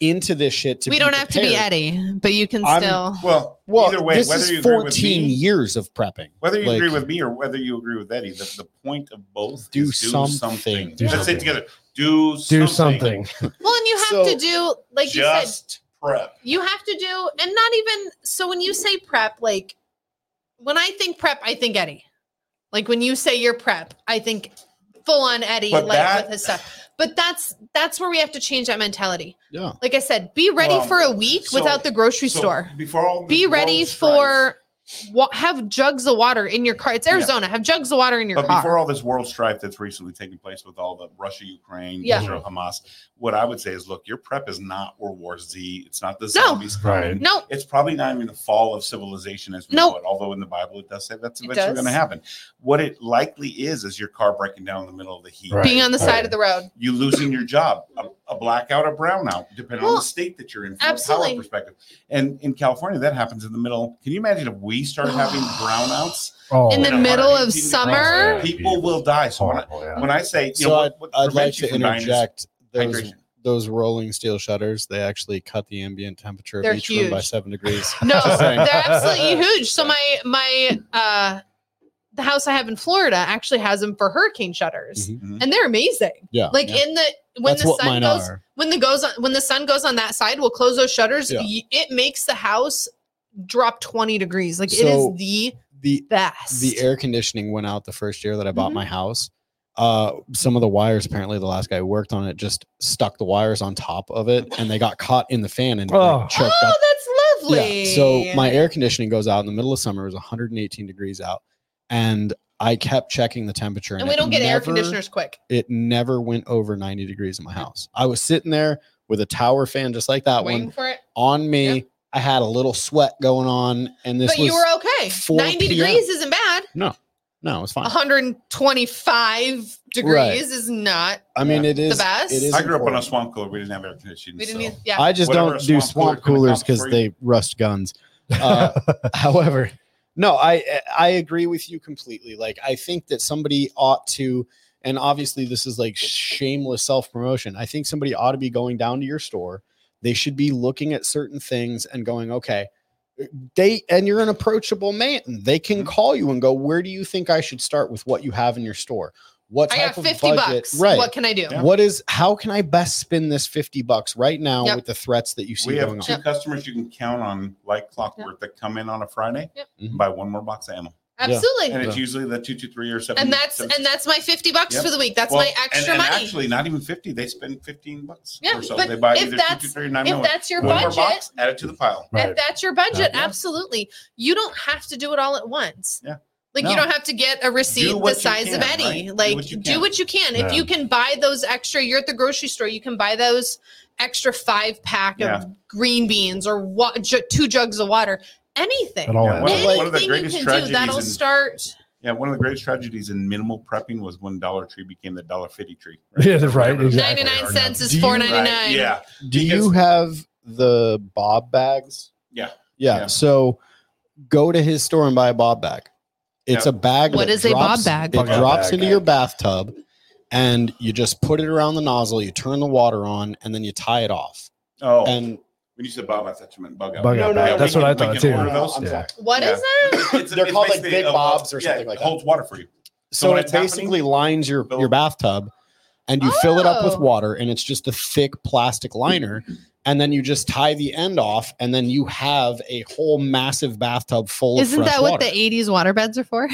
into this shit to we be don't have to be prepared. Eddie, but you can I'm- still. well, Well, either way, this whether is you agree 14 with me, years of prepping. whether you agree Like, with me or whether you agree with Eddie, the, the point of both Do is do something. something. Do Let's say something. it together. Do something. Do something. Well, and you have So- to do like you said. Just prep. You have to do, and not even so. When you say prep, like when I think prep, I think Eddie. Like when you say your prep, I think full on Eddie, But like that- with his stuff. But that's that's where we have to change that mentality. Yeah. Like I said, be ready Well, for a week so- without the grocery So store. Before all Be before all ready this drives- for wa- have jugs of water in your car. It's Yeah. Arizona. Have jugs of water in your But car. before all this world strife that's recently taken place with all the Russia, Ukraine, Yeah. Israel, Hamas, what I would say is, look, your prep is not World War Z. It's not the No. zombies Right. coming. no, It's probably not even the fall of civilization as we No. know it. Although in the Bible it does say that's It eventually does. going to happen. What it likely is is your car breaking down in the middle of the heat. Right. being on the side Right. of the road. You losing your job, a, a blackout, a brownout, depending on Well, the state that you're in from a absolutely. power perspective. And in California, that happens in the middle. Can you imagine if we started [SIGHS] having brownouts? Oh, In the yeah. middle of Yeah. summer, People will die. So when I, Horrible, yeah. when I say, you So know, I'd, what, what I'd like prevents you to from dying is interject those, hydration. those rolling steel shutters. They actually cut the ambient temperature of They're each room by huge. seven [LAUGHS] degrees. No, [LAUGHS] Just saying. they're [LAUGHS] absolutely huge. So my my uh the house I have in Florida actually has them for hurricane shutters. Mhm. Mhm. And they're amazing. Yeah, Like yeah. in the when that's the what sun mine goes are. when the goes on when the sun goes on that side, we'll close those shutters. Yeah. Y- It makes the house drop 20 degrees. Like So- it is the The best. the air conditioning went out the first year that I bought Mhm. my house. Uh, some of the wires, apparently, the last guy who worked on it just stuck the wires on top of it, and they got caught in the fan and Oh. like, choked up. oh, that's lovely. Yeah. So my air conditioning goes out in the middle of summer. It was 118 degrees out, and I kept checking the temperature. and we it don't get air never- conditioners quick. It never went over 90 degrees in my house. I was sitting there with a tower fan just like that Waiting one for it. on me. Yeah. I had a little sweat going on, and this But was you were okay. 4 90 PM. degrees isn't bad. no, it's fine. 125 degrees is not. I mean, it is best. It is I grew up on a important. swamp cooler. We didn't have air conditioning. We didn't so- need, yeah. I just Whatever don't a do swamp swamp cooler can coolers accomplish because for they rust [LAUGHS] guns. Uh, however, no, I I agree with you completely. Like I think that somebody ought to, and obviously this is like shameless self promotion. I think somebody ought to be going down to your store. They should be looking at certain things and going, okay, they and you're an approachable man. They can Mm-hmm. call you and go, where do you think I should start with what you have in your store? What I type got of 50 budget? bucks. Right. What can I do? Yeah. What is how can I best spin this 50 bucks right now Yep. with the threats that you see We going have on? two customers you can count on like clockwork that come in on a Friday Yep. Mhm. and buy one more box of ammo. Absolutely. And And, it's Yeah. usually the two, two, three, or seven. that's seven- and that's my 50 bucks Yep. for the week. That's Well, my extra and, and money. Actually, not even 50. They spend 15 bucks Yeah, or so. but They buy if either that's- 223 or 9 if that's your One more budget, box, add it to the pile. Right. If that's your budget, Yeah. absolutely. You don't have to do it all at once. Yeah. Like No. you don't have to get a receipt the what you size of can, Eddie. right? Do Like what you do can. what you can. Yeah. If you can buy those extra, you're at the grocery store, you can buy those extra five pack Yeah. of green beans or what, ju- two jugs of water, anything. It all Yeah, adds up. one of, the- one of the Anything greatest you can do, tragedies. that'll in, start. yeah, one of the greatest tragedies in minimal prepping was when Dollar Tree became the Dollar Fifty Tree. [LAUGHS] Yeah, right, exactly. 99 cents is Do you- four Right, ninety nine. Yeah. Do you Because- have the Bob bags? Yeah. yeah. Yeah. So go to his store and buy a Bob bag. It's Yeah. a bag. What that is a Bob drops- bag? It Bob drops bag. into your bathtub and you just put it around the nozzle, you turn the water on, and then you tie it off. Oh, And when you said Bob, I thought you meant bug out. Bug out Yeah, bag. we That's can- what I we thought can too. order [LAUGHS] those. Yeah. What is that? It's- They're it's called, like, basically Big a- Bobs or yeah, something like it that. Holds water for [LAUGHS] you. so when it it's happening, basically lines your, fill- your bathtub and you fill it up with Oh. water and it's just a thick plastic liner and then you just tie the end off and then you have a whole massive bathtub full Isn't of fresh that what water. the eighties water beds are for?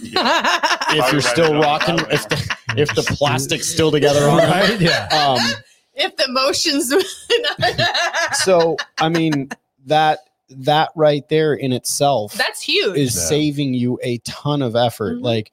Yeah. if you're still rocking if the, if the plastic's still together on it. right? [LAUGHS] Yeah. um [LAUGHS] if the motions [LAUGHS] so i mean that that right there in itself that's huge is Yeah. saving you a ton of effort Mhm. like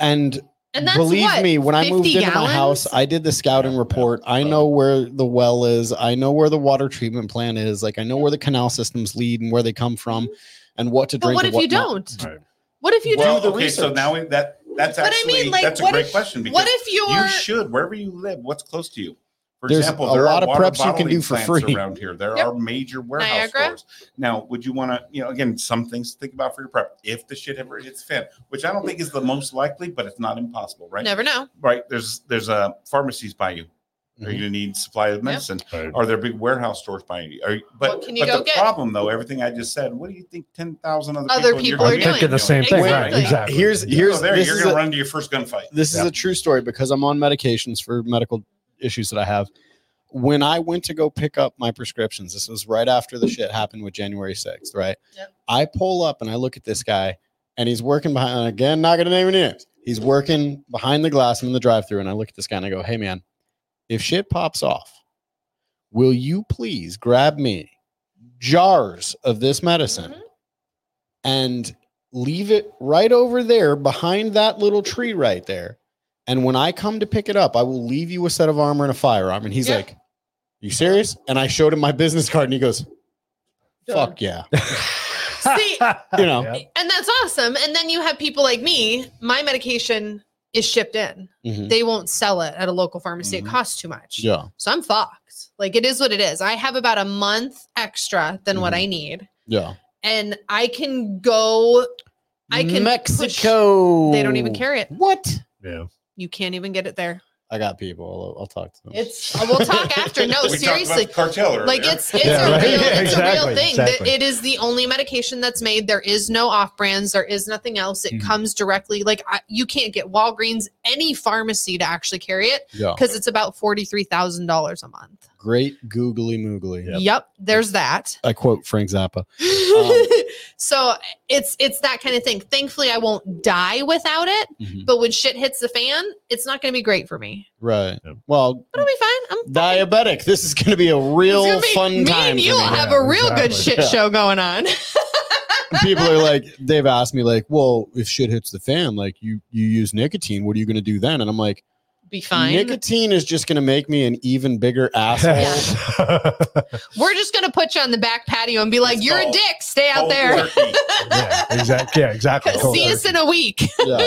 and and that's believe what? me when i 50 moved into my gallons? house i did the scouting Yeah, report yeah. i know where the well is i know where the water treatment plant is like i know where the canal systems lead and where they come from and what to Mm-hmm. but drink what and if you not. don't Right. what if you well, do the okay, so research. now we, that that's But I actually mean, like, that's a what great if- question don't because what if you're you should wherever you live. What's close to you? For There's example, a there lot of are water preps you can bottling do for plants free. around here. There Yep. are major warehouse Niagara. stores. Now, would you want to? You know, again, some things to think about for your prep. If the shit ever hits the fan, which I don't think is the most likely, but it's not impossible, right? never know Right? There's there's uh, pharmacies by you. Mm-hmm. Are you going to need supply of medicine? Right. Are there big warehouse stores by you? Are you but What can you but go the get? problem though, everything I just said, what do you think 10,000 other, Other in your people are I'm community thinking the same thing. Right. Exactly. Exactly. Here's- Yeah. here's- So there, this you're is going a- to run to your first gunfight. This is Yeah. a true story because I'm on medications for medical issues that I have. When I went to go pick up my prescriptions, this was right after the shit happened with January 6th, right? Yep. I pull up and I look at this guy and he's working behind, again, not going to name any names. He's working behind the glass. I'm in the drive through and I look at this guy and I go, hey, man, if shit pops off, will you please grab me jars of this medicine? Mhm. and leave it right over there behind that little tree right there. And when I come to pick it up, I will leave you a set of armor and a firearm. And he's Yeah. like, You serious? And I showed him my [LAUGHS] business card and he goes, Done. Fuck yeah. [LAUGHS] [LAUGHS] See, You know. Yep. and that's awesome. And then you have people like me, my medication is shipped in. Mhm. They won't sell it at a local pharmacy. It Mhm. costs too much. Mm-hmm. Yeah. So I'm fucked. Like it is what it is. I have about a month extra than what Mm-hmm. I need. Yeah. And I can go, I can push- Mexico. they don't even carry it. What? [LAUGHS] Yeah. You can't even get it there. I got people. I'll, I'll talk to them. It's uh, [LAUGHS] we'll talk after. No, We talked about Oh, seriously. the cartel earlier. Like it's [LAUGHS] it's Yeah, a right? real Yeah, it's a exactly, real thing. that exactly. It is the only medication that's made. There is no off brands. There is nothing else. It Mhm. comes directly. Like I, you can't get Walgreens any pharmacy to actually carry it yeah. because it's about forty three thousand dollars a month. Great googly moogly. Yep. Yep. there's that. I quote Frank Zappa. Um, [LAUGHS] so it's it's that kind of thing. Thankfully, I won't die without it. Mm-hmm. But when shit hits the fan, it's not going to be great for me. Right. Yep. Well, But I'll be fine. I'm diabetic. This is going to be a real it's gonna fun be- me time. and for you'll [LAUGHS] me. have a real good exactly. shit Yeah. show going on. [LAUGHS] People are like, they've asked me like, well, if shit hits the fan, like you you use nicotine, what are you going to do then? And I'm like, be fine. nicotine is just going to make me an even bigger [LAUGHS] asshole. We're just gonna put you on the back patio and be like, It's "You're a called dick. Stay out Cold there. turkey. yeah, exactly. Yeah, exactly. Cold [LAUGHS] See us turkey. in a [LAUGHS] week." yeah.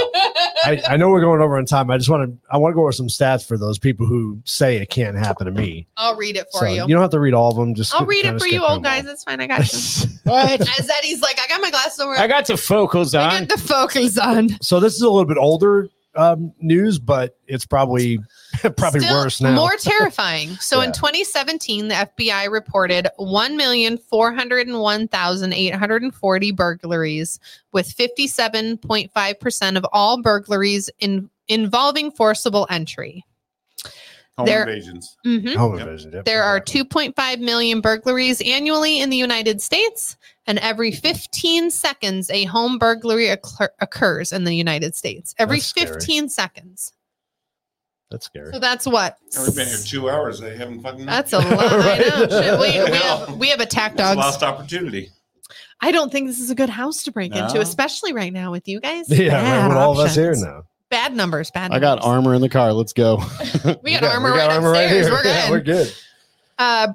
I, I know we're going over on time. I just want to I want to go over some stats for those people who say it can't happen to me. I'll read it for So you. don't have to read all of them. Just I'll skip- read kinda it for skip you, old them all. guys. It's fine. [LAUGHS] I got you. What? As Eddie's like, I got my glasses over. I got to focus I on. got the focus on. so this is a little bit older um, news, but it's probably [LAUGHS] probably Still worse now. More terrifying. So [LAUGHS] Yeah. in 2017, the FBI reported 1,401,840 burglaries, with 57.5% of all burglaries in, involving forcible entry. Home There- invasions. hmm Home Yep. invasion, yep. There are 2.5 million burglaries annually in the United States, and every 15 seconds, a home burglary occur- occurs in the United States. Every That's scary. 15 seconds. That's scary. So that's what? Now, We've been here two hours. They haven't fucking. That's [LAUGHS] a lot. Right. I know. Shit, we, we, Yeah. have, we have attack It's a dogs. lost opportunity. I don't think this is a good house to break into, No. especially right now with you guys. [LAUGHS] Yeah, right, Bad with all of us here options. now. Bad numbers, bad I [LAUGHS] got numbers. armor in the car. Let's go. We got armor right upstairs. We're [LAUGHS] Yeah, good. we're good. Uh,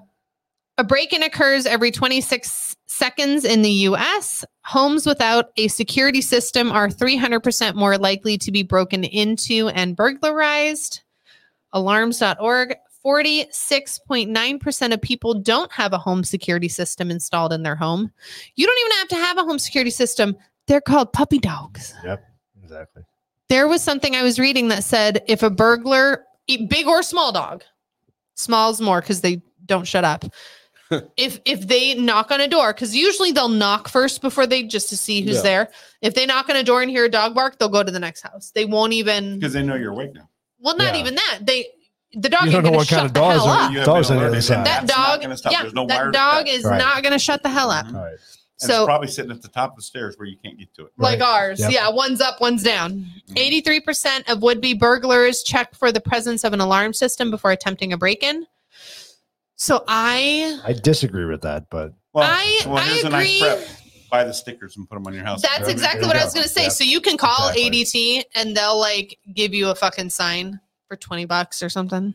a break in occurs every 26 seconds in the US. Homes without a security system are 300% more likely to be broken into and burglarized. Alarms.org 46.9% of people don't have a home security system installed in their home. You don't even have to have a home security system, they're called puppy dogs. Exactly. There was something I was reading that said if a burglar, e- big or small dog, small's more because they don't shut [LAUGHS] up. if if they knock on a door, because usually they'll knock first before they just to see who's Yeah. there. If they knock on a door and hear a dog bark, they'll go to the next house. They won't even. Because they know you're awake now. Well, not Yeah. even that. They the You don't dog ain't know gonna what kind shut of the dogs hell are- up. You have Dogs been on the other alerted. side. That That's not dog, gonna stop. yeah, There's no wire that to dog cut. is Right. not gonna shut the hell up. Mhm. All right. And it's So probably sitting at the top of the stairs where you can't get to it. like Right. ours. Yep. Yeah, one's up, one's down. Mhm. 83% of would be burglars check for the presence of an alarm system before attempting a break in. So I, I disagree with that, but [LAUGHS] Well, I- well, I here's agree. a nice prep. Buy the stickers and put them on your house. that's Yeah, exactly there what you I was go. going to say. Yeah, so you can call exactly. ADT and they'll like give you a fucking sign for 20 bucks or something.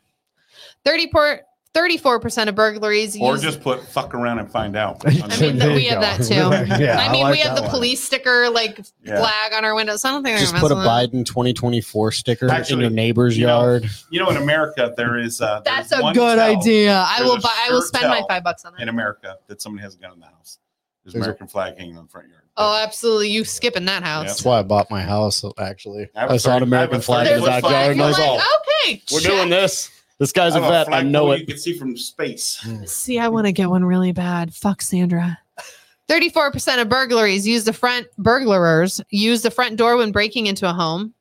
30 per, 34% of burglaries Or use- just put fuck around and [LAUGHS] find out. I mean, There we you have that [LAUGHS] too. yeah, I mean, like we have that the one. police sticker like Yeah. flag on our windows. I don't think they're Just gonna put a mess with that. Biden 2024 sticker in Actually, your neighbor's you know, yard. You know, in America, there is. Uh, That's there's a one good tell idea. I There's will a buy. I will sure spend my tell five bucks on that. In America, that somebody has a gun in the house. There's There's a- American flag hanging on the front yard. Oh, absolutely! You skipping that house? That's why I bought my house. Actually, I have I, a saw an thirty- I American have a flag thirty in There's the foot flag. backyard. and I You're was like, all, okay, "We're check." doing this. This guy's a I have vet. I know flagpole it." You can see from space. See, I want to get one really bad. Fuck Sandra. 34% of burglaries use the front burglars use the front door when breaking into a home.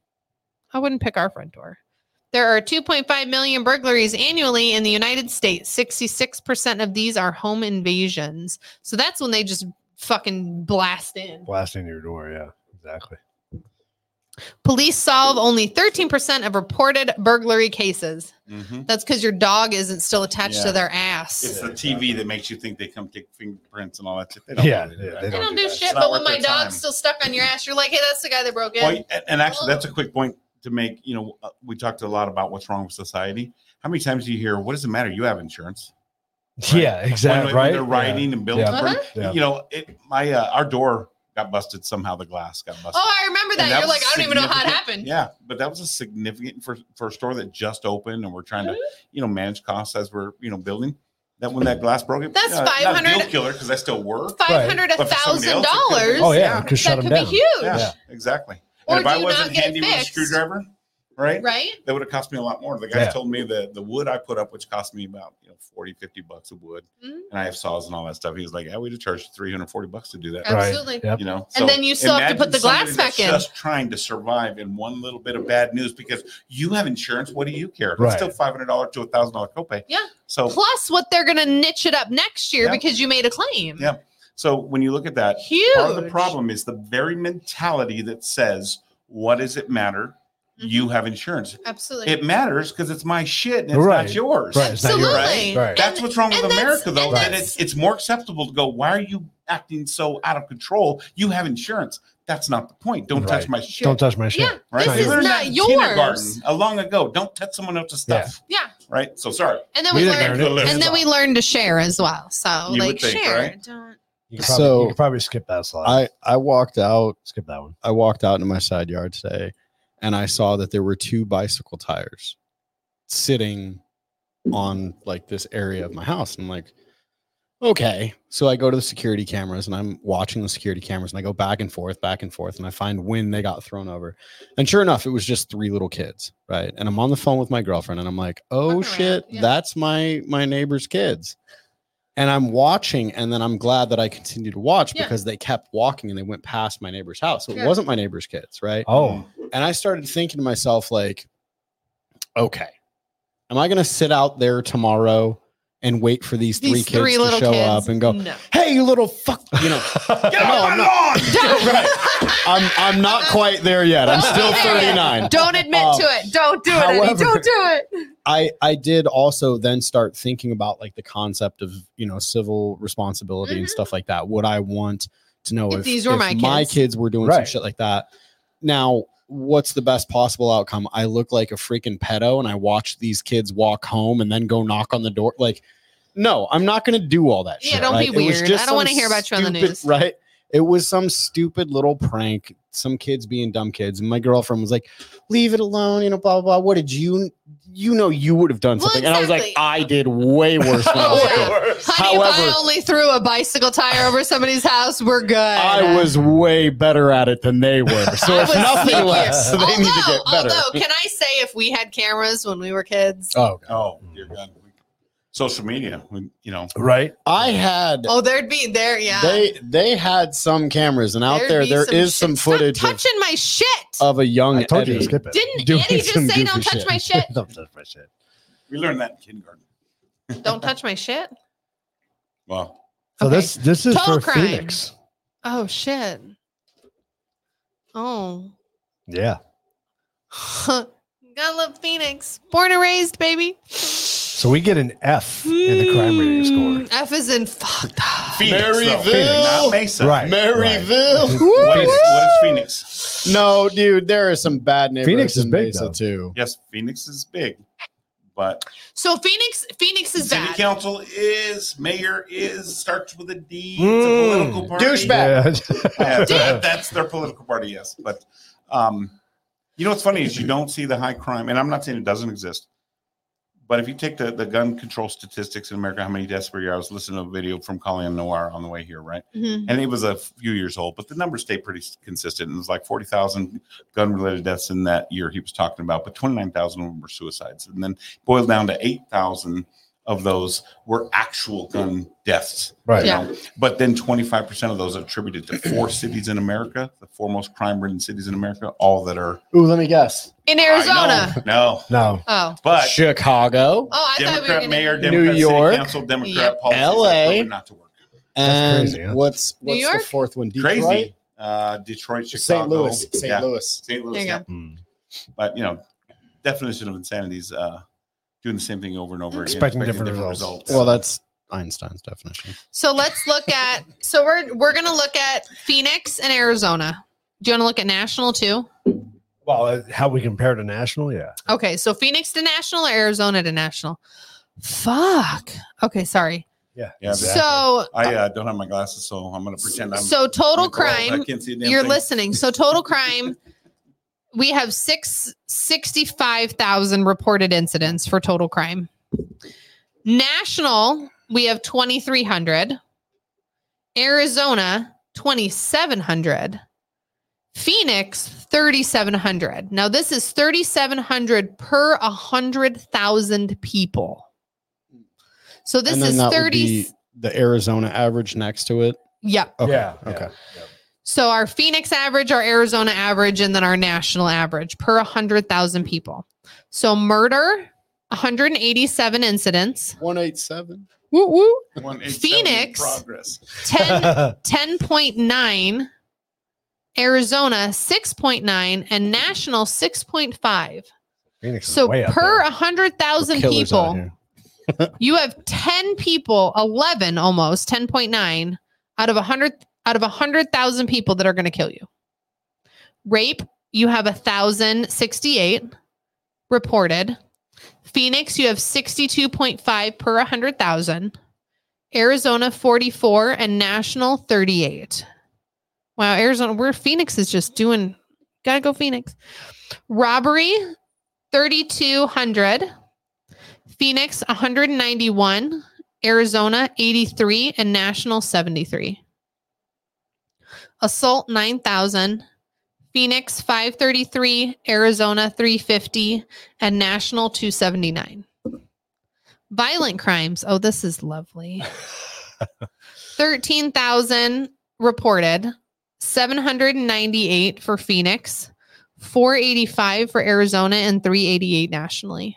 I wouldn't pick our front door. There are 2.5 million burglaries annually in the United States. 66% of these are home invasions. So that's when they just fucking blast in. blasting your door. Yeah, exactly. Police solve only 13% of reported burglary cases. Mhm. That's because your dog isn't still attached Yeah. to their ass. It's the TV that makes you think they come take fingerprints and all that. shit. They Yeah, really yeah, that. they They don't don't do do that. shit. It's not But when worth my their time. dog's still stuck on your ass, you're like, hey, that's the guy that broke in. Point- and- and actually, that's a quick point to make. You know, uh, we talked a lot about what's wrong with society. How many times do you hear, "What does it matter? You have insurance." Yeah, When- exactly. when Right. They're riding and building. Yeah. Uh-huh. Yeah. You know, it, my uh, our door got busted somehow. The glass got busted. Oh, I remember that. And that You're was like, I don't even know how it significant. happened. Yeah, but that was a significant for for a store that just opened, and we're trying to Mm-hmm. you know manage costs as we're you know building. That when that glass broke, it- That's uh, not a 500 deal killer because I still work. Five hundred, a But for somebody thousand else, it could dollars. be- Oh yeah, Yeah. it could shut that them could down. be huge, Yeah, exactly. Or And if do I you wasn't not get it handy with a fixed? screwdriver, right? right? that would have cost me a lot more. The guys Yeah. told me that the wood I put up, which cost me about you know 40, 50 bucks of wood, Mhm. and I have saws and all that stuff. He was like, "Yeah, we'd have charged three hundred forty bucks to do that." Right. Absolutely. Yep. You know, And then you still have to imagine put the glass somebody that's back in. Just trying to survive in one little bit of bad news because you have insurance. What do you care? Right. It's still five hundred dollars to a thousand dollar copay. Yeah. So Plus, what they're gonna niche it up next year Yeah. because you made a claim. Yeah. so when you look at that, Huge. part of the problem is the very mentality that says, "What does it matter? Mhm. You have insurance. Absolutely. It matters because it's my shit and it's Right. not yours." Right. It's not Absolutely. your right. Right. And- That's what's wrong with and that's- America, though. and That that's- it's, it's more acceptable to go, why are you acting so out of control? You have insurance. That's not the point. Don't Right. touch my shit. Don't touch my shit. yeah. right? It's This is not learned that not in yours. kindergarten, uh, long ago. Don't touch someone else's Yeah. stuff. Yeah. Right. So sorry. And then We we, didn't learned, earn it. and then we learned to share as well. So You would like think, share. right? Don't. You could probably, So- you could probably skip that slide. I I walked out skip that one. I walked out into my side yard today and I saw that there were two bicycle tires sitting on like this area of my house. And I'm like, okay. So I go to the security cameras and I'm watching the security cameras and I go back and forth, back and forth, and I find when they got thrown over. And sure enough, it was just three little kids, right? And I'm on the phone with my girlfriend and I'm like, Fucking oh around, shit, yeah. that's my my neighbor's kids. And I'm watching, and then I'm glad that I continued to watch Yeah. because they kept walking and they went past my neighbor's house. So it Sure. wasn't my neighbor's kids, right? Oh, And I started thinking to myself, like, okay, am I going to sit out there tomorrow and wait for these three These kids three to little show kids. Mm. up and go, No. hey, you little fuck, you know, Get No, off my I'm lawn! I'm, I'm not quite there yet. I'm still 39. Don't admit Um, to it. Don't do it. Eddie. however- Don't do it. I, I did also then start thinking about like the concept of, you know, civil responsibility and Mhm. stuff like that. Would I want to know If if, these were if my my kids. kids were doing some Right. shit like that? Now, what's the best possible outcome? I look like a freaking pedo and I watch these kids walk home and then go knock on the door. Like, no, I'm not going to do all that Yeah, shit. don't be right? It was weird. just I don't wanna some hear about you on the stupid- news. Right. It was some stupid little prank, some kids being dumb kids. And my girlfriend was like, leave it alone, you know, blah, blah, blah. What did you, you know, you would have done Well, something. And I was like, exactly. I did way worse than I was Oh, yeah. [LAUGHS] doing. Honey, if However- I only threw a bicycle tire over somebody's house, we're good. I was way better at it than they [LAUGHS] were. So I it's was nothing sneakier. less. [LAUGHS] So they although, need to get better. although, can I say if we had cameras when we were kids? Oh, God. Oh, dear God. Social media, we- you know, [LAUGHS] right. I had Oh, there'd be there, yeah. they they had some cameras, and out There'd there be there is shit. some footage Stop of, touching my shit. of a young I told you to Eddie. skip it. [LAUGHS] Didn't doing Eddie just some say don't goofy touch shit." my shit? Don't touch my shit. we learned that in kindergarten. don't touch my shit. Well, So Okay. this this is Total for crime. Phoenix. Oh shit. Oh. [LAUGHS] Yeah. Gotta love Phoenix. Born and raised, baby. So we get an F in the crime rating score. Mm, F is in fucked up. Phoenix, though. Maryville. Phoenix, not Mesa. Right. [LAUGHS] Maryville. What is, what is Phoenix? No, dude, there is some bad neighborhoods Phoenix is in big, Mesa though. too. Yes, Phoenix is big, but So Phoenix, Phoenix is city bad. council is, mayor is, starts with a D. Mm. It's a political party. Hmm. Douchebag. Yeah, Dick. that, that's their political party, yes. But um, you know what's funny is you don't see the high crime, and I'm not saying it doesn't exist. But if you take the, the gun control statistics in America, how many deaths per year? I was listening to a video from Colleen Noir on the way here, right? Mhm. And it was a few years old, but the numbers stayed pretty s- consistent. It was like 40,000 gun related deaths in that year he was talking about, but 29,000 of them were suicides. And then boiled down to 8,000 of those were actual gun deaths [LAUGHS] Right. Yeah. but then 25% of those are attributed to four cities in America, the four most crime ridden cities in America, all that are Ooh, let me guess. In I Arizona. know, No, No. Oh. but Chicago Oh, I thought we were Democrat gonna- mayor, New Democrat York. city council, Democrat Yep. policies are LA. proven not to work. That's and crazy, huh? what's New what's the York? fourth one? Detroit? Crazy. Uh, uh, Detroit, Chicago, St. Louis, St. Yeah, Louis. St. Louis. There you yeah. go. Hmm. Mm. But you know, definition of insanity is uh, doing the same thing over and over again, Expecting different results. Well, that's Einstein's definition. So let's look at. So we're we're gonna look at Phoenix and Arizona. Do you want to look at national too? Well, uh, how we compare to national, yeah. Okay, so Phoenix to national, Arizona to national. Fuck. Okay, sorry. Yeah. Yeah, exactly. So I uh, don't have my glasses, so I'm going to pretend I'm. so total I'm blind. crime. I can't see a damn You're thing. listening. So total crime. We have six sixty-five thousand reported incidents for total crime. National, we have 2,300. Arizona, 2,700. Phoenix, 3,700. Now, this is 3,700 per 100,000 people. So this and then is that 30. would be the Arizona average next to it. yep. Okay. Yeah, yeah, Okay. yeah. So our Phoenix average, our Arizona average, and then our national average per 100,000 people. So murder, 187 incidents, 187. woo woo, One eight seven in Phoenix. Progress. 10, [LAUGHS] 10.9, Arizona 6.9, and national 6.5. Phoenix is So way up per there. 100,000 Killers out people, here. [LAUGHS] you have 10 people 11 almost 10.9 out of 100 out of 100000 people that are going to kill you rape you have 1068 reported phoenix you have 62.5 per 100000 arizona 44 and national 38 wow arizona where phoenix is just doing gotta go phoenix robbery 3200 Phoenix 191, Arizona 83, and National 73. Assault 9,000, Phoenix 533, Arizona 350, and National 279. Violent crimes. Oh, this is lovely. 13,000 reported, 798 for Phoenix, 485 for Arizona, and 388 nationally.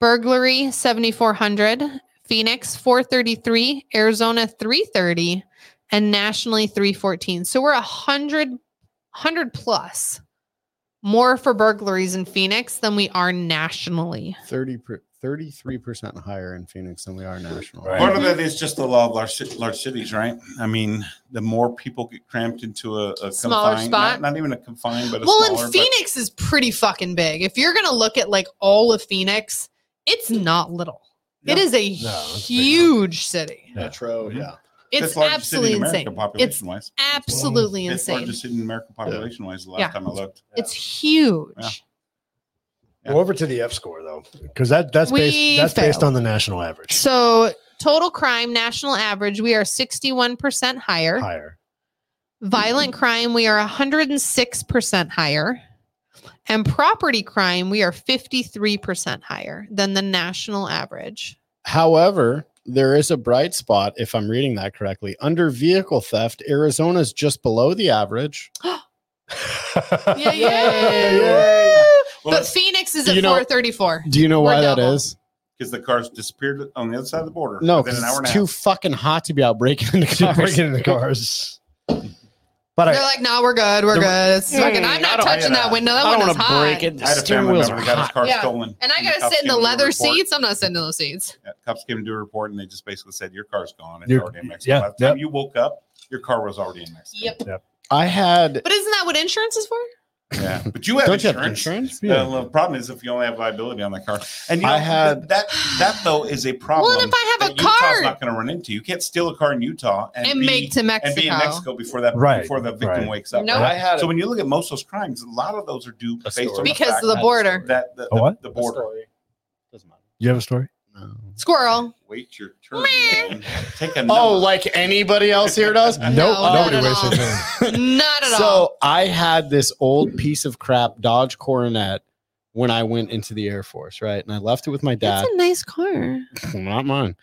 Burglary 7400, Phoenix 433, Arizona 330, and nationally 314. So we're 100 100 plus more for burglaries in Phoenix than we are nationally. 30 per, 33% higher in Phoenix than we are national. Right. Part of that is just the law of large, ci- large cities, right? I mean, the more people get cramped into a, a Smaller confined, spot. Not, not even a confined, but a Well, smaller, and but- Phoenix is pretty fucking big. If you're going to look at like all of Phoenix, it's not little. It No. is a No, it's a big huge city. Yeah. Metro, Mhm. yeah. It's fifth largest absolutely city in America insane. It's Population wise, absolutely fifth insane. largest city in America population wise. The last Yeah. time I looked, It's huge. Yeah. Yeah. Go over to the F score though, because that that's We based that's based failed. on the national average. So total crime national average, we are 61% higher. Higher. Violent crime, we are 106% higher. And property crime, we are 53% higher than the national average. However, there is a bright spot if I'm reading that correctly. Under vehicle theft, Arizona's just below the average. [LAUGHS] Yeah, yeah. yeah. well, but Phoenix is do at you know- 434. Do you know We're why that double. is? because the cars disappeared on the other side of the border. No, within 'cause an hour and a it's too half. fucking hot to be out breaking [LAUGHS] into Keep cars. breaking into cars. But They're I, like, no, we're good. We're The- good. It's Mm, fucking, I'm I not don't- touching yeah. that window. I That don't one is want to break hot. it. The I had a steering family wheels member are that got his hot. car Yeah. stolen, And I the got to cops sit in the came to leather report- seats. I'm not sitting in those seats. yeah, Cops came to do a report and they just basically said your car's gone. It's Your- already in Mexico. yeah, By the time yep. you woke up, your car was already in Mexico. Yep. I had. But isn't that what insurance is for? Yeah, but you have Don't you insurance. have insurance? Yeah. The little problem is if you only have liability on that car. And you I know, had- that, that though is a problem. well, and if I have a that Utah's car not going to run into. You can't steal a car in Utah and, and be, make to Mexico. and be in Mexico before that Right, before the victim right. wakes up. Nope. Uh, I had. So a- when you look at most of those crimes, a lot of those are due based story. on the because fact of the that- border. that the, A what? the border. Doesn't matter. you have a story? No. [LAUGHS] Squirrel. Wait your turn. man. [LAUGHS] Take a Oh, number. like anybody else here [LAUGHS] does? Nope. not nobody at wastes all. his name. Not at all. So I had this old piece of crap Dodge Coronet when I went into the Air Force, right? And I left it with my dad. That's a nice car. Not mine.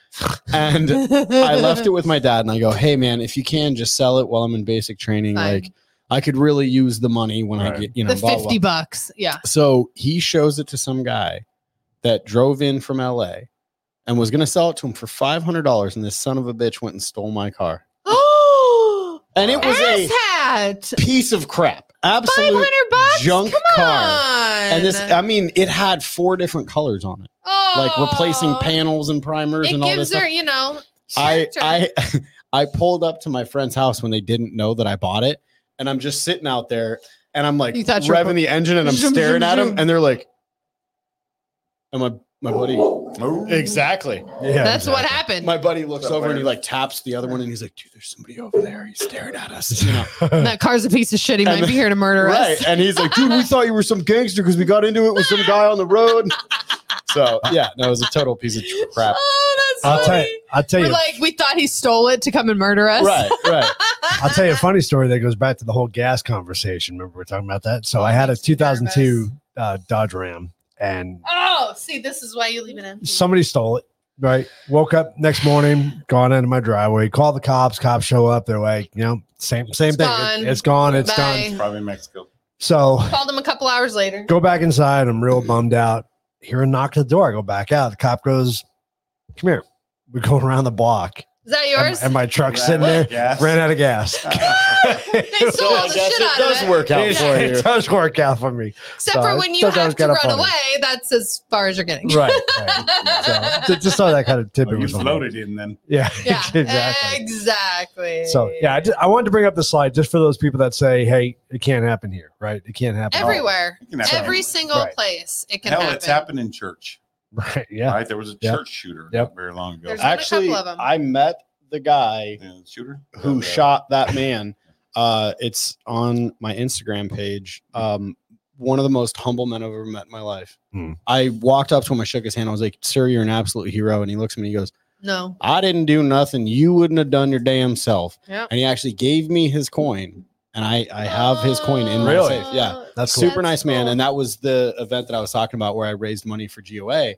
And [LAUGHS] I left it with my dad and I go, hey, man, if you can just sell it while I'm in basic training, Fine. like I could really use the money when I Right. get, you know, The blah, blah, blah." fifty bucks. [GASPS] Yeah. So he shows it to some guy that drove in from LA and was going to sell it to him for [GASPS] $500. And this son of a bitch went and stole my car. Oh, And it was a that? Piece of crap. Five Absolute. hundred bucks. junk Come car. on. And this, I mean, it had four different colors on it, oh, like replacing panels and primers It and all gives this her, stuff. you know. [LAUGHS] I, character. I, [LAUGHS] I pulled up to my friend's house when they didn't know that I bought it, and I'm just sitting out there, and I'm like You thought [LAUGHS] you were- revving the engine, and I'm Zoom, staring zoom, at them, zoom. and they're like, "And my my buddy, exactly, Yeah, that's what exactly. happened. My buddy looks That over and he way. like taps the other one and he's like, dude, there's somebody over there. He's staring at us. You [LAUGHS] know? that car's a piece of shit. He And might be here to murder right. us. And he's like, dude, we thought you were some gangster because we got into it with some guy on the road. [LAUGHS] So yeah, that was a total [LAUGHS] piece of crap. [LAUGHS] Oh, that's I'll tell funny. you. I'll tell We're you. like, we thought he stole it to come and murder us. [LAUGHS] Right, right. I'll tell you a funny story that goes back to the whole gas conversation. Remember we are talking about that? So I had a 2002 uh, Dodge Ram, and Oh, see, this is why you leave it empty. somebody stole it. Right. Woke up next morning, gone into my driveway, call the cops. Cops show up. They're like, you know, same same It's thing. gone. It, has gone. It's done. Bye. Probably Mexico. So Called him a couple hours later. go back inside. I'm real bummed out. Hear a knock at the door. I go back out. The cop goes, "Come here." We're going around the block, Is that and, yours? and my truck's Ran sitting out there. of gas. Ran out of [LAUGHS] gas. [LAUGHS] they stole all the So I guess shit out it does of it. work out It- for you. it does work out for me. Except for So, when you sometimes have to kinda run funny. away, that's as far as you're getting. right. right. [LAUGHS] So, ju- just saw that kind of tidbit Well, Oh, you was on there. floated in then. Yeah, Yeah, [LAUGHS] exactly. exactly. So yeah, I, ju- I wanted to bring up the slide just for those people that say, "Hey, it can't happen here, right? It can't happen all- everywhere, It can happen every single Right. place, it can Hell, happen. it's happened in church. [LAUGHS] Right? Yeah, Right? There was a Yep. church shooter Yep. not very long ago. There's been a Actually, couple of 'em. I met the guy The shooter Oh, who Oh, The- shot that man. Uh, it's on my Instagram page. Um, one of the most humble men I've ever met in my life. Hmm. I walked up to him, I shook his hand. I was like, Sir, you're an absolute hero. And he looks at me and he goes, no, I didn't do nothing. You wouldn't have done your damn self. Yep. And he actually gave me his coin. And I, I have his coin in my Really? safe. Yeah that's cool. super That's nice man cool. and that was the event that i was talking about where i raised money for goa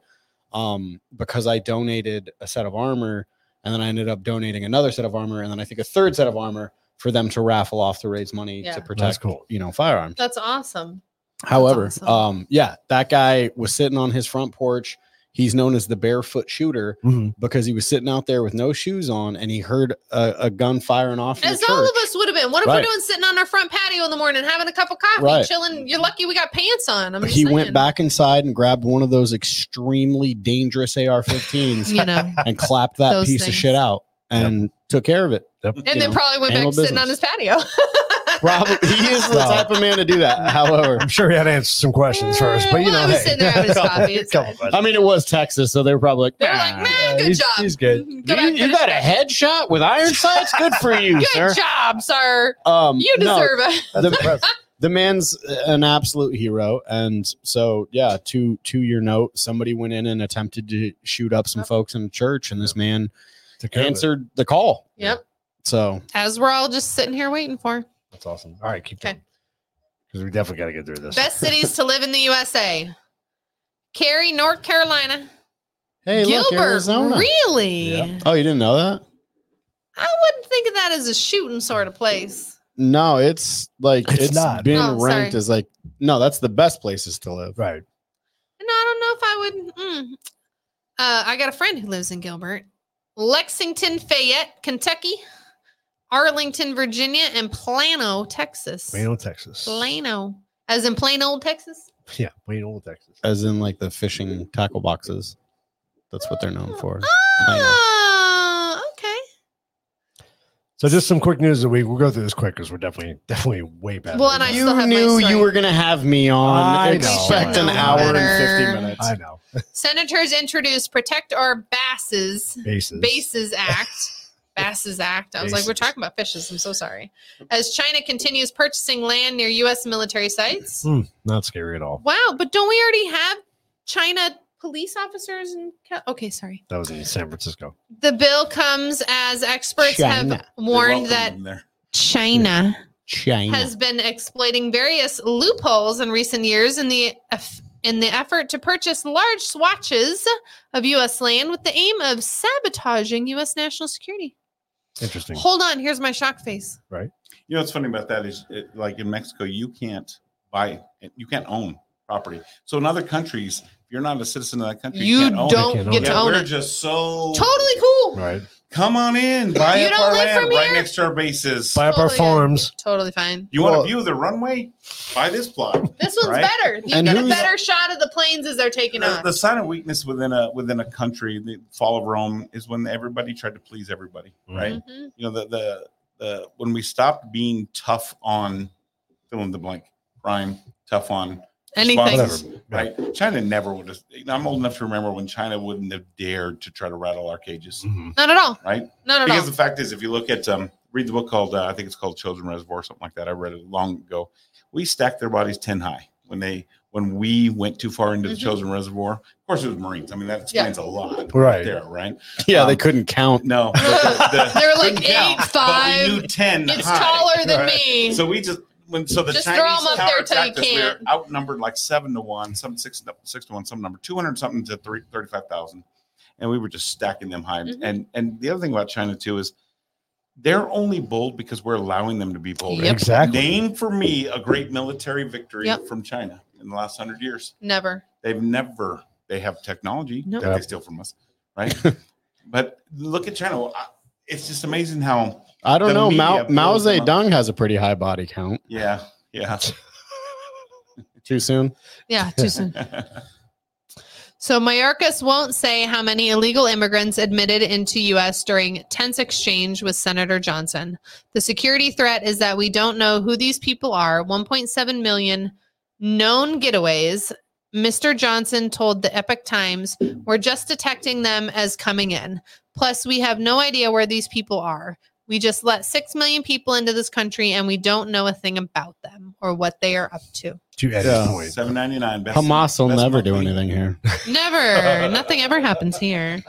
um, because i donated a set of armor and then i ended up donating another set of armor and then i think a third set of armor for them to raffle off to raise money Yeah. to That's protect cool. you know firearms that's awesome. however awesome. um, yeah that guy was sitting on his front porch he's known as the barefoot shooter Mhm. because he was sitting out there with no shoes on and he heard a, a gun firing off in the As all of church. us would have been. What if Right. we're doing sitting on our front patio in the morning, having a cup of coffee, Right. chilling? You're lucky we got pants on. I'm just he saying. went back inside and grabbed one of those extremely dangerous AR-15s you know, and clapped that Those piece of things. shit out and took care of it. and then know, probably went back handle sitting on his business. patio. Probably he is the Well- type of man to do that. However, I'm sure he had to answer some questions first, but you Well, know, I was hey. sitting there [LAUGHS] having his coffee. It's Couple fine. questions. I mean, it was Texas, so they were probably like, They were like, "Nah, man, good he's- job. he's good. "Hmm, Go back You, and you finish got a that. headshot with iron sights. Good for you, [LAUGHS] Good [LAUGHS] sir. job, sir. Um, You no, deserve it. That's the- impressive. [LAUGHS] the man's an absolute hero and so yeah to to your note somebody went in and attempted to shoot up some Yep. folks in a church and this man Mm-hmm. Took care of it. answered the call Yep. so As we're all just sitting here waiting for. That's awesome. All right, keep Okay. going because we definitely got to get through this. Best cities to live in the USA. Cary, North Carolina. hey Gilbert, look arizona really? Yeah. oh you didn't know that I wouldn't think of that as a shooting sort of place. no it's like It's it's not. been Oh, sorry. ranked as like no that's the best places to live Right. No, I don't know if I would. Mm. Uh, I got a friend who lives in Gilbert, Lexington, Fayette, Kentucky, Arlington, Virginia, and Plano, Texas. Plano, Texas. Plano, as in plain old Texas. [LAUGHS] Yeah, Plano, Texas. as in like the fishing tackle boxes that's what they're known for Oh, okay. So just some quick news of the week. We'll go through this quick because we're definitely definitely way better. Well, than and I that. You still you have my knew knew you story. you were were gonna have me on I know. expect an I know. hour and 50 Better. minutes I know. Senators introduced Protect Our Basses Bases. Bases Act. [LAUGHS] Bases Act. I was like, we're Bases. talking about fishes. I'm so sorry. As China continues purchasing land near U.S. military sites. Hmm, not scary at all. Wow, but don't we already have China police officers? And okay, sorry. That was in San Francisco. The bill comes as experts have China. They warned welcomed that him there. China China. has been exploiting various loopholes in recent years in the eff- in the effort to purchase large swatches of U.S. land with the aim of sabotaging U.S. national security. Interesting. Hold on, here's my shock face. You know what's funny about that is, it, like in Mexico, you can't buy, you can't own property. So in other countries, if you're not a citizen of that country, You can't own it. don't They can't own get to Yeah, own we're it. just so Totally cool. right? Come on in, buy You up don't our live land from right here? next to our bases. Buy up our Totally. farms. Totally fine. you Well- want to view of the runway? Buy this plot. This one's Right? better. You And get a who's- better shot of the planes as they're taking The, off. the sign of weakness within a within a country, the fall of Rome, is when everybody tried to please everybody, right? Mhm. you know the the the when we stopped being tough on fill in the blank crime tough on Anything. Whatever. responses, right china never would have i'm old enough to remember when china wouldn't have dared to try to rattle our cages Mhm. Not at all. right Not at because all. the fact is if you look at um read the book called uh, i think it's called children reservoir or something like that i read it long ago we stacked their bodies 10 high when they when we went too far into the Mhm. children reservoir of course it was marines i mean that Yeah. explains a lot Right. there right Yeah, they Um, couldn't count. no [LAUGHS] They're like couldn't count, eight, but we five. knew 10 It's high. taller than Right. me. So we just when so the Just Chinese throw 'em up there till you counterattacked us. We were can't. outnumbered like seven to one, some six to, six to one, some number two hundred something to three thirty five thousand, and we were just stacking them high. Mhm. And and the other thing about China too is they're only bold because we're allowing them to be bold. Yep. Exactly. Name for me a great military victory Yep. from China in the last hundred years. Never. They've never they have technology Nope. that they Yep. steal from us, right? but look at China. I- It's just amazing how I don't the know. Mao, media Mao blows them up. Zedong has a pretty high body count. yeah yeah. [LAUGHS] Too soon. Yeah, too soon. So Mayorkas won't say how many illegal immigrants admitted into U.S. during tense exchange with Senator Johnson. The security threat is that we don't know who these people are. 1.7 million known getaways. Mr. Johnson told the Epic Times, "We're just detecting them as coming in. Plus, we have no idea where these people are. We just let six million people into this country, and we don't know a thing about them or what they are up to. To Eddie's Yeah. point. Seven ninety nine. Hamas will never do anything [LAUGHS] here. Never. Nothing ever happens here."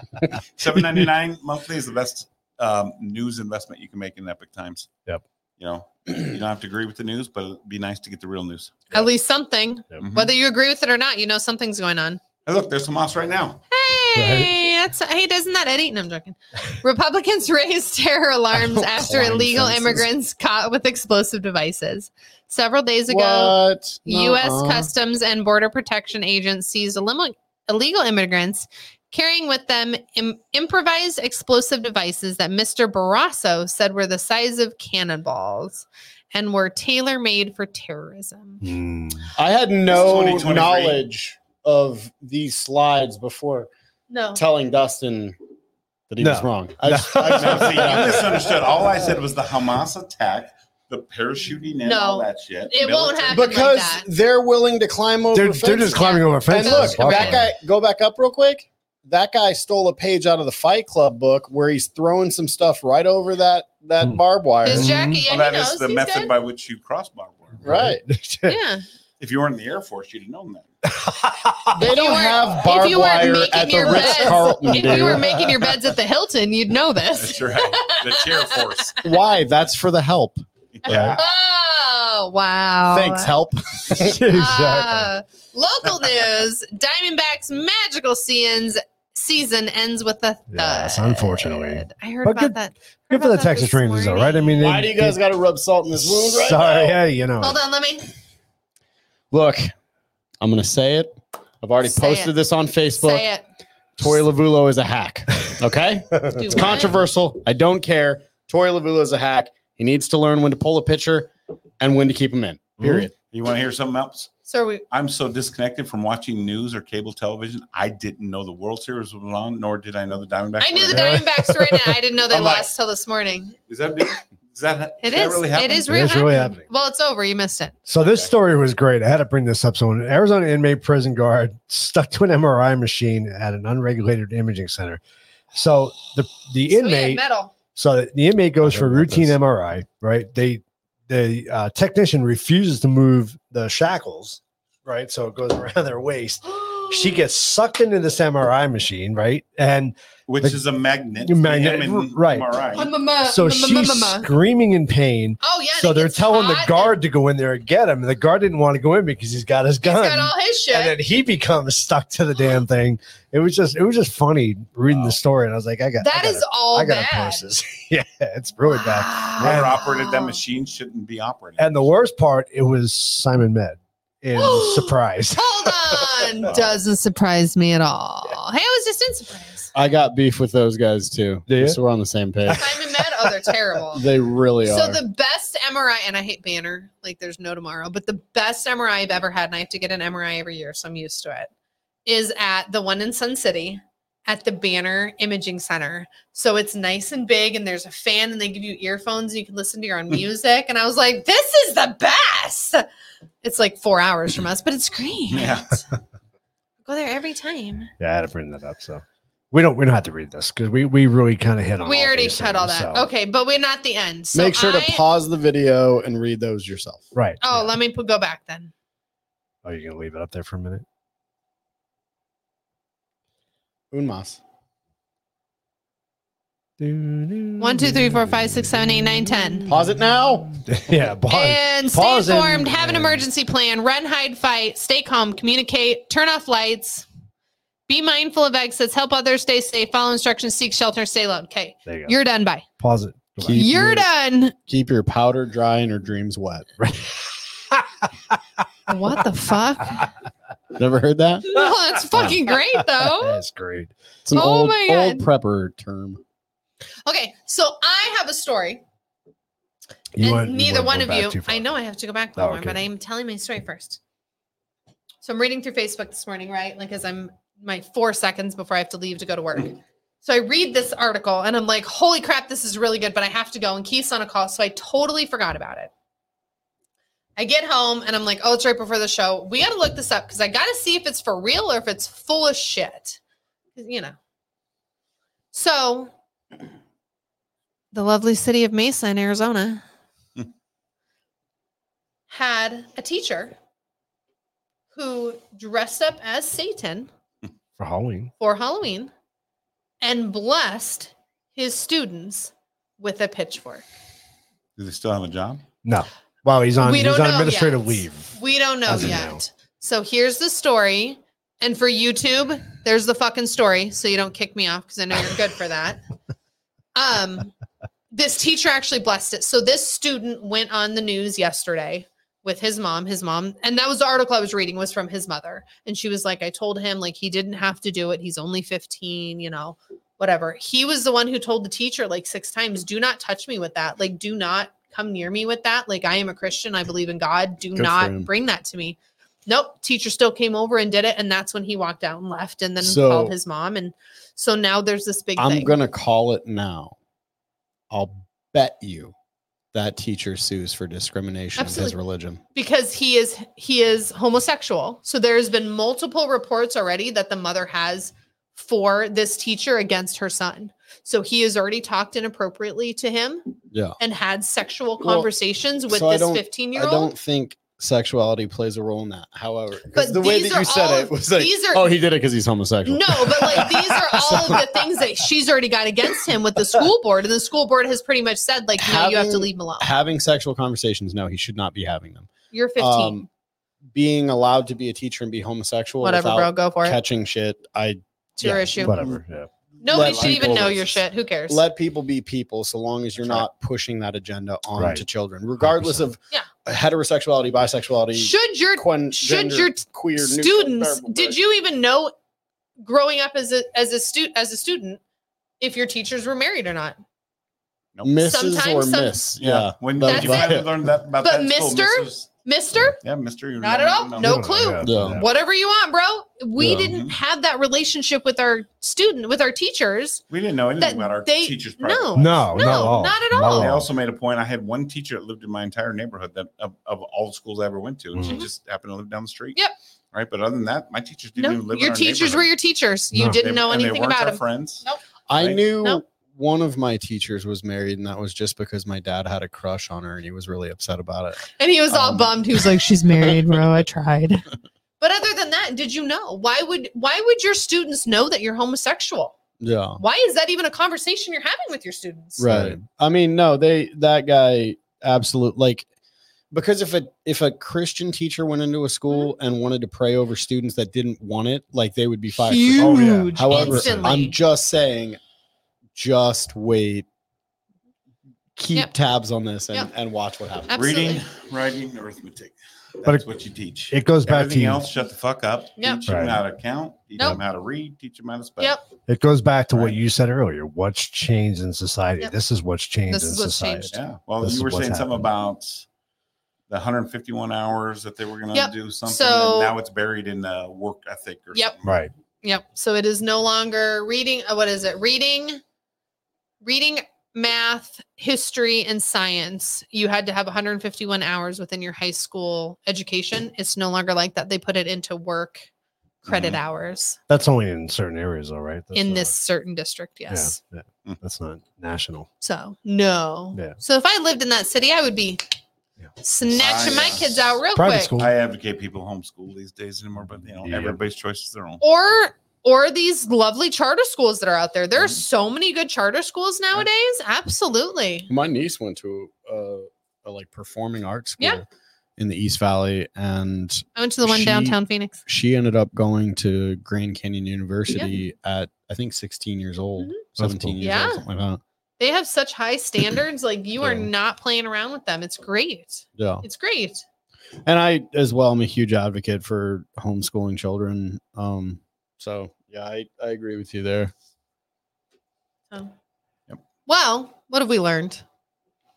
Seven ninety nine monthly is the best um, news investment you can make in Epic Times. Yep. You know, [CLEARS THROAT] you don't have to agree with the news, but it'd be nice to get the real news. Yeah. At least something. Mhm. Mm-hmm. Whether you agree with it or not, you know something's going on. Hey, look, there's Hamas right now. [LAUGHS] Hey, that's hey, doesn't that Eddie? No, I'm joking. Republicans [LAUGHS] raised terror alarms Oh, after climb illegal fences. immigrants caught with explosive devices. Several days ago, What? U.S. Nuh-uh. Customs and Border Protection agents seized illimi- illegal immigrants carrying with them Im- improvised explosive devices that Mr. Barrasso said were the size of cannonballs and were tailor-made for terrorism. Mm. I had This no is 2023. knowledge of these slides before No. telling Dustin that he was No. wrong. I just, No. I Now, [LAUGHS] just- see, you misunderstood. All I said was the Hamas attack, the parachuting, and No. all that shit. It won't happen. like because that. they're willing to climb over. They're, they're fences. just climbing over and fences. look, Fuck that it. guy. Go back up real quick. That guy stole a page out of the Fight Club book where he's throwing some stuff right over that that Hmm. barbed wire. His jacket, yeah, Well, Mm-hmm. that he knows. is the He's method good. by which you cross barbed wire. [LAUGHS] Right. [LAUGHS] yeah. If you were in the Air Force, you'd have [LAUGHS] known that. They If you don't weren't- have if barbed you weren't wire making at the your Ritz beds, Carlton, If you were dude. making your beds at the Hilton, you'd know this. That's right. The Chair Force. Why? That's for the help. Yeah. [LAUGHS] Oh, wow. Thanks, help. [LAUGHS] exactly. Uh, local news Diamondbacks' magical seasons season ends with a thud. Yes, unfortunately. I heard But about good- that. Good for the Texas Rangers, though, right? I mean, Why they- do you guys they- got to rub salt in this wound? Right Sorry, yeah, now? you know. Hold on, let me. Look, I'm gonna say it. I've already Say posted it. this on Facebook. Say it. Toy Lavulo is a hack. Okay, Do it's what? controversial. I don't care. Toy Lavulo is a hack. He needs to learn when to pull a pitcher and when to keep him in. Hmm. Period. You want to hear something else? So are we. I'm so disconnected from watching news or cable television. I didn't know the World Series was on, nor did I know the Diamondbacks. I knew the were- Diamondbacks were in it. I [LAUGHS] didn't know they I'm like- lost till this morning. Is that big? Is that It that is. really it happening? is It real. is really happening. happening. Well, it's over. You missed it. So this story was great. I had to bring this up. So an Arizona inmate prison guard stuck to an MRI machine at an unregulated imaging center. So the the So we had inmate, Metal. so the inmate goes I for heard about routine this. MRI, right? They the uh, technician refuses to move the shackles, right? So it goes around their waist. She [GASPS] gets sucked into this MRI machine, right? And Which is a magnet. Magnet, right. MRI. so she's screaming in pain. Oh yeah. so they they're get telling the caught. guard to go in there and get him. And the guard didn't want to go in because he's got his He's gun. got all his shit. And then he becomes stuck to the [GASPS] damn thing. It was just it was just funny reading Wow. the story. And I was like, I got that I gotta, is all I gotta bad. post this. [LAUGHS] yeah, it's really bad. [SIGHS] Whoever Wow. operated Oh. that machine shouldn't be operating. And the worst part, it was Simon Med [GASPS] in Surprise. [LAUGHS] Hold on. Doesn't surprise me at all. Hey, I was just Instant surprise. I got beef with those guys too. Do you? So we're on the same page. Simon Med, oh, [LAUGHS] they're terrible. they really so are. the best MRI, and I hate Banner, like there's no tomorrow, but the best MRI I've ever had, and I have to get an MRI every year, so I'm used to it, is at the one in Sun City at the Banner Imaging Center. So it's nice and big, and there's a fan, and they give you earphones, and you can listen to your Hmm. own music. And I was like, this is the best. It's like four hours from us, but it's great. Yeah. [LAUGHS] Go there every time. Yeah, I had to bring that up. So we don't we don't have to read this because we we really kind of hit on. we all already these cut all things, that. so- Okay, but we're not the end. So Make sure I- to pause the video and read those yourself. Right. Oh, yeah. let me put, go back then. oh, you're gonna leave it up there for a minute. Unmas. One, two, three, four, five, six, seven, eight, nine, ten. Pause it now. [LAUGHS] yeah, pause. And stay Pause and- informed, have an emergency plan, run, hide, fight, stay calm, communicate, turn off lights, be mindful of exits, help others, stay safe, follow instructions, seek shelter, stay alone. Okay, There you go. you're done. Bye. pause it. Go back. Keep You're your- done. Keep your powder dry and your dreams wet. What the fuck? Never heard that? [LAUGHS] Well, that's fucking great, though. That's great. It's an Oh old, my old prepper term. Okay, so I have a story, and went- neither went- one went of back you. too far. I know I have to go back Oh, one more, okay. but I am telling my story first. So I'm reading through Facebook this morning, right? Like, as I'm my four seconds before I have to leave to go [LAUGHS] to work. So I read this article and I'm like, holy crap, this is really good, but I have to go. And Keith's on a call. So I totally forgot about it. I get home and I'm like, oh, it's right before the show. We got to look this up because I got to see if it's for real or if it's full of shit. 'Cause, You know. So the lovely city of Mesa in Arizona had a teacher who dressed up as Satan for Halloween. for Halloween and blessed his students with a pitchfork. Do they still have a job? No. Well, he's on We he's don't on know administrative yet. leave. We don't know Doesn't yet. know. So here's the story. And for YouTube, there's the fucking story. So you don't kick me off because I know you're good for that. Um, this teacher actually blessed it. So this student went on the news yesterday with his mom. His mom, and that was the article I was reading was from his mother. And she was like, I told him like he didn't have to do it. He's only 15, you know, whatever. He was the one who told the teacher like six times, do not touch me with that. Like, do not come near me with that. Like I am a Christian. I believe in God. Do for not him. bring that to me. Nope. Teacher still came over and did it. And that's when he walked out and left and then So- called his mom. And so now there's this big I'm thing. going to call it now. I'll bet you that teacher sues for discrimination of his Absolutely. religion. because he is he is homosexual. So there's been multiple reports already that the mother has for this teacher against her son. So he has already talked inappropriately to him Yeah. and had Well, sexual conversations with so I this don't- 15 I year old. don't [LAUGHS] think sexuality plays a role in that. However, 'cause But the way these that are you all said it of- was like, these are- oh, he did it because he's homosexual. No, but like these are all of the things that she's already got against him with the school board, and the school board has pretty much said like, no, you have to Having- leave him alone. having sexual conversations, no, he should not be having them. You're 15. Um, being allowed to be a teacher and be homosexual Whatever, bro. without Go for it. catching shit, I It's your yeah, issue. Whatever. Yeah. Nobody let should even people- know your shit. Who cares? let people be people so long as you're not pushing that agenda on Right. to children, regardless of Yeah. heterosexuality, bisexuality, should your quen- should gender, your queer neutral, students blah, blah, did blah. you even know growing up as a as a student as a student if your teachers were married or not Mrs. or sometimes some- miss? Yeah. When That's did you finally it. learn that about But that in school, mister? Mrs.? mister Yeah, Mister. you Not never at all. know. We No don't know, clue. Yeah. whatever you want bro we Yeah. Mm-hmm. didn't have that relationship with our student with our teachers We didn't know anything That about our they- teachers. no. private lives. No, No, not at all. not at all. They Oh. also made a point. I had one teacher that lived in my entire neighborhood that of, of all the schools I ever went to, and she Mm-hmm. Mhm. just happened to live down the street. Yep. Right, but other than that, my teachers didn't no even live. in your our teachers were neighborhood. your teachers you No. didn't know and they anything weren't about our them Friends. Nope. I Right. knew Nope. one of my teachers was married, and that was just because my dad had a crush on her, and he was really upset about it. and he was all Um, bummed he was like she's married bro i [LAUGHS] tried but other than that did you know why would why would your students know that you're homosexual Yeah. why is that even a conversation you're having with your students Right. I mean, no, they that guy absolute like because if a if a Christian teacher went into a school Mm-hmm. and wanted to pray over students that didn't want it, like they would be fired. for that. Oh, yeah. Huge. However, instantly. I'm just saying, just wait keep Yep. tabs on this and, Yep. and watch what happens. Absolutely. Reading, writing, arithmetic. That's But it- what you teach. It goes back to Everything you. else, shut the fuck up. Yep. Teach them Right. how to count. Teach Nope. them how to read. Teach them how to spell. Yep. It goes back to what Right. you said earlier. What's changed in society? Yep. This is what's changed This in is what's society. changed. Yeah. Well, This is you were what's saying something happened. about the 151 hours that they were going to Yep. do something. So- and now it's buried in uh, work ethic or Yep. something. Right. Yep. So it is no longer reading. uh, What is it? Reading, reading, math, history, and science. You had to have 151 hours within your high school education. It's no longer like that. They put it into work credit Mhm. hours That's only in certain areas, though, right? Mm-hmm. That's in not- this certain district. Yes. Yeah, yeah. Mm. That's not national. So no. Yeah. So if I lived in that city, I would be Yeah. snatching my Science. kids out real Private quick. school. I advocate people homeschool these days anymore, but you know, Yeah. everybody's choice is their own. or or these lovely charter schools that are out there. There Mm-hmm. are Mhm. so many good charter schools nowadays. Absolutely. My niece went to a, a like performing arts school Yeah. in the East Valley, and I went to the one She- downtown Phoenix. she ended up going to Grand Canyon University at I think 16 years old, Mhm. 17 cool. years Yeah. old, something like that. They have such high standards. Like you are Yeah. not playing around with them. It's great. Yeah. It's great. and I as well. I'm a huge advocate for homeschooling children. Um, so yeah, I, I agree with you there. So. Yep. Well, what have we learned?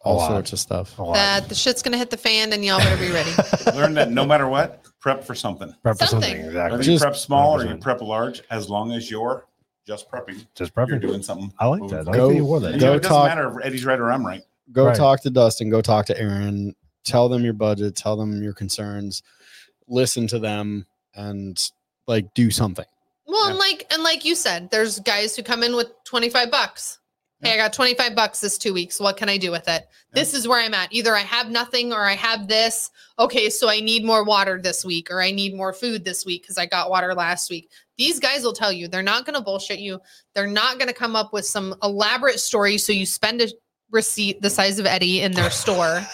All lot. sorts of stuff. A lot. That the shit's gonna hit the fan, and y'all better be ready. Learn that no matter what, prep for something. [LAUGHS] Prep for Something. something. Exactly. Whether Just, you Just- prep small or you 100%. prep large, as long as you're just prepping, prep. you're doing something. I like moving that. I forward. like that you wore that. And, you know, Go it doesn't talk- matter if Eddie's right or I'm right. go Right. talk to Dustin, go talk to Aaron, tell them your budget, tell them your concerns, listen to them, and like do something. Well, Yeah. and like and like you said, there's guys who come in with 25 bucks. Hey, I got 25 bucks this two weeks. What can I do with it? This is where I'm at. Either I have nothing or I have this. Okay, so I need more water this week or I need more food this week because I got water last week. These guys will tell you they're not going to bullshit you. They're not going to come up with some elaborate story so you spend a receipt the size of Eddie in their store.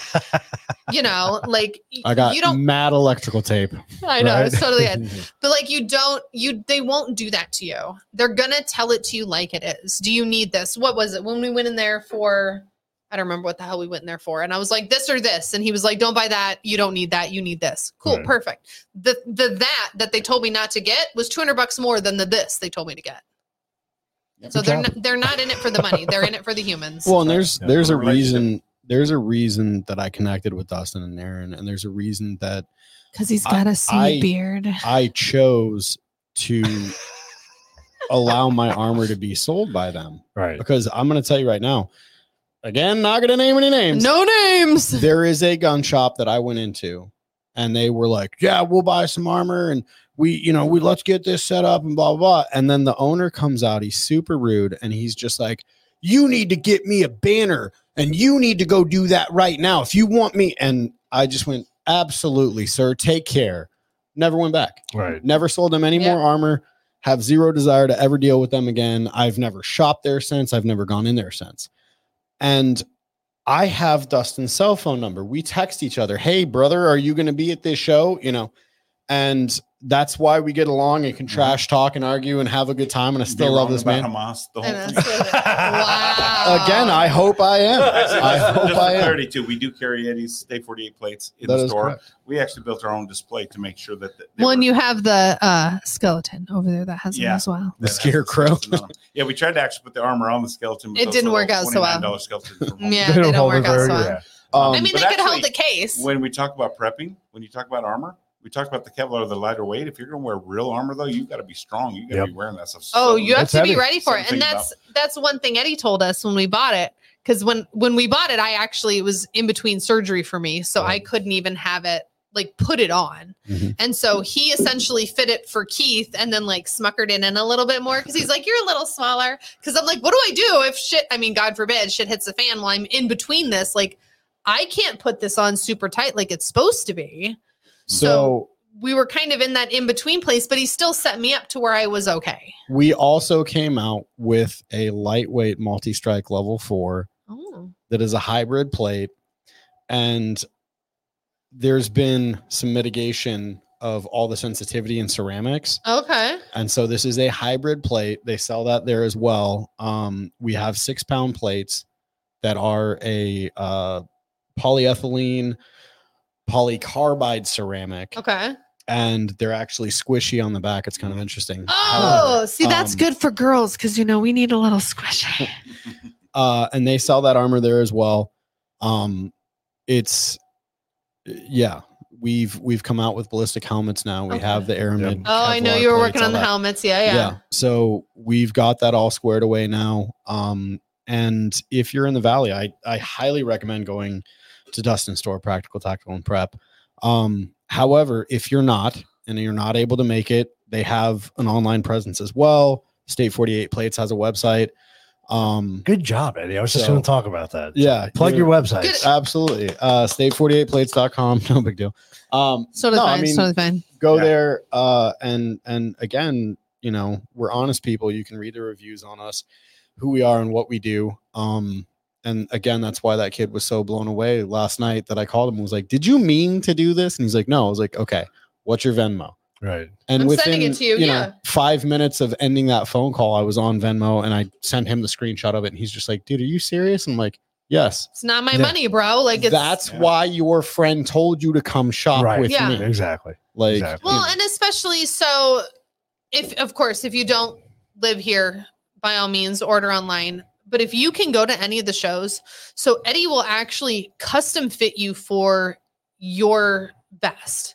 you know, like I got you don't. mad electrical tape. I know it's Right? totally it [LAUGHS] but like you don't you they won't do that to you they're gonna tell it to you like it is do you need this what was it when we went in there for i don't remember what the hell we went in there for and i was like this or this and he was like don't buy that you don't need that you need this cool Right. perfect the the that that they told me not to get was 200 bucks more than the this they told me to get Yep. so Good they're job. not, they're not in it for the money they're in it for the humans Well, and there's Yeah. there's a Relationship. reason there's a reason that I connected with Dustin and Aaron, and there's a reason that because he's I- got a seed I- beard I chose to [LAUGHS] allow my armor to be sold by them. Right. Because I'm gonna tell you right now, again, not gonna name any names. [LAUGHS] no names there is a gun shop that I went into and they were like, Yeah, we'll buy some armor and we, you know, we let's get this set up and blah, blah, blah. And then the owner comes out, he's super rude and he's just like, You need to get me a banner and you need to go do that right now if you want me. And I just went, Absolutely, sir, take care. Never went back, Right. never sold them any Yeah. more armor. Have zero desire to ever deal with them again. I've never shopped there since. I've never gone in there since. And I have Dustin's cell phone number. We text each other, "Hey brother, are you going to be at this show?" You know, and that's why we get along and can Mhm. trash talk and argue and have a good time. And I Be still love wrong this about man. Hamas, the whole And thing. that's [LAUGHS] what it- wow Again, I hope I am. Actually, I [LAUGHS] just- hope just I for am. Thirty-two. We do carry Eddie's Day Forty-Eight plates in That the is store. correct. We actually built our own display to make sure that. that they Well, and were- you have the uh, skeleton over there that has Yeah. one as well. The that has scarecrow. skeleton on 'em. Yeah, we tried to actually put the armor on the skeleton. but It those didn't work little out so well. $29 skeletons were horrible. [LAUGHS] Yeah, they don't work out so well. Um, I mean, But they could hold the actually, case. When we talk about prepping, when you talk about armor, we talk about the Kevlar, the lighter weight. If you're going to wear real armor, though, you got to be strong. You got to Yep. be wearing that stuff. oh, So- you have That's to be heavy. ready for it, Something and about- that's that's one thing Eddie told us when we bought it. Because when when we bought it, I actually it was in between surgery for me, so I Right. couldn't even have it like put it on. Mhm. And so he essentially fit it for Keith, and then like smuckered it in a little bit more because he's like, "You're a little smaller." Because I'm like, "What do I do if shit? I mean, God forbid, shit hits the fan while I'm in between this. Like, I can't put this on super tight like it's supposed to be." so we were kind of in that in between place, but he still set me up to where I was okay. we also came out with a lightweight multi-strike level four Oh, that is a hybrid plate and there's been some mitigation of all the sensitivity in ceramics okay. and so this is a hybrid plate they sell that there as well um, we have six pound plates that are a uh, polyethylene polycarbide ceramic, Okay. and they're actually squishy on the back. It's kind of interesting. Oh, see, that's um, good for girls because you know we need a little squishy. uh, and they sell that armor there as well. Um, it's yeah, we've we've come out with ballistic helmets now. We Okay. have the Aramid. Oh, I know Kevlar you were plates, working on all the that. helmets. Yeah, yeah. So we've got that all squared away now. Um, and if you're in the valley, I I highly recommend going to Dustin's store, Practical Tactical and Prep. Um, however, if you're not and you're not able to make it, they have an online presence as well. State 48 Plates has a website. Um, Good job, Eddie. I was just So- going to talk about that. yeah, Plug you're- your websites. Good. Absolutely. Uh, state48plates.com. [LAUGHS] No big deal. Um, So does no, mine. I mean, so does mine. go Yeah. there. Uh, and, and again, you know, we're honest people. You can read the reviews on us, who we are and what we do. Um, and again, that's why that kid was so blown away last night that I called him and was like, did you mean to do this? And he's like, no, I was like, okay, what's your Venmo? Right. And I'm within sending it to you, yeah. five minutes of ending that phone call, I was on Venmo and I sent him the screenshot of it. And he's just like, dude, are you serious? I'm like, yes. It's not my Yeah. money, bro. Like it's that's Yeah. why your friend told you to come shop Right. with Yeah. me. Exactly. Like, Exactly. Well, and especially so if of course if you don't live here, by all means order online. But if you can go to any of the shows, so Eddie will actually custom fit you for your vest.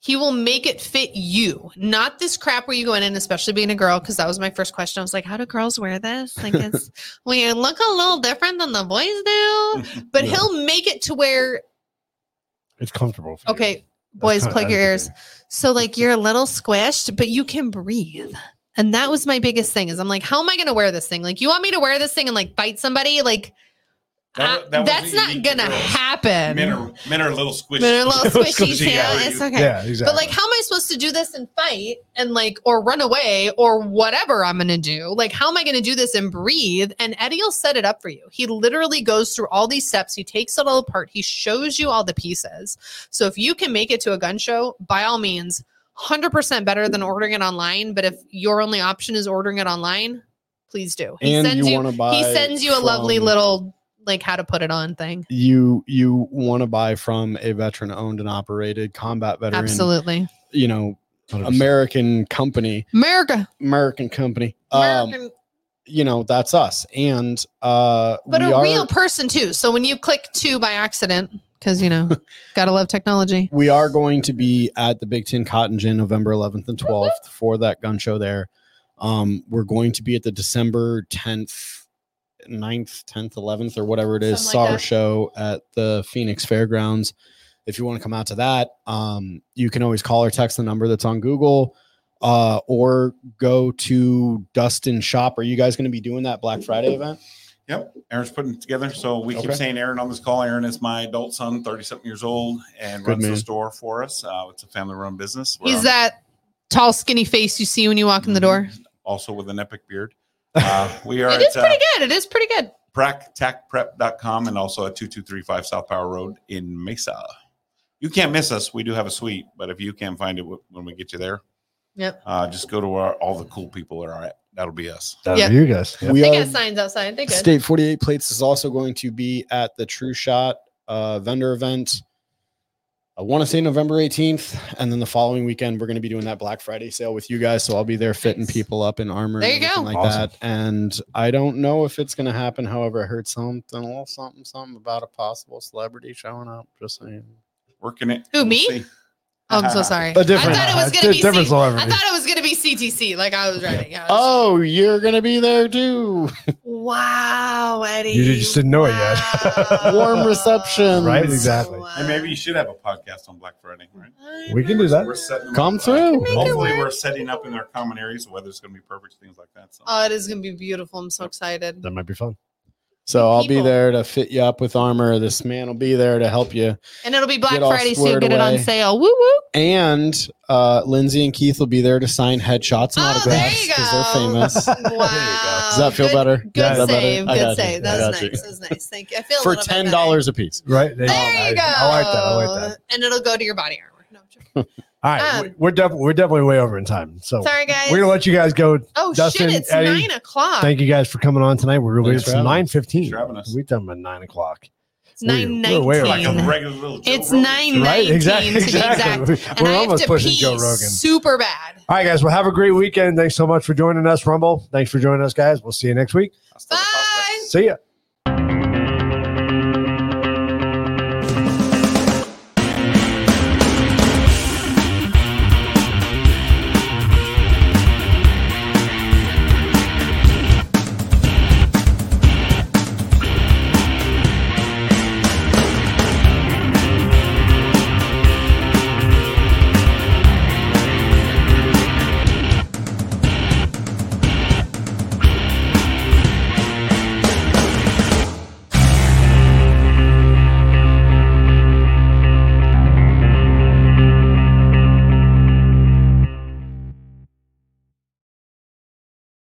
He will make it fit you, not this crap where you go in and especially being a girl, because that was my first question. I was like, how do girls wear this? [LAUGHS] Like it's we look a little different than the boys do. But Yeah. he'll make it to where it's comfortable. For you. okay, That's boys kinda- plug your that's ears. the thing. So like you're a little squished, but you can breathe. And that was my biggest thing is I'm like, how am I going to wear this thing? Like, you want me to wear this thing and like bite somebody? Like, That- I- that was that's not unique going to girls. happen. [LAUGHS] Men are men are a little squishy. Men are a [LAUGHS] little squishy, Squishy, yeah. too. It's okay. Yeah. Exactly. But like, how am I supposed to do this and fight and like, or run away or whatever I'm going to do? Like, how am I going to do this and breathe? And Eddie will set it up for you. He literally goes through all these steps. He takes it all apart. He shows you all the pieces. So if you can make it to a gun show, by all means, 100% better than ordering it online. But if your only option is ordering it online, please do. He and sends you you, want to buy. he sends you a lovely from- little like how to put it on thing. You you want to buy from a veteran owned and operated combat veteran, Absolutely. you know, 100%. American company, America. American company. Um, American. you know, that's us, and uh, but we a are real person too. So when you click two by accident, because [LAUGHS] you know, gotta love technology. we are going to be at the Big Ten Cotton Gin November 11th and 12th for that gun show there. Um, we're going to be at the December 10th, 9th, 10th, 11th, or whatever it is, Something like SAR that. show at the Phoenix Fairgrounds. If you want to come out to that, um, you can always call or text the number that's on Google uh, or go to Dustin Shop. Are you guys going to be doing that Black Friday event? Yep, Aaron's putting it together. So we keep Okay. saying Aaron on this call. Aaron is my adult son, thirty-something years old, and Good runs man. the store for us. Uh, it's a family-run business. We're He's on- that tall, skinny face you see when you walk in the door. Mm-hmm. also with an [LAUGHS] epic beard. Uh, we are It is at uh, pretty good. It is pretty good. practacprep.com and also at 2235 South Power Road in Mesa. You can't miss us. We do have a suite, but if you can't find it w- when we get you there, Yep. uh, just go to where all the cool people are at. That'll be us. That'll Yeah. be you guys. Yeah. We They are got signs outside. They good. State 48 Plates is also going to be at the True Shot uh, vendor event. uh, I want to say November 18th. And then the following weekend, we're going to be doing that Black Friday sale with you guys. So I'll be there fitting Nice. people up in armor There and you everything go. like Awesome. that. And I don't know if it's going to happen. However, I heard something, a little something, something about a possible celebrity showing up. Just saying. Working it. Who, me? see. Oh, I'm so sorry. [LAUGHS] A different. I thought it was a gonna be. different C- celebrity. I thought it was gonna be CTC. Like I was writing. Yeah. I was- Oh, you're going to be there too. Wow, Eddie. You just didn't know it yet. [LAUGHS] Warm reception. Right, exactly. And maybe you should have a podcast on Black Friday, right? We can do that. We're setting them Come up, uh, through. Make it Hopefully, work. we're setting up in our common areas. The weather's going to be perfect, things like that. So Oh, it is gonna be beautiful. I'm so excited. That might be fun. So I'll be people. there to fit you up with armor. This man will be there to help you. And it'll be Black Get all Friday, so you'll squared get it on away. sale. Woo [LAUGHS] woo. and uh, Lindsay and Keith will be there to sign headshots and Oh, there autographs you because they're go. famous. Wow. Does that feel Good- better? Good Yeah, I got save. it. I Good got save. you. That I was got you. nice. That was nice. Thank you. I feel a for little bit better. ten dollars a piece. Right. There you go. I, I like that. I like that. And it'll go to your body armor. No, I'm joking. All right, Um, we- we're definitely we're definitely way over in time, so Sorry, guys. Oh. we're gonna let you guys go. oh Dustin, shit! It's Eddie, nine o'clock. Thank you guys for coming on tonight. We're really Thanks it's for having us. nine fifteen. Thanks for having us. We've done by nine o'clock. it's nine we're- we're way over. Like a nineteen. regular little Joe It's Rogan. nine nineteen [LAUGHS] to be exact. We're And I have almost to pushing pee Joe Rogan. super bad. All right, guys. Well, have a great weekend. Thanks so much for joining us, Rumble. Thanks for joining us, guys. We'll see you next week. Hasta la pasta. Bye. See ya.